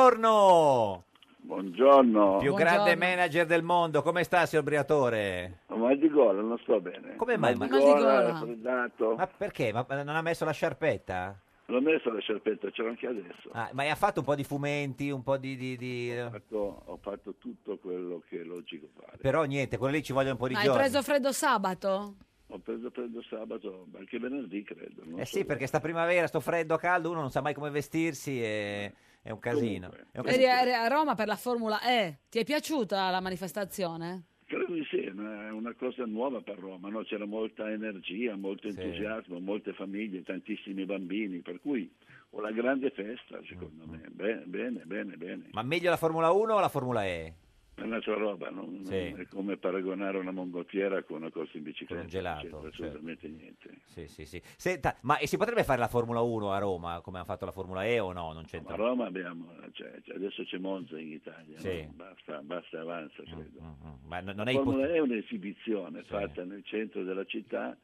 S2: buongiorno.
S16: Buongiorno.
S2: Più grande manager del mondo, come sta, signor Briatore?
S16: Mal di gola, non sto bene.
S2: Come mai?
S16: Mal di
S2: Ma-
S16: gola, raffreddato.
S2: Ma perché? Ma ma non ha messo la sciarpetta?
S16: L'ho messo la sciarpetta, ce l'ho anche adesso.
S2: Ah, ma ha fatto un po' di fumenti, un po' di... di- di-
S16: Ho fatto, ho fatto tutto quello che è logico fare.
S2: Però niente, quello lì ci vogliono un po' di
S1: Ma hai
S2: giorni.
S1: preso freddo sabato?
S16: Ho preso freddo sabato, ma anche venerdì credo. non
S2: Eh
S16: so.
S2: sì, perché sta primavera, sto freddo, caldo, uno non sa mai come vestirsi e... È un casino. È un
S1: Eri,
S2: casino.
S1: eri a Roma per la Formula E. Ti è piaciuta la manifestazione?
S16: Credo di sì, è una, è una cosa nuova per Roma, no? c'era molta energia, molto entusiasmo, molte famiglie, tantissimi bambini, per cui una grande festa
S2: Mm,
S16: secondo me, Be- bene, bene, bene.
S2: Ma meglio la Formula 1 o la Formula E?
S16: È un'altra roba, non,
S2: Sì.
S16: non è come paragonare una mongolfiera con una corsa in bicicletta.
S2: Con un gelato, certo.
S16: non c'entra assolutamente niente.
S2: Sì, sì, sì. Senta, ma e si potrebbe fare la Formula 1 a Roma come hanno fatto la Formula E o no? Non c'entra.
S16: A Roma abbiamo, cioè, cioè, adesso c'è Monza in Italia,
S2: Sì. Mm,
S16: no? basta, basta e avanza credo.
S2: Ma n- non
S16: La
S2: è ipotesi.
S16: Formula E è un'esibizione fatta nel centro della città,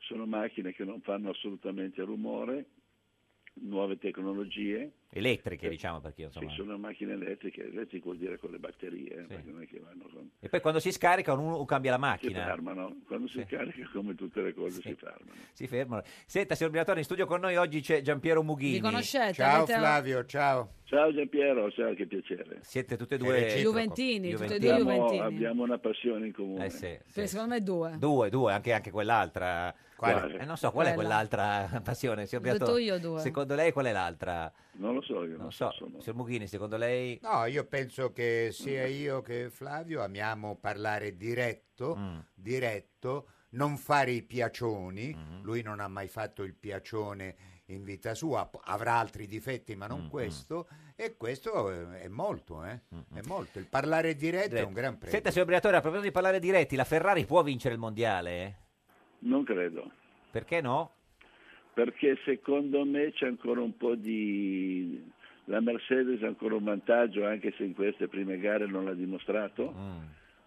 S16: sono macchine che non fanno assolutamente rumore, nuove tecnologie,
S2: elettriche, diciamo, perché insomma.
S16: Sì, sono macchine elettriche, elettriche vuol dire con le batterie, eh, perché non è che vanno con...
S2: E poi quando si scarica uno cambia la
S16: Si
S2: macchina.
S16: fermano, quando si carica come tutte le cose si fermano.
S2: Si fermano. Senta, signor Briatore, in studio con noi oggi c'è Giampiero Mughini.
S1: Vi conoscete?
S16: Ciao,
S1: Avete-
S16: Flavio.
S7: ciao.
S16: Ciao Giampiero, ciao, che piacere. Eh,
S2: Siete tutte e due
S1: reciproco. Juventini, tutte e due
S16: Abbiamo-
S1: Juventini.
S16: Abbiamo una passione in
S2: Eh
S16: comune.
S1: Perché Secondo me due.
S2: Due, due, anche, anche quell'altra.
S16: Quale?
S2: Eh, non so, qual è
S1: Quella.
S2: quell'altra passione? signor
S1: Ho detto
S2: Briatore?
S1: io due.
S2: Secondo lei qual è l'altra?
S16: Non lo so, io
S2: non so. Signor Mughini, secondo lei...
S7: No, Ah, io penso che sia io che Flavio amiamo parlare diretto,
S2: Mm.
S7: diretto, non fare i piacioni. Lui non ha mai fatto il piacione in vita sua, p- avrà altri difetti, ma non questo. E questo è, è molto, eh? È molto. Il parlare diretto è un gran premio.
S2: Senta, signor Briatore, a proposito di parlare diretti, la Ferrari può vincere il mondiale?
S16: Non credo.
S2: Perché no?
S16: Perché secondo me c'è ancora un po' di... La Mercedes ha ancora un vantaggio, anche se in queste prime gare non l'ha dimostrato,
S2: Mm.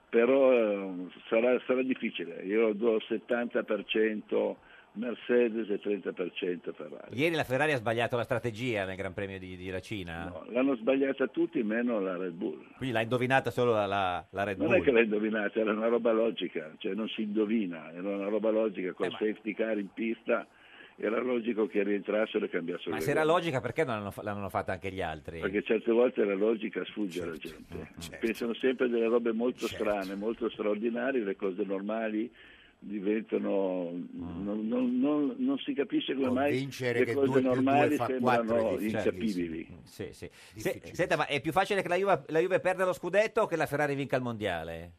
S16: però eh, sarà, sarà difficile. Io do 70% Mercedes e 30% Ferrari.
S2: Ieri la Ferrari ha sbagliato la strategia nel Gran Premio di, di la Cina.
S16: L'hanno sbagliata tutti meno la Red Bull.
S2: Quindi l'ha indovinata solo la, la- la Red
S16: Non
S2: Bull.
S16: è che l'ha indovinata, era una roba logica, cioè non si indovina, era una roba logica,
S2: Eh,
S16: col safety car in pista era logico che rientrassero e cambiassero
S2: Ma
S16: le
S2: se era
S16: regole.
S2: logica, perché non l'hanno, fa- l'hanno fatta anche gli altri?
S16: Perché certe volte la logica sfugge alla
S2: Certo, mm,
S16: gente. Pensano sempre delle robe molto strane, molto straordinarie, le cose normali diventano
S2: Mm.
S16: non, non- non- non si capisce come
S7: O
S16: mai
S7: vincere
S16: le
S7: che
S16: cose
S7: due più due
S16: normali
S7: fa
S16: sembrano
S7: quattro è difficilissimo.
S16: incapibili
S2: Sì, sì. Se- senta, ma è più facile che la Juve, la Juve perda lo scudetto o che la Ferrari vinca il mondiale?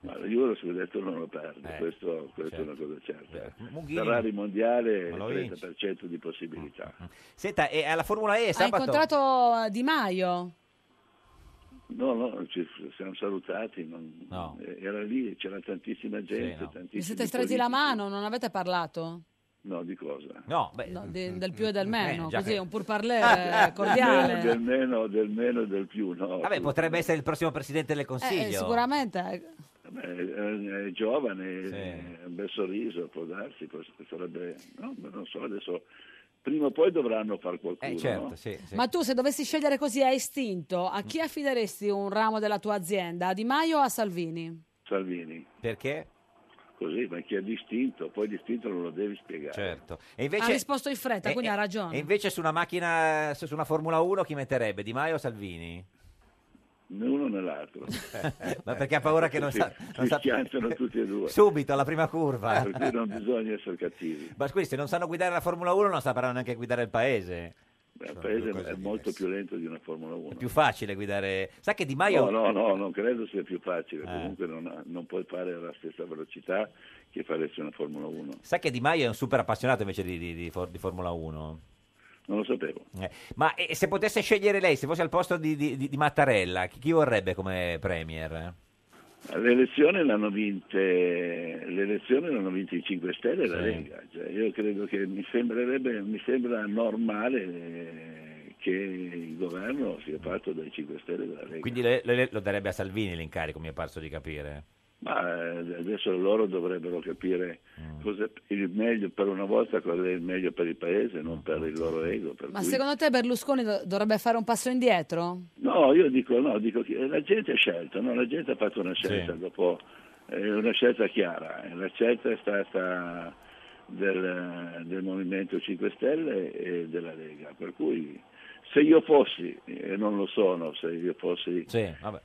S16: Ma io lo scudetto non lo perdo,
S2: Eh,
S16: questo,
S2: certo.
S16: questa è una cosa certa.
S2: Mughini-
S16: Ferrari mondiale
S2: Ma lo
S16: 30% di possibilità.
S2: Senta, e alla mm. Formula
S16: Eh,
S2: E
S1: Ha
S2: sabato?
S1: incontrato eh, Di Maio?
S16: No, no, ci siamo salutati, non- eh, era lì, c'era tantissima gente,
S1: Vi
S16: tantissimi
S1: siete stresi la
S16: politici.
S1: mano? Non avete parlato?
S16: No, di cosa?
S2: No, eh,
S1: No, de- del più e del meno,
S16: Eh, già
S1: così
S16: che-
S1: un pur parler eh, cordiale.
S16: Del meno, del meno, e del più, no.
S2: Vabbè, potrebbe essere il prossimo presidente del
S1: Eh,
S2: Consiglio.
S1: sicuramente.
S16: Beh, È, è giovane, è un bel sorriso, può darsi, può- sarebbe... No, ma non so, adesso... Prima o poi dovranno far qualcuno,
S2: Eh, certo,
S16: no?
S2: sì, sì.
S1: Ma tu se dovessi scegliere così a istinto, a chi affideresti un ramo della tua azienda? A Di Maio o a Salvini?
S16: Salvini.
S2: Perché?
S16: Così, ma chi ha distinto, poi distinto non lo devi spiegare.
S2: Certo. E
S1: Ha
S2: invece,
S1: risposto in fretta,
S2: e-
S1: quindi
S2: e-
S1: ha ragione.
S2: E invece su una macchina, su su una Formula 1 chi metterebbe? Di Maio o Salvini?
S16: Né uno né l'altro.
S2: Ma perché ha paura che non
S16: si,
S2: sa... non
S16: si
S2: sa-
S16: schiantano tutti e due.
S2: Subito, alla prima curva.
S16: Per cui non bisogna essere cattivi.
S2: Ma scusi, se non sanno guidare la Formula 1 non sapranno neanche guidare il paese.
S16: Beh, Il paese è molto più lento di una Formula 1.
S2: È più facile guidare... Sa che Di Maio... Eh.
S16: No, no, no, non credo sia più facile. Comunque non, ha- non puoi fare la stessa velocità che faresti una Formula 1.
S2: Sa che Di Maio è un super appassionato invece di, di- di for- di Formula 1?
S16: Non lo sapevo.
S2: Ma eh, se potesse scegliere lei, se fosse al posto di, di- di- di Mattarella, chi, chi vorrebbe come premier?
S16: Le elezioni l'hanno vinte, le elezioni l'hanno vinte i 5 Stelle e la
S2: Sì.
S16: Lega. Cioè, io credo che mi sembrerebbe, mi sembra normale eh, che il governo sia fatto dai 5 Stelle e dalla Lega.
S2: Quindi le- le- lo darebbe a Salvini l'incarico, mi è parso di capire.
S16: Ma eh, adesso loro dovrebbero capire
S2: Mm.
S16: cosa è il meglio per una volta, cosa è il meglio per il paese,
S2: Mm.
S16: non per il loro ego. per
S1: Ma
S16: cui-
S1: secondo te Berlusconi do- dovrebbe fare un passo indietro?
S16: No, io dico no, dico che la gente ha scelto, no? la gente ha fatto una scelta dopo, è una scelta chiara, eh, la scelta è stata del, del Movimento 5 Stelle e della Lega, per cui se io fossi, e non lo sono, se io fossi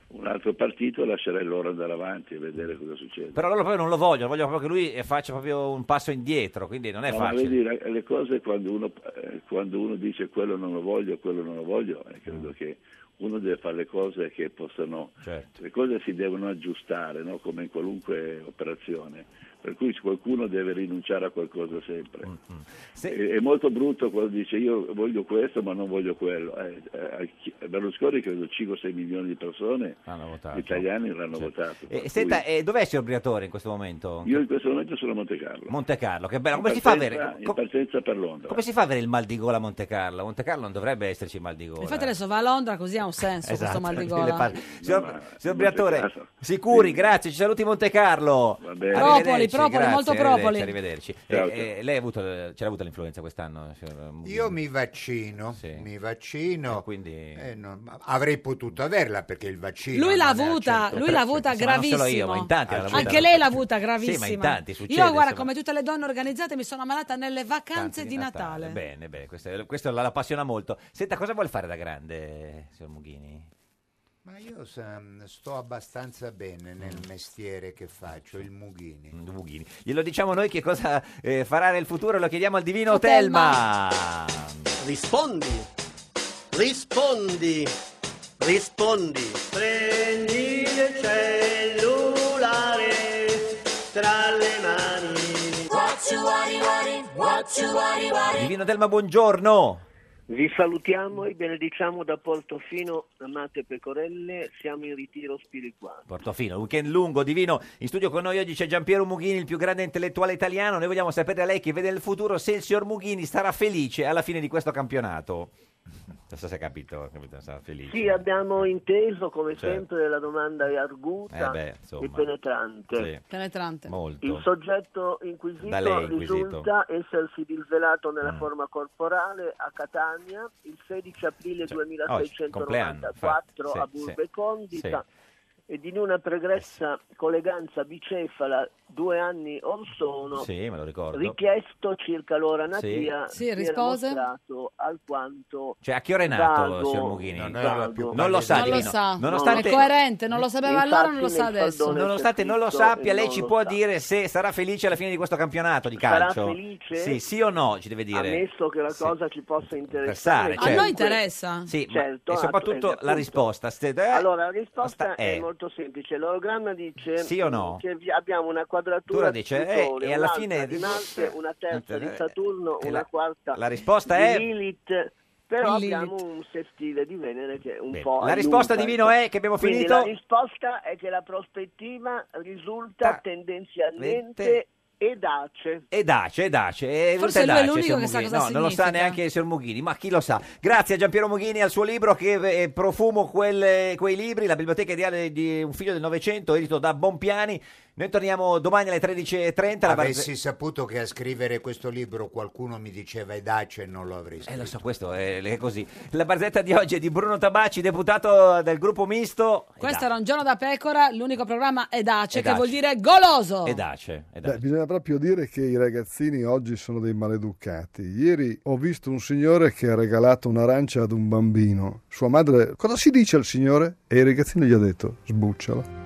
S16: un altro partito lascerei loro andare avanti e vedere cosa succede.
S2: Però loro proprio non lo vogliono, vogliono proprio che lui eh, faccia proprio un passo indietro, quindi non è
S16: No, ma
S2: facile.
S16: vedi, la- le cose quando uno, eh, quando uno dice quello non lo voglio, quello non lo voglio, eh, credo
S2: Mm.
S16: che uno deve fare le cose che possano,
S2: Certo.
S16: le cose si devono aggiustare, no? come in qualunque operazione, per cui qualcuno deve rinunciare a qualcosa
S2: Mm,
S16: sempre. È, è molto brutto quando dice io voglio questo ma non voglio quello. Eh, eh, a chi- a Berlusconi credo 5-6 milioni di persone, gli italiani l'hanno votato.
S2: Certo. E,
S16: per
S2: senta,
S16: cui-
S2: eh, dov'è il signor Briatore in questo momento?
S16: io in questo momento sono a Monte Carlo.
S2: Monte Carlo, che bello,
S16: In
S2: come si fa a
S16: partenza-
S2: avere...
S16: In
S2: co-
S16: partenza per Londra.
S2: come si fa a avere il mal di gola a Monte Carlo? A Monte Carlo non dovrebbe esserci mal di gola.
S1: Infatti adesso va a Londra così ha un senso
S2: Esatto,
S1: questo mal di
S2: quindi le
S1: gola.
S2: par- Signor, signor
S16: Monte
S2: Briatore,
S16: Carlo.
S2: sicuri, grazie, ci saluti Monte Carlo.
S16: bene.
S1: Propoli,
S2: Arrivederci,
S1: propoli,
S2: grazie,
S1: molto
S2: arrivederci,
S1: propoli.
S2: Arrivederci.
S7: Ciao,
S2: Eh, eh, lei ha avuto, ce l'ha avuta l'influenza quest'anno? signor-
S7: Io mi vaccino, mi vaccino. Eh, no, ma avrei potuto averla perché il vaccino...
S1: Lui l'ha
S7: non è al
S1: avuta,
S7: 100%.
S1: lui l'ha avuta
S7: Sì, ma non solo io, ma in tanti
S1: gravissimo.
S7: l'hanno avuta.
S1: Anche lei l'ha avuta gravissima.
S2: Sì, ma in tanti succede,
S1: Io guarda,
S2: insomma.
S1: come tutte le donne organizzate mi sono ammalata nelle vacanze
S2: Tanti
S1: di Natale.
S2: Bene, bene, questo, è- questo la, la appassiona molto. Senta, cosa vuole fare da grande, signor Mughini?
S7: Ma io sa, sto abbastanza bene nel mestiere che faccio, il Mughini.
S2: Mm. Mughini. Glielo diciamo noi che cosa eh, farà nel futuro, lo chiediamo al divino
S13: Telma.
S2: Telma.
S13: Rispondi. Rispondi. Rispondi. Prendi il cellulare tra le mani.
S17: What you worry, worry, what you worry, worry.
S2: Divino Telma, buongiorno.
S13: Vi salutiamo e benediciamo da Portofino, amate pecorelle, siamo in ritiro spirituale.
S2: Portofino, weekend lungo, divino. In studio con noi oggi c'è Giampiero Mughini, il più grande intellettuale italiano. Noi vogliamo sapere da lei che vede nel futuro se il signor Mughini sarà felice alla fine di questo campionato. Non so se ha capito, capito, sarà felice.
S13: Sì, abbiamo inteso come
S2: Certo.
S13: sempre la domanda è arguta
S2: Eh beh,
S13: e
S2: insomma.
S13: penetrante.
S2: Sì,
S1: Penetrante.
S13: Il
S2: molto.
S13: soggetto inquisito,
S2: Da lei inquisito. Mm.
S13: risulta essersi disvelato nella forma corporale a Catania il 16 aprile
S2: Oh, compleanno, infatti,
S13: 2694
S2: sì,
S13: a Burbe
S2: sì. Eh,
S13: Condita ed in una pregressa colleganza bicefala due anni or sono
S2: Sì, me lo ricordo.
S13: richiesto circa l'ora
S2: Sì.
S13: natia
S2: Sì,
S13: si era
S18: rispose?
S13: mostrato alquanto
S2: Cioè, a che ora è nato,
S13: vago,
S2: signor Mughini?
S13: Non
S7: era la più
S2: Non lo sa,
S18: non lo
S2: Divino.
S18: sa,
S2: Nonostante...
S18: è coerente, non lo sapeva allora, non lo sa adesso.
S2: Nonostante non lo sappia, lei ci può dire se sarà felice alla fine di questo campionato di
S13: Sarà
S2: calcio.
S13: felice?
S2: Sì, sì o no, ci deve dire.
S13: ammesso che la cosa ci possa
S2: Interessare,
S13: interessare Certo,
S2: certo. A noi
S13: interessa
S2: Sì, ma- e
S13: eh,
S2: soprattutto la risposta. se- eh,
S13: allora la risposta
S2: è-
S13: è molto semplice l'orogramma dice
S2: Sì o no?
S13: che vi- abbiamo una quadratura
S2: Tura
S13: di
S2: dice,
S13: Plutone,
S2: eh, e alla
S13: un'altra
S2: fine-
S13: di Marte una terza di Saturno
S2: e
S13: una
S2: la-
S13: quarta
S2: la risposta
S13: di
S2: è-
S13: Lilith però
S2: Lilith.
S13: abbiamo un sestile di Venere che un
S2: Bene.
S13: po'
S2: La risposta
S13: aiuta. ecco.
S2: di Vino è che abbiamo
S13: Quindi
S2: finito?
S13: la risposta è che la prospettiva risulta tendenzialmente edace
S2: E dace, e dace. e
S13: Forse
S2: tutte
S13: lui
S2: dace,
S13: è l'unico
S2: signor
S13: che sa
S2: Mughini. No,
S13: cosa
S2: non lo sa
S13: significa.
S2: neanche il signor Mughini, ma chi lo sa. Grazie a Giampiero Mughini e al suo libro che eh, profumo quelle- quei libri, la biblioteca ideale di un figlio del Novecento, edito da Bompiani. Noi torniamo domani alle 13.30. La
S7: Avessi saputo che a scrivere questo libro qualcuno mi diceva e dace e non lo avrei
S2: Eh,
S7: scritto.
S2: lo so, questo è, è così. La barzetta di oggi è di Bruno Tabacci, deputato del gruppo misto.
S1: Questo era un giorno da pecora, l'unico programma è Dace, che
S2: Edace.
S1: vuol dire goloso.
S2: E dace, e
S19: Beh, bisogna proprio dire che i ragazzini oggi sono dei maleducati. Ieri ho visto un signore che ha regalato un'arancia ad un bambino. Sua madre, cosa si dice al signore? E il ragazzino gli ha detto, sbucciala.